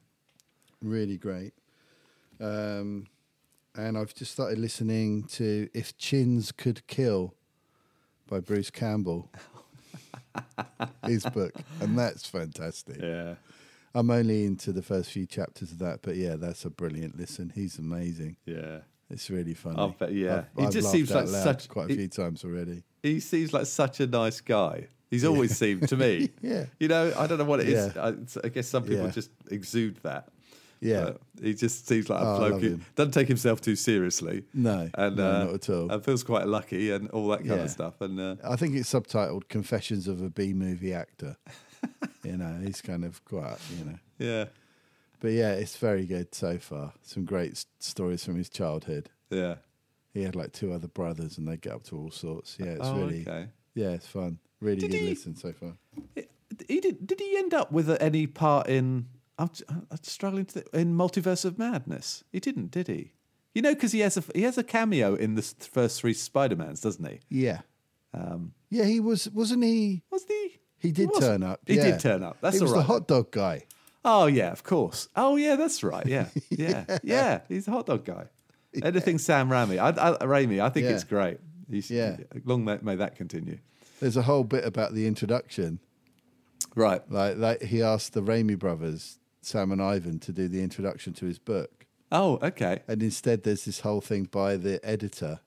[SPEAKER 2] Really great. Um, and I've just started listening to If Chins Could Kill by Bruce Campbell, his book. And that's fantastic.
[SPEAKER 4] Yeah.
[SPEAKER 2] I'm only into the first few chapters of that, but yeah, that's a brilliant listen. He's amazing.
[SPEAKER 4] Yeah.
[SPEAKER 2] It's really funny.
[SPEAKER 4] I bet- uh, yeah.
[SPEAKER 2] I've-
[SPEAKER 4] He
[SPEAKER 2] I've
[SPEAKER 4] just
[SPEAKER 2] laughed
[SPEAKER 4] seems
[SPEAKER 2] out
[SPEAKER 4] like
[SPEAKER 2] loud
[SPEAKER 4] such-
[SPEAKER 2] quite a
[SPEAKER 4] he-
[SPEAKER 2] few times already.
[SPEAKER 4] He seems like such a nice guy. He's always seemed to me.
[SPEAKER 2] Yeah.
[SPEAKER 4] You know, I don't know what it is.
[SPEAKER 2] Yeah.
[SPEAKER 4] I, it's- I guess some people
[SPEAKER 2] Yeah.
[SPEAKER 4] just exude that.
[SPEAKER 2] Yeah.
[SPEAKER 4] But he just seems like a
[SPEAKER 2] Oh, I
[SPEAKER 4] bloke
[SPEAKER 2] love
[SPEAKER 4] who
[SPEAKER 2] him.
[SPEAKER 4] doesn't take himself too seriously.
[SPEAKER 2] No,
[SPEAKER 4] And,
[SPEAKER 2] no,
[SPEAKER 4] uh,
[SPEAKER 2] not at all.
[SPEAKER 4] And feels quite lucky and all that kind
[SPEAKER 2] Yeah.
[SPEAKER 4] of stuff. And uh,
[SPEAKER 2] I think it's subtitled "Confessions of a B movie actor." you know, he's kind of quite, you know.
[SPEAKER 4] yeah.
[SPEAKER 2] But yeah, it's very good so far. Some great s- stories from his childhood.
[SPEAKER 4] Yeah.
[SPEAKER 2] He had like two other brothers, and they get up to all sorts. Yeah, it's
[SPEAKER 4] oh,
[SPEAKER 2] really,
[SPEAKER 4] okay.
[SPEAKER 2] yeah, it's fun. Really
[SPEAKER 4] Did
[SPEAKER 2] good
[SPEAKER 4] he-
[SPEAKER 2] listen so far.
[SPEAKER 4] He did. Did he end up with any part in? I'm, I'm struggling to think, in Multiverse of Madness. He didn't, did he? You know, because he has a he has a cameo in the s- first three Spider Mans, doesn't he?
[SPEAKER 2] Yeah, yeah, he was, wasn't he?
[SPEAKER 4] Was Um, he?
[SPEAKER 2] He did
[SPEAKER 4] was-
[SPEAKER 2] turn up.
[SPEAKER 4] He
[SPEAKER 2] yeah.
[SPEAKER 4] did turn up. That's
[SPEAKER 2] he
[SPEAKER 4] all
[SPEAKER 2] was
[SPEAKER 4] right.
[SPEAKER 2] the hot dog guy.
[SPEAKER 4] oh yeah, of course. Oh yeah, that's right. Yeah, yeah, yeah. He's a hot dog guy. Anything Sam Raimi, I, I, Raimi, I think
[SPEAKER 2] Yeah.
[SPEAKER 4] it's great. He's,
[SPEAKER 2] Yeah.
[SPEAKER 4] Long may, may that continue.
[SPEAKER 2] There's a whole bit about the introduction.
[SPEAKER 4] Right.
[SPEAKER 2] Like, like he asked the Raimi brothers, Sam and Ivan, to do the introduction to his book.
[SPEAKER 4] Oh, okay.
[SPEAKER 2] And instead, there's this whole thing by the editor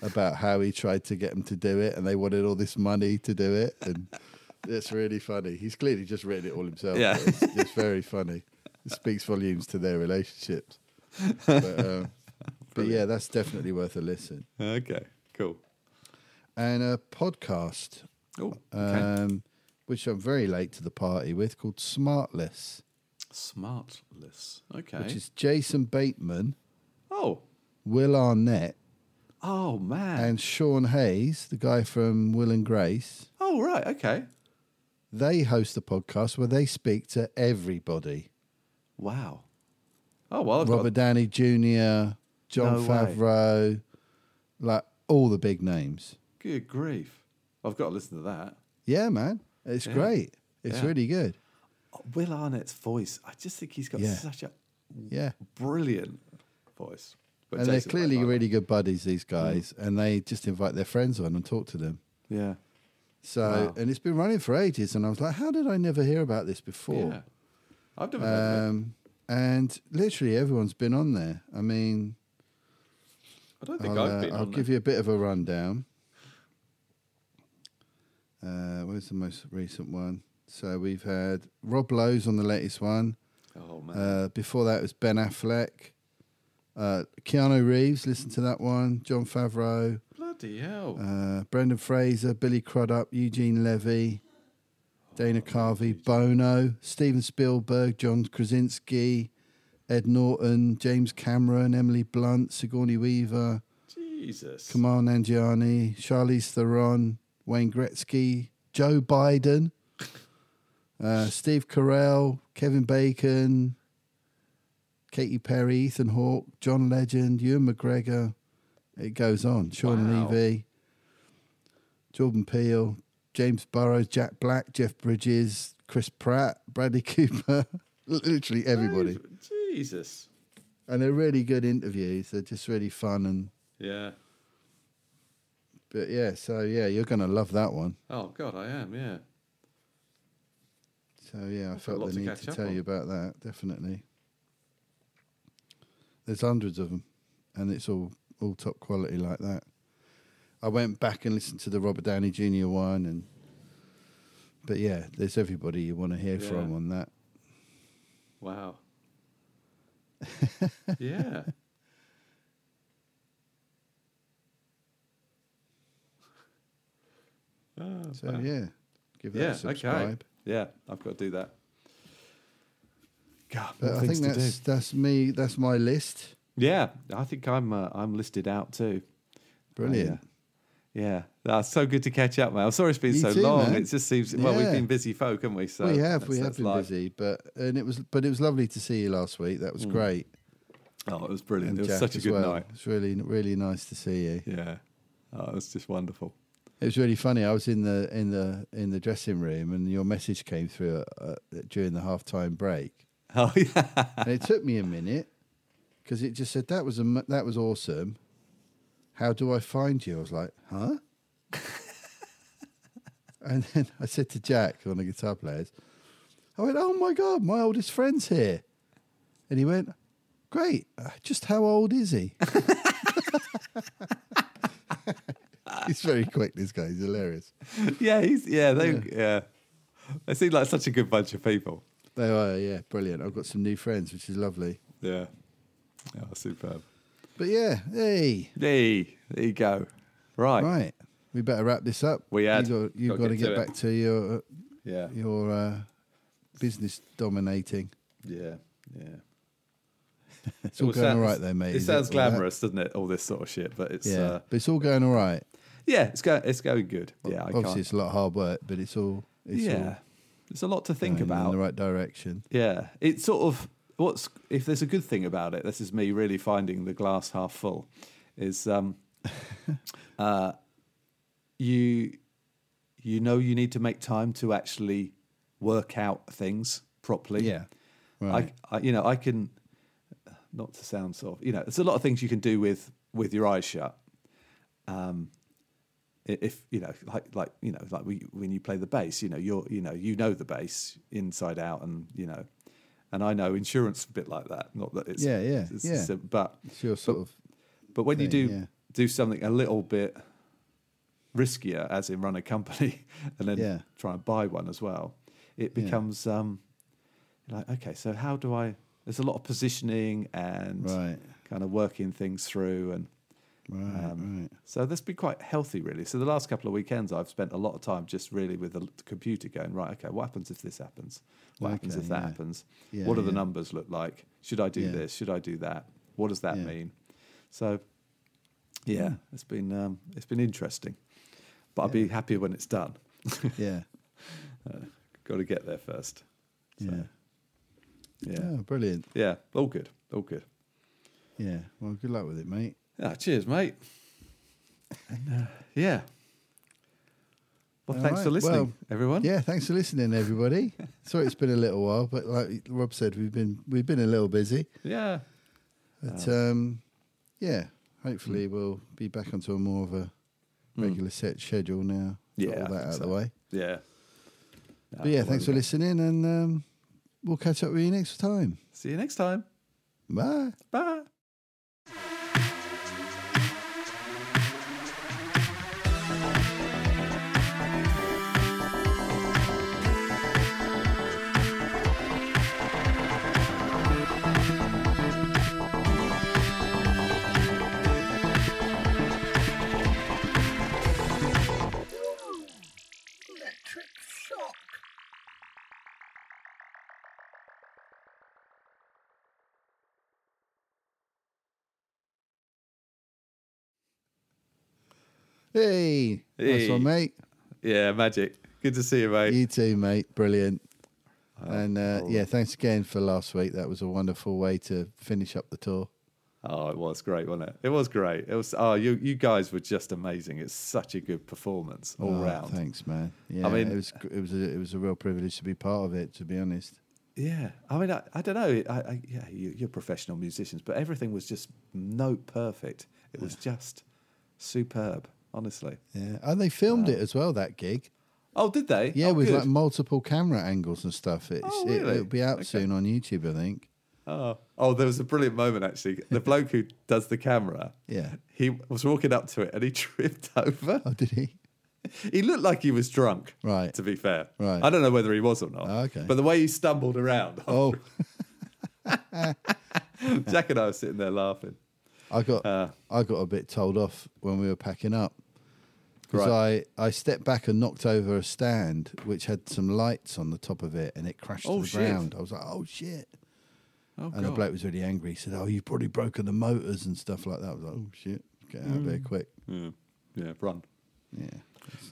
[SPEAKER 2] about how he tried to get them to do it and they wanted all this money to do it. And it's really funny. He's clearly just written it all himself.
[SPEAKER 4] Yeah.
[SPEAKER 2] but It's, it's very funny. It speaks volumes to their relationships. But, um, but yeah, that's definitely worth a listen.
[SPEAKER 4] Okay. Cool.
[SPEAKER 2] And a podcast,
[SPEAKER 4] Oh, okay.
[SPEAKER 2] um, which I'm very late to the party with, called Smartless.
[SPEAKER 4] Smartless. Okay.
[SPEAKER 2] which is Jason Bateman,
[SPEAKER 4] oh,
[SPEAKER 2] Will Arnett,
[SPEAKER 4] oh man.
[SPEAKER 2] and Sean Hayes, the guy from Will and Grace.
[SPEAKER 4] oh right. Okay.
[SPEAKER 2] They host a podcast where they speak to everybody
[SPEAKER 4] Wow. Oh well. I've
[SPEAKER 2] Robert
[SPEAKER 4] got,
[SPEAKER 2] Downey Jr.,
[SPEAKER 4] No
[SPEAKER 2] John
[SPEAKER 4] way.
[SPEAKER 2] Favreau, like all the big names.
[SPEAKER 4] good grief. I've got to listen to that.
[SPEAKER 2] Yeah, man. It's great. It's
[SPEAKER 4] Yeah.
[SPEAKER 2] really good.
[SPEAKER 4] Will Arnett's voice. I just think he's got
[SPEAKER 2] Yeah.
[SPEAKER 4] such a
[SPEAKER 2] Yeah.
[SPEAKER 4] brilliant voice. But
[SPEAKER 2] and
[SPEAKER 4] Jason
[SPEAKER 2] they're clearly
[SPEAKER 4] Bateman.
[SPEAKER 2] really good buddies, these
[SPEAKER 4] Mm.
[SPEAKER 2] guys, and they just invite their friends on and talk to them.
[SPEAKER 4] Yeah.
[SPEAKER 2] So,
[SPEAKER 4] Wow.
[SPEAKER 2] and it's been running for ages, and I was like, how did I never hear about this before?
[SPEAKER 4] Yeah. I've never heard of it.
[SPEAKER 2] Um, and literally everyone's been on there. I mean,
[SPEAKER 4] I don't think
[SPEAKER 2] I'll,
[SPEAKER 4] I've
[SPEAKER 2] uh,
[SPEAKER 4] been.
[SPEAKER 2] I'll
[SPEAKER 4] on
[SPEAKER 2] give
[SPEAKER 4] there.
[SPEAKER 2] you a bit of a rundown. Uh, where's the most recent one? So we've had Rob Lowe's on the latest one.
[SPEAKER 4] Oh man.
[SPEAKER 2] Uh, before that, it was Ben Affleck. Uh, Keanu Reeves, listen to that one. John Favreau,
[SPEAKER 4] Bloody hell.
[SPEAKER 2] uh, Brendan Fraser, Billy Crudup, Eugene Levy, Dana Carvey, Bono, Steven Spielberg, John Krasinski, Ed Norton, James Cameron, Emily Blunt, Sigourney Weaver,
[SPEAKER 4] Jesus.
[SPEAKER 2] Kamal Nanjiani, Charlize Theron, Wayne Gretzky, Joe Biden, uh, Steve Carell, Kevin Bacon, Katy Perry, Ethan Hawke, John Legend, Ewan McGregor. It goes on. Sean
[SPEAKER 4] Wow.
[SPEAKER 2] Levy, Jordan Peele, James Burrows, Jack Black, Jeff Bridges, Chris Pratt, Bradley Cooper. Literally everybody.
[SPEAKER 4] Jesus.
[SPEAKER 2] And they're really good interviews. They're just really fun and
[SPEAKER 4] Yeah.
[SPEAKER 2] But yeah, so yeah, you're going to love that one.
[SPEAKER 4] Oh God, I am. Yeah.
[SPEAKER 2] So yeah, I
[SPEAKER 4] I've got a
[SPEAKER 2] felt
[SPEAKER 4] lot
[SPEAKER 2] the
[SPEAKER 4] to
[SPEAKER 2] need
[SPEAKER 4] catch
[SPEAKER 2] to
[SPEAKER 4] up
[SPEAKER 2] tell
[SPEAKER 4] on.
[SPEAKER 2] you about that, definitely. There's hundreds of them, and it's all, all top quality like that. I went back and listened to the Robert Downey Jr. one, and but yeah, there's everybody you want to hear
[SPEAKER 4] Yeah.
[SPEAKER 2] from on that.
[SPEAKER 4] Wow. yeah. Oh,
[SPEAKER 2] So
[SPEAKER 4] wow.
[SPEAKER 2] yeah, give that
[SPEAKER 4] Yeah,
[SPEAKER 2] a
[SPEAKER 4] okay.
[SPEAKER 2] subscribe.
[SPEAKER 4] Yeah, I've got to do that. God,
[SPEAKER 2] But
[SPEAKER 4] more
[SPEAKER 2] I think
[SPEAKER 4] things to
[SPEAKER 2] that's that's me. That's my list.
[SPEAKER 4] do. Yeah, I think I'm uh, I'm listed out too.
[SPEAKER 2] Brilliant.
[SPEAKER 4] Yeah. yeah, that's so good to catch up, man. I'm sorry it's been
[SPEAKER 2] You
[SPEAKER 4] so
[SPEAKER 2] too,
[SPEAKER 4] long.
[SPEAKER 2] man.
[SPEAKER 4] It just seems well, we've
[SPEAKER 2] Yeah.
[SPEAKER 4] been busy folk, haven't we? Oh, So
[SPEAKER 2] we have
[SPEAKER 4] that's-
[SPEAKER 2] we have
[SPEAKER 4] that's
[SPEAKER 2] been
[SPEAKER 4] life.
[SPEAKER 2] busy, but and it was but it was lovely to see you last week. That was great.
[SPEAKER 4] Oh, it was
[SPEAKER 2] and
[SPEAKER 4] brilliant. Mm. It
[SPEAKER 2] Jack
[SPEAKER 4] was such a
[SPEAKER 2] as
[SPEAKER 4] good
[SPEAKER 2] well.
[SPEAKER 4] night.
[SPEAKER 2] It's really, really nice to see you.
[SPEAKER 4] Yeah, oh, it was just wonderful.
[SPEAKER 2] It was really funny. I was in the in the in the dressing room, and your message came through uh, during the halftime break,
[SPEAKER 4] Oh yeah,
[SPEAKER 2] and it took me a minute because it just said that was a m that was awesome. How do I find you? I was like, huh? and then I said to Jack, one of the guitar players, I went, oh my god, my oldest friend's here, and he went, great. Uh, Just how old is he? He's very quick. This guy. He's hilarious.
[SPEAKER 4] yeah, he's yeah, they yeah. They seem like such a good bunch of people.
[SPEAKER 2] They are, yeah, brilliant. I've got some new friends, which is lovely.
[SPEAKER 4] Yeah, oh, superb.
[SPEAKER 2] But yeah, hey,
[SPEAKER 4] Hey, there you go. Right,
[SPEAKER 2] right, we better wrap this up.
[SPEAKER 4] We had.
[SPEAKER 2] you got, you've got, to get,
[SPEAKER 4] to it.
[SPEAKER 2] back to your
[SPEAKER 4] yeah,
[SPEAKER 2] your uh, business dominating.
[SPEAKER 4] yeah, yeah.
[SPEAKER 2] It's all
[SPEAKER 4] Well,
[SPEAKER 2] going
[SPEAKER 4] sounds-
[SPEAKER 2] all right though, mate.
[SPEAKER 4] It
[SPEAKER 2] is
[SPEAKER 4] sounds
[SPEAKER 2] all right?
[SPEAKER 4] glamorous, doesn't it? All this sort of shit, but it's
[SPEAKER 2] Yeah,
[SPEAKER 4] uh,
[SPEAKER 2] but it's all going all right.
[SPEAKER 4] yeah, it's going it's going good. Yeah, I
[SPEAKER 2] Obviously,
[SPEAKER 4] can't.
[SPEAKER 2] it's a lot of hard work, but it's all it's
[SPEAKER 4] yeah, it's a lot to
[SPEAKER 2] all
[SPEAKER 4] think
[SPEAKER 2] going in
[SPEAKER 4] about.
[SPEAKER 2] the right direction.
[SPEAKER 4] Yeah, it's sort of what's if there's a good thing about it. This is me really finding the glass half full. Is um, uh, you you know you need to make time to actually work out things properly.
[SPEAKER 2] Yeah, right.
[SPEAKER 4] I, I you know I can not to sound sort of you know there's a lot of things you can do with with your eyes shut. Um, i- if you know like like you know like we, when you play the bass, you know you're you know you know the bass inside out, and you know, and I know insurance a bit like that. Not that it's
[SPEAKER 2] Yeah, yeah,
[SPEAKER 4] it's-
[SPEAKER 2] yeah.
[SPEAKER 4] it's- but
[SPEAKER 2] it's your sort of
[SPEAKER 4] but when you
[SPEAKER 2] thing,
[SPEAKER 4] do
[SPEAKER 2] yeah.
[SPEAKER 4] do something a little bit riskier, as in run a company and then
[SPEAKER 2] Yeah.
[SPEAKER 4] try and buy one as well, it
[SPEAKER 2] Yeah.
[SPEAKER 4] becomes um, like okay, so how do I? There's a lot of positioning and
[SPEAKER 2] right,
[SPEAKER 4] kind of working things through, and
[SPEAKER 2] right, right.
[SPEAKER 4] so that's been quite healthy, really. So the last couple of weekends, I've spent a lot of time just really with the l- computer going right. Okay, what happens if this happens? What happens
[SPEAKER 2] Okay,
[SPEAKER 4] if that
[SPEAKER 2] yeah.
[SPEAKER 4] happens?
[SPEAKER 2] Yeah,
[SPEAKER 4] what do the
[SPEAKER 2] yeah.
[SPEAKER 4] numbers look like? Should I do
[SPEAKER 2] Yeah.
[SPEAKER 4] this? Should I do that? What does that
[SPEAKER 2] Yeah.
[SPEAKER 4] mean? So, yeah, it's been um, it's been interesting, but I'll be happier when it's done.
[SPEAKER 2] Yeah,
[SPEAKER 4] Got to get there first. So,
[SPEAKER 2] yeah,
[SPEAKER 4] yeah, yeah,
[SPEAKER 2] Oh, brilliant.
[SPEAKER 4] All good, all good.
[SPEAKER 2] Yeah, well, good luck with it, mate.
[SPEAKER 4] Ah, cheers, mate. And, uh, yeah. Well,
[SPEAKER 2] All
[SPEAKER 4] thanks for
[SPEAKER 2] right,
[SPEAKER 4] listening,
[SPEAKER 2] well,
[SPEAKER 4] everyone.
[SPEAKER 2] Yeah, thanks for listening, everybody. Sorry it's been a little while, but like Rob said, we've been we've been a little busy.
[SPEAKER 4] yeah.
[SPEAKER 2] But
[SPEAKER 4] Oh.
[SPEAKER 2] um, yeah,
[SPEAKER 4] Mm.
[SPEAKER 2] hopefully we'll be back onto a more of a regular set schedule now. Got
[SPEAKER 4] Yeah, I
[SPEAKER 2] all that
[SPEAKER 4] think
[SPEAKER 2] out of the
[SPEAKER 4] so.
[SPEAKER 2] way.
[SPEAKER 4] Yeah.
[SPEAKER 2] But yeah, thanks for listening, and um, we'll catch up with you next time.
[SPEAKER 4] See you next time.
[SPEAKER 2] Bye.
[SPEAKER 4] Bye.
[SPEAKER 1] Electric shock.
[SPEAKER 2] Hey, nice
[SPEAKER 4] Hey.
[SPEAKER 2] one, mate.
[SPEAKER 4] Yeah, magic. Good to see you, mate.
[SPEAKER 2] You too, mate. Brilliant.
[SPEAKER 4] Oh,
[SPEAKER 2] And uh, yeah, thanks again for last week. That was a wonderful way to finish up the tour.
[SPEAKER 4] Oh, it was great, wasn't it? It was great. It was. Oh, you you guys were just amazing. It's such a good performance all
[SPEAKER 2] Oh,
[SPEAKER 4] round.
[SPEAKER 2] Thanks, man. Yeah,
[SPEAKER 4] mean-
[SPEAKER 2] it was gr- it was a, it was a real privilege to be part of it. To be honest,
[SPEAKER 4] Yeah, I mean, I, I don't know. I, I, yeah, you, you're professional musicians, but everything was just note perfect. It was just superb, honestly.
[SPEAKER 2] yeah. And they filmed it as well. That gig,
[SPEAKER 4] Oh, did they?
[SPEAKER 2] yeah,
[SPEAKER 4] oh,
[SPEAKER 2] with
[SPEAKER 4] good.
[SPEAKER 2] like multiple camera angles and stuff. It's,
[SPEAKER 4] Oh,
[SPEAKER 2] it,
[SPEAKER 4] really?
[SPEAKER 2] it'll be out
[SPEAKER 4] Okay.
[SPEAKER 2] soon on YouTube, I think.
[SPEAKER 4] Oh. oh, there was a brilliant moment actually. The bloke who does the camera,
[SPEAKER 2] Yeah.
[SPEAKER 4] he was walking up to it and he tripped over.
[SPEAKER 2] Oh, did he?
[SPEAKER 4] He looked like he was drunk.
[SPEAKER 2] Right.
[SPEAKER 4] To be fair.
[SPEAKER 2] Right.
[SPEAKER 4] I don't know whether he was or not.
[SPEAKER 2] Oh, okay.
[SPEAKER 4] But the way he stumbled around,
[SPEAKER 2] Oh,
[SPEAKER 4] Jack and I were sitting there laughing.
[SPEAKER 2] I got
[SPEAKER 4] Uh,
[SPEAKER 2] I got a bit told off when we were packing up because I I stepped back and knocked over a stand which had some lights on the top of it and it crashed
[SPEAKER 4] Oh,
[SPEAKER 2] to the
[SPEAKER 4] shit.
[SPEAKER 2] ground. I was like, oh shit.
[SPEAKER 4] Oh,
[SPEAKER 2] And the bloke was really angry. He said, "Oh, you've probably broken the motors and stuff like that." I was like, "Oh shit, get out
[SPEAKER 4] Mm.
[SPEAKER 2] of here quick!"
[SPEAKER 4] Yeah. yeah, run.
[SPEAKER 2] Yeah,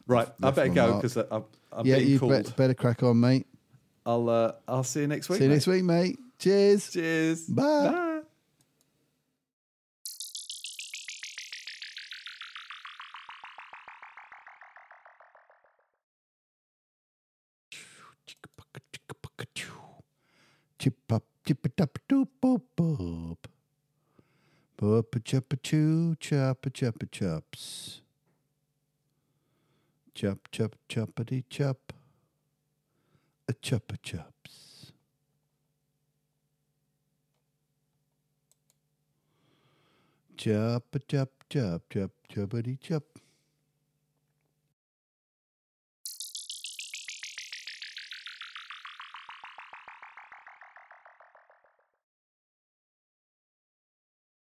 [SPEAKER 4] Right, I
[SPEAKER 2] left
[SPEAKER 4] better
[SPEAKER 2] my
[SPEAKER 4] go
[SPEAKER 2] mark.
[SPEAKER 4] because I'm, I'm
[SPEAKER 2] yeah,
[SPEAKER 4] being
[SPEAKER 2] you
[SPEAKER 4] called.
[SPEAKER 2] bet better crack on, mate.
[SPEAKER 4] I'll uh, I'll see you next week.
[SPEAKER 2] See you
[SPEAKER 4] mate.
[SPEAKER 2] next week, mate. Cheers.
[SPEAKER 4] Cheers.
[SPEAKER 2] Bye.
[SPEAKER 4] Bye.
[SPEAKER 2] Chip up, chip it up, doop boop boop. Boop a chup a choo, chop a chup a chups. Chop chop choppity chop. A chup a chups. Chop a chop chop chop choppity chop.